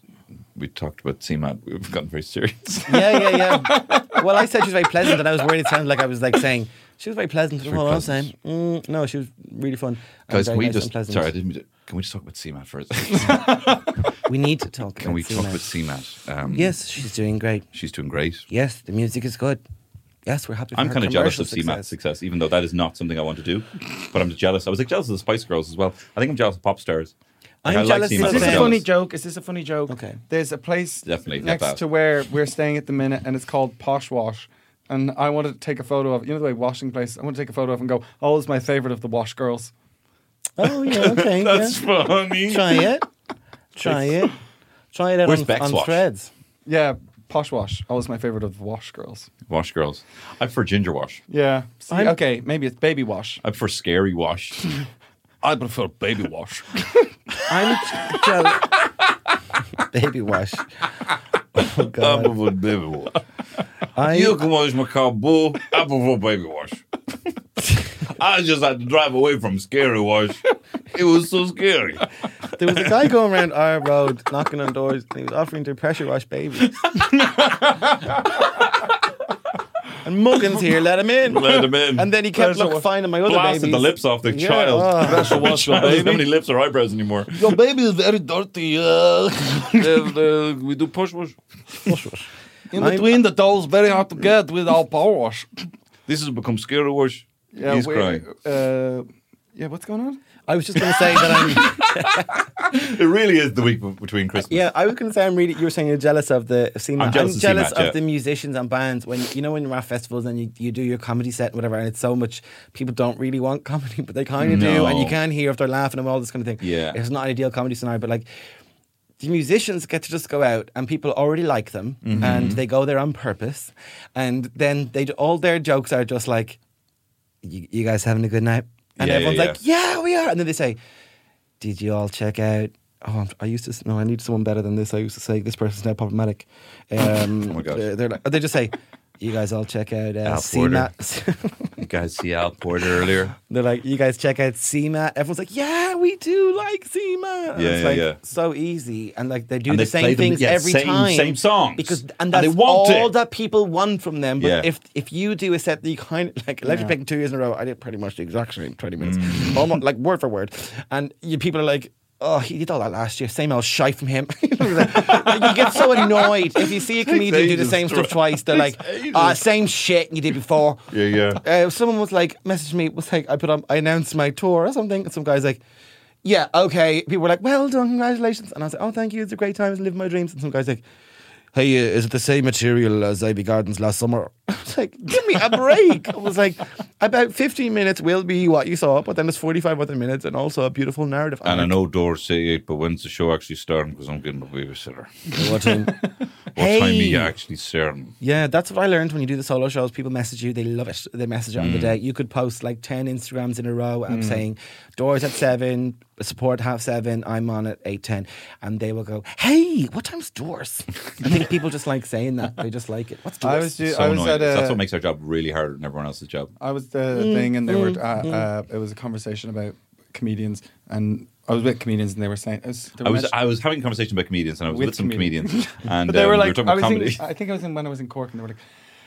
Speaker 4: we talked about CMAT, we've gotten very (laughs) serious.
Speaker 10: yeah, yeah, yeah. Well, I said she was very pleasant, and I was worried it sounded like I was like saying she was very pleasant.
Speaker 4: very
Speaker 10: Hold on,
Speaker 4: pleasant.
Speaker 10: Sam. Mm, no, she was really fun. and
Speaker 4: Guys,
Speaker 10: very
Speaker 4: can we
Speaker 10: nice and
Speaker 4: just
Speaker 10: pleasant.
Speaker 4: sorry? I didn't. mean to- Can we just (laughs) talk about CMAT for a second?
Speaker 10: We need to talk.
Speaker 4: Can
Speaker 10: about
Speaker 4: we talk
Speaker 10: Seamat.
Speaker 4: about CMAT? Um,
Speaker 10: Yes, she's doing great.
Speaker 4: she's doing great.
Speaker 10: Yes, the music is good. Yes, we're happy.
Speaker 4: I'm
Speaker 10: kind of
Speaker 4: jealous of CMAT's success, even though that is not something I want to do. But I'm just jealous. I was like jealous of the Spice Girls as well. I think I'm jealous of pop stars. Like,
Speaker 10: I'm
Speaker 4: I
Speaker 10: jealous
Speaker 4: Like CMAT,
Speaker 10: of
Speaker 3: Is this
Speaker 4: but I'm
Speaker 3: a
Speaker 10: Adele.
Speaker 3: funny
Speaker 4: jealous.
Speaker 3: joke? Is this a funny joke?
Speaker 10: Okay.
Speaker 3: There's a place
Speaker 4: Definitely, get that.
Speaker 3: next to where we're staying at the minute, and it's called Posh Wash. And I wanted to take a photo of you know the way washing place. I want to take a photo of and go, "Oh, it's my favorite of the wash girls."
Speaker 10: Oh yeah,
Speaker 4: (laughs)
Speaker 10: okay.
Speaker 4: That's
Speaker 10: yeah.
Speaker 4: funny.
Speaker 10: Try
Speaker 4: (laughs)
Speaker 10: it. Try it. Try it out
Speaker 4: Where's
Speaker 10: on,
Speaker 4: Beck's
Speaker 10: on
Speaker 4: watch?
Speaker 10: threads.
Speaker 3: Yeah, Posh Wash. Oh, it's my favorite of the wash girls.
Speaker 4: Wash girls. I'm for ginger wash.
Speaker 3: Yeah. See,
Speaker 10: I'm-
Speaker 3: okay, maybe it's baby wash.
Speaker 4: I'm for scary
Speaker 10: (laughs)
Speaker 4: wash.
Speaker 3: I prefer baby wash.
Speaker 10: I'm (laughs) jealous.
Speaker 4: (laughs)
Speaker 10: Baby wash. Oh (laughs) god.
Speaker 4: Apple for baby wash.
Speaker 10: I,
Speaker 4: can wash my car, bull. Apple for baby
Speaker 10: (laughs)
Speaker 4: wash. I just had to drive away from scary wash. It was so scary.
Speaker 10: there was a guy going around our road (laughs) knocking on doors and he was offering to pressure
Speaker 4: (laughs)
Speaker 10: wash babies. and Muggins here let him in.
Speaker 4: Let him in.
Speaker 10: And then he kept
Speaker 4: Pressure
Speaker 10: look,
Speaker 4: wash.
Speaker 10: finding my other
Speaker 4: Blasted
Speaker 10: babies.
Speaker 4: the lips off the
Speaker 10: Yeah,
Speaker 4: child.
Speaker 10: oh.
Speaker 4: Pressure
Speaker 10: (laughs)
Speaker 4: wash your baby. How many lips or eyebrows anymore?
Speaker 14: Your baby is very dirty.
Speaker 3: (laughs)
Speaker 14: Uh, and, uh, we do push wash.
Speaker 3: In
Speaker 10: I'm-
Speaker 3: between the dolls, very hard to get with our power wash.
Speaker 4: This has become scary wash. He's
Speaker 3: we-
Speaker 4: crying.
Speaker 3: Uh, yeah, what's going on?
Speaker 10: I was just going to say that
Speaker 4: (laughs)
Speaker 10: I'm.
Speaker 4: It really is the week be- between Christmas.
Speaker 10: Yeah, I was going to say I'm really. You were saying you're jealous of the scene.
Speaker 4: I'm jealous of CMAT, yeah.
Speaker 10: the musicians and bands when you know when you're at festivals and you, you do your comedy set and whatever, and it's so much people don't really want (laughs) comedy, but they kind of do, and
Speaker 4: No.
Speaker 10: you can't hear if they're laughing and all this kind of thing.
Speaker 4: Yeah.
Speaker 10: it's not an ideal comedy scenario, but like. the musicians get to just go out and people already like them
Speaker 16: Mhm.
Speaker 4: Mm-hmm.
Speaker 10: and they go there on purpose. And then they d- all their jokes are just like, you, you guys having a good night?
Speaker 16: Yeah,
Speaker 10: And
Speaker 16: yeah,
Speaker 10: everyone's
Speaker 16: yeah.
Speaker 10: like, yeah, we are. And then they say, did you all check out? Oh, I'm, I used to s- no. I need someone better than this. I used to say this person's now problematic. Um, oh my god! They're, they're like, they just say, "You guys all check out uh,
Speaker 4: Al
Speaker 10: CMA."
Speaker 4: Porter.
Speaker 10: (laughs)
Speaker 4: you guys see Al Porter earlier.
Speaker 10: They're like, "You guys check out CMA." Everyone's like, "Yeah, we do like CMA." And
Speaker 4: Yeah,
Speaker 10: it's
Speaker 4: yeah,
Speaker 10: like
Speaker 4: yeah.
Speaker 10: so easy, and like they do
Speaker 4: And
Speaker 10: the
Speaker 4: they play
Speaker 10: same
Speaker 4: them-
Speaker 10: things
Speaker 4: yeah,
Speaker 10: every
Speaker 4: same-
Speaker 10: time,
Speaker 4: same songs.
Speaker 10: because and
Speaker 4: And
Speaker 10: that's
Speaker 4: they want
Speaker 10: all
Speaker 4: it.
Speaker 10: that people want from them. But
Speaker 4: Yeah.
Speaker 10: if if you do a set that you kind of like, Electric
Speaker 4: Yeah.
Speaker 10: Picnic two years in a row, I did pretty much the exact same twenty minutes,
Speaker 4: Mm.
Speaker 10: almost like word for word, and you people are like. Oh, he did all that last year. Same old shite from him. (laughs) Like, you get so annoyed if you see a
Speaker 16: Takes
Speaker 10: comedian do the
Speaker 16: ages
Speaker 10: same
Speaker 16: to
Speaker 10: stuff
Speaker 16: write.
Speaker 10: twice. They're like,
Speaker 16: Takes ages.
Speaker 10: "Ah, same shit you did before."
Speaker 4: Yeah, yeah.
Speaker 10: Uh, someone was like, messaged me, was like, I put on, I announced my tour or something, and some guy's like, "Yeah, okay." People were like, "Well done, congratulations," and I was like, "Oh, thank you. It's a great time. It's living my dreams." And some guy's like, "Hey, uh, is it the same material as Ivy Gardens last summer?" (laughs) I was like, "Give me a break." I was like, "About 15 minutes will be what you saw, but then it's 45 other minutes and also a beautiful narrative." I'm
Speaker 4: And I
Speaker 10: like,
Speaker 4: know Doors say eight, but when's the show actually starting? Because I'm getting a babysitter.
Speaker 10: What
Speaker 4: (laughs)
Speaker 10: time?
Speaker 4: what time are you
Speaker 10: Hey.
Speaker 4: actually starting?
Speaker 10: Yeah, that's what I learned when you do the solo shows. People message you, they love it. They message it on the
Speaker 4: Mm.
Speaker 10: day. You could post like 10 Instagrams in a row. I'm
Speaker 4: Mm.
Speaker 10: saying doors at seven, support half seven, I'm on at 8.10. And they will go, hey, what time's doors? I think people just like saying that. They just like it. What's doors?
Speaker 3: I was do-
Speaker 4: So
Speaker 3: I was
Speaker 4: annoying.
Speaker 3: at Uh, a-
Speaker 4: That's what makes our job really harder than everyone else's job.
Speaker 3: I was the
Speaker 4: Mm,
Speaker 3: thing, and they
Speaker 4: mm,
Speaker 3: were. Uh,
Speaker 4: mm.
Speaker 3: uh, it was a conversation about comedians, and I was with comedians, and they were saying. I was, they were
Speaker 4: I was
Speaker 3: mentioning-
Speaker 4: I was having a conversation about comedians, and I was with,
Speaker 3: With
Speaker 4: some
Speaker 3: comedians.
Speaker 4: comedians,
Speaker 3: (laughs)
Speaker 4: and
Speaker 3: but they
Speaker 4: um,
Speaker 3: were
Speaker 4: we
Speaker 3: like,
Speaker 4: were talking
Speaker 3: I
Speaker 4: about
Speaker 3: was
Speaker 4: comedy.
Speaker 3: In, I think I was in when I was in Cork, and they were like,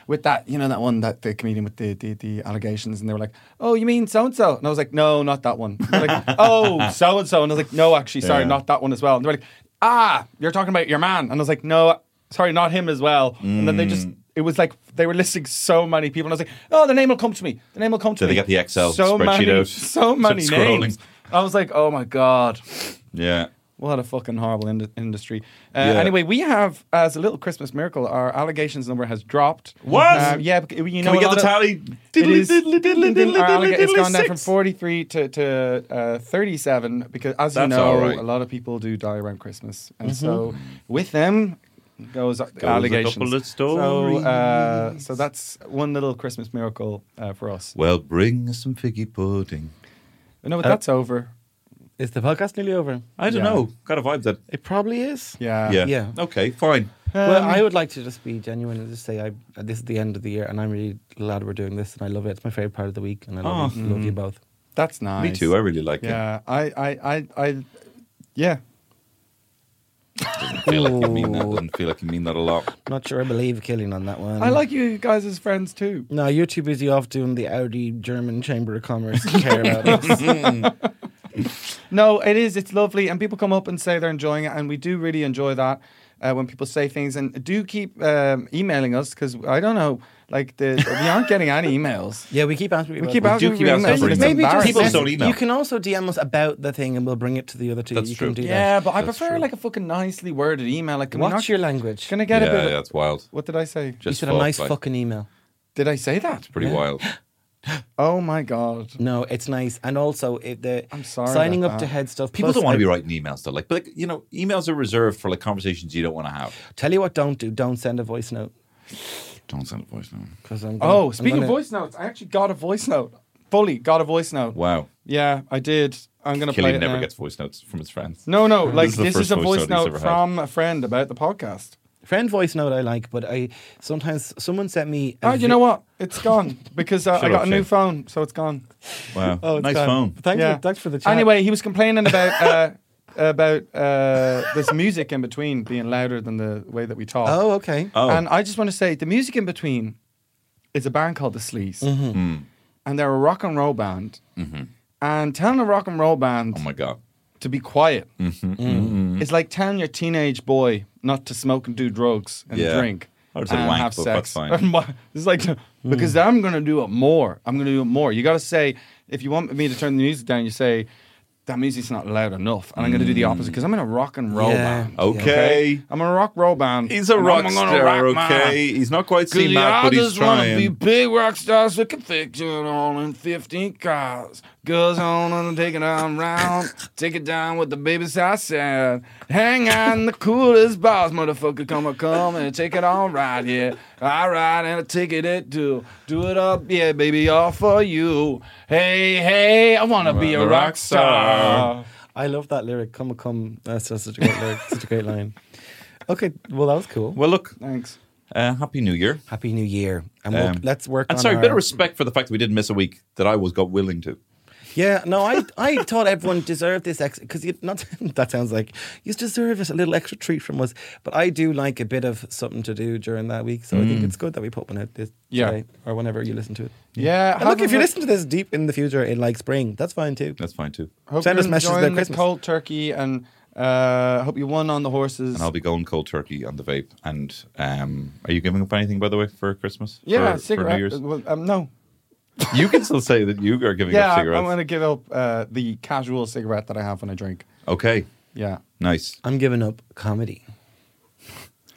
Speaker 3: with that, you know, that one that the comedian with the the, the allegations, and they were like, oh, you mean so and so, and I was like, no, not that one. And
Speaker 4: (laughs)
Speaker 3: they're like, oh, so and so, and I was like, no, actually, sorry,
Speaker 4: Yeah.
Speaker 3: not that one as well. And they were like, ah, you're talking about your man, and I was like, no, sorry, not him as well. And then they just.
Speaker 4: Mm.
Speaker 3: It was like they were listing so many people, and I was like, "Oh, the name will come to me. The name will come to
Speaker 4: So
Speaker 3: me."
Speaker 4: they get the Excel
Speaker 3: so
Speaker 4: spreadsheet
Speaker 3: many,
Speaker 4: out.
Speaker 3: So
Speaker 4: (laughs) Start
Speaker 3: many
Speaker 4: scrolling.
Speaker 3: names. I was like, "Oh my god."
Speaker 4: yeah.
Speaker 3: What a fucking horrible ind- industry. Uh,
Speaker 4: Yeah.
Speaker 3: Anyway, we have, as a little Christmas miracle, our allegations number has dropped.
Speaker 4: What?
Speaker 3: Um, yeah, bec- you
Speaker 4: Can
Speaker 3: know
Speaker 4: we
Speaker 3: a
Speaker 4: get
Speaker 3: lot
Speaker 4: the
Speaker 3: of-
Speaker 4: tally?
Speaker 3: It
Speaker 4: Diddly,
Speaker 3: is-
Speaker 4: diddly, diddly, diddly,
Speaker 3: our allega-
Speaker 4: diddly,
Speaker 3: It's
Speaker 4: diddly,
Speaker 3: gone down from
Speaker 4: six.
Speaker 3: 43 to, to uh, 37 because, as
Speaker 4: That's
Speaker 3: you know,
Speaker 4: all right.
Speaker 3: a lot of people do die around Christmas. And
Speaker 4: Mhm.
Speaker 3: so with them goes, goes
Speaker 4: a
Speaker 3: allegations.
Speaker 4: couple of
Speaker 3: So, uh, so that's one little Christmas miracle uh, for us.
Speaker 4: Well, bring us some figgy pudding.
Speaker 3: No, but
Speaker 4: Uh,
Speaker 3: that's over.
Speaker 10: Is the podcast nearly over?
Speaker 4: I don't
Speaker 3: Yeah.
Speaker 4: know. Got a vibe that.
Speaker 10: It probably is.
Speaker 3: Yeah.
Speaker 4: Yeah.
Speaker 10: Yeah.
Speaker 4: Okay. Fine.
Speaker 10: well, I would like to just be genuine and just say I, this is the end of the year and I'm really glad we're doing this and I love it. It's my favorite part of the week and I love,
Speaker 4: Oh.
Speaker 10: you, love you
Speaker 4: Mm.
Speaker 10: both.
Speaker 3: That's nice.
Speaker 4: Me too. I really like it.
Speaker 3: Yeah, I, I, I, I, yeah.
Speaker 4: I feel like you mean that. Doesn't feel like you mean that a lot.
Speaker 10: Not sure I believe killing on that one.
Speaker 4: Mm.
Speaker 3: I like you guys as friends too.
Speaker 10: No, you're too busy off doing the Audi German Chamber of Commerce to care about
Speaker 3: (laughs)
Speaker 10: us.
Speaker 3: No, it is. It's lovely, and people come up and say they're enjoying it, and we do really enjoy that uh, when people say things. And do keep um, emailing us because I don't know, like
Speaker 4: (laughs)
Speaker 3: the we aren't getting any emails.
Speaker 10: yeah, we keep asking.
Speaker 3: We keep asking.
Speaker 4: keep
Speaker 3: people
Speaker 4: asking
Speaker 3: emails,
Speaker 4: for
Speaker 3: and it's
Speaker 4: emails. Maybe just
Speaker 3: embarrassing.
Speaker 4: People don't email.
Speaker 10: You can also DM us about the thing and we'll bring it to the other two.
Speaker 4: That's
Speaker 10: you
Speaker 4: true.
Speaker 10: can do
Speaker 3: Yeah,
Speaker 10: that.
Speaker 3: but I prefer like a fucking nicely worded email. Like, can
Speaker 10: Watch
Speaker 3: we not,
Speaker 10: your language.
Speaker 3: Can I get
Speaker 4: yeah,
Speaker 3: a bit?
Speaker 4: yeah,
Speaker 3: Of,
Speaker 4: it's wild.
Speaker 3: what did I say?
Speaker 10: you
Speaker 4: Just
Speaker 10: said a
Speaker 4: fuck,
Speaker 10: nice
Speaker 4: like-
Speaker 10: fucking email.
Speaker 3: Did I say that?
Speaker 4: It's pretty wild.
Speaker 3: Oh my god.
Speaker 10: No, it's nice. And also, if the
Speaker 3: I'm sorry
Speaker 10: signing
Speaker 3: about
Speaker 10: up to
Speaker 3: that.
Speaker 10: head stuff.
Speaker 4: People
Speaker 10: Plus,
Speaker 4: don't want
Speaker 10: I-
Speaker 4: to be writing emails though. Like, but like, you know, emails are reserved for like conversations you don't want to have.
Speaker 10: Tell you what, don't do. Don't send a voice note.
Speaker 4: Don't send a voice note.
Speaker 10: Because I'm. Gonna,
Speaker 3: Oh,
Speaker 10: I'm
Speaker 3: speaking
Speaker 10: gonna-
Speaker 3: of voice notes, I actually got a voice note. Fully got a voice note.
Speaker 4: Wow.
Speaker 3: Yeah, I did. I'm gonna play
Speaker 4: Killian
Speaker 3: it
Speaker 4: never
Speaker 3: now.
Speaker 4: gets voice notes from his friends.
Speaker 3: No, no, like this,
Speaker 4: the
Speaker 3: is a
Speaker 4: first
Speaker 3: voice
Speaker 4: he's
Speaker 3: note
Speaker 4: ever had.
Speaker 3: from a friend about the podcast.
Speaker 10: Friend voice note I like, but I sometimes someone sent me. a
Speaker 3: Oh,
Speaker 10: vi-
Speaker 3: you know what? It's
Speaker 4: (laughs)
Speaker 3: gone because uh,
Speaker 4: Shut
Speaker 3: I got
Speaker 4: up,
Speaker 3: a new
Speaker 4: Shane.
Speaker 3: phone, so it's gone.
Speaker 4: Wow.
Speaker 10: Oh, it's
Speaker 4: nice
Speaker 10: gone.
Speaker 4: phone.
Speaker 10: Thanks,
Speaker 3: Yeah.
Speaker 10: for, thanks for the chat.
Speaker 3: Anyway, he was complaining about uh, (laughs) about uh, this music in between being louder than the way that we talk.
Speaker 10: Oh, okay.
Speaker 4: Oh.
Speaker 3: And I just want to say the music in between is a band called The Sleaze,
Speaker 10: Mm-hmm.
Speaker 4: Mm.
Speaker 3: and they're a rock and roll band.
Speaker 4: Mhm.
Speaker 3: And telling a rock and roll band
Speaker 4: Oh my god.
Speaker 3: to be quiet
Speaker 4: Mhm.
Speaker 3: It's like telling your teenage boy not to smoke and do drugs and
Speaker 4: Yeah.
Speaker 3: drink
Speaker 4: I would
Speaker 3: and
Speaker 4: say wank,
Speaker 3: have
Speaker 4: but
Speaker 3: sex. (laughs)
Speaker 4: that's fine.
Speaker 3: it's like because I'm gonna do it more. I'm gonna do it more. You gotta say if you want me to turn the music down, you say that music's not loud enough, and I'm going to do the opposite because I'm in a rock and roll
Speaker 4: Yeah.
Speaker 3: band.
Speaker 4: Mm. Okay.
Speaker 3: I'm a rock roll band.
Speaker 4: He's a
Speaker 3: and
Speaker 4: rock
Speaker 3: I'm gonna
Speaker 4: star,
Speaker 3: rock my-
Speaker 4: okay? He's not quite seen that, but he's
Speaker 3: wanna be
Speaker 4: trying.
Speaker 3: big rock stars with conviction all in 15 cars. Goes on and take it on round. take it down with the babies I said. Hang on the coolest boss, motherfucker. Come on, come and take it on right here. All right, and I take it it too. Do it up, yeah, baby, all for you. Hey, hey, I want to be a rock star.
Speaker 10: I love that lyric. Come, come. That's just such a great lyric. Such a great line. Okay, well that was cool.
Speaker 4: Well, look.
Speaker 3: Thanks.
Speaker 4: Uh, happy New Year. Um,
Speaker 10: Happy New Year. And we'll- let's work
Speaker 4: And
Speaker 10: on
Speaker 4: sorry, a
Speaker 10: our-
Speaker 4: bit of respect for the fact that we didn't miss a week that I was got willing to.
Speaker 10: Yeah, no, I I thought everyone deserved this ex because you not (laughs) that sounds like you deserve it, a little extra treat from us. But I do like a bit of something to do during that week, so I think
Speaker 3: Mm.
Speaker 10: it's good that we put one out this
Speaker 3: Yeah.
Speaker 10: today or whenever you listen to it.
Speaker 3: Yeah,
Speaker 10: and look,
Speaker 3: have
Speaker 10: if you
Speaker 3: a-
Speaker 10: listen to this deep in the future in like spring, that's fine too.
Speaker 4: That's fine too.
Speaker 3: Hope
Speaker 10: Send
Speaker 3: you're
Speaker 10: us messages
Speaker 3: enjoying
Speaker 10: about
Speaker 3: the
Speaker 10: Christmas.
Speaker 3: cold turkey and uh, hope you won on the horses.
Speaker 4: And I'll be going cold turkey on the vape. And um, are you giving up anything, by the way, for Christmas?
Speaker 3: yeah,
Speaker 4: for,
Speaker 3: cigarette.
Speaker 4: For New Year's?
Speaker 3: Well, um, no,
Speaker 4: you can still say that you are
Speaker 3: (laughs)
Speaker 4: giving
Speaker 3: yeah,
Speaker 4: up
Speaker 3: I'm
Speaker 4: cigarettes.
Speaker 3: going to give up uh, the casual cigarette that I have when I drink.
Speaker 4: Okay.
Speaker 3: Yeah.
Speaker 4: Nice.
Speaker 10: I'm giving up comedy.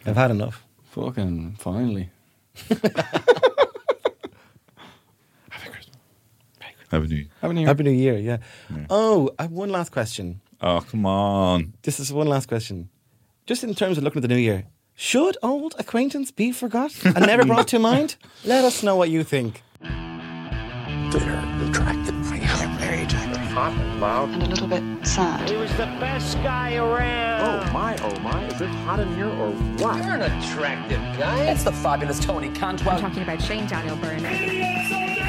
Speaker 10: I've had enough.
Speaker 3: Fucking finally. Happy
Speaker 4: Happy New Year.
Speaker 3: New Year.
Speaker 10: Happy New Year. Yeah. Oh, I have one last question.
Speaker 4: Oh, come on.
Speaker 10: This is one last question. Just in terms of looking at the new year, should old acquaintance be forgot and never brought to mind? Let us know what you think.
Speaker 8: Very Hot and loud. And a little bit sad. He was the best guy around.
Speaker 17: Oh my, oh my, is it hot in here or what?
Speaker 18: You're an attractive guy. That's the fabulous Tony Cantwell. I'm talking about Shane Daniel Byrne.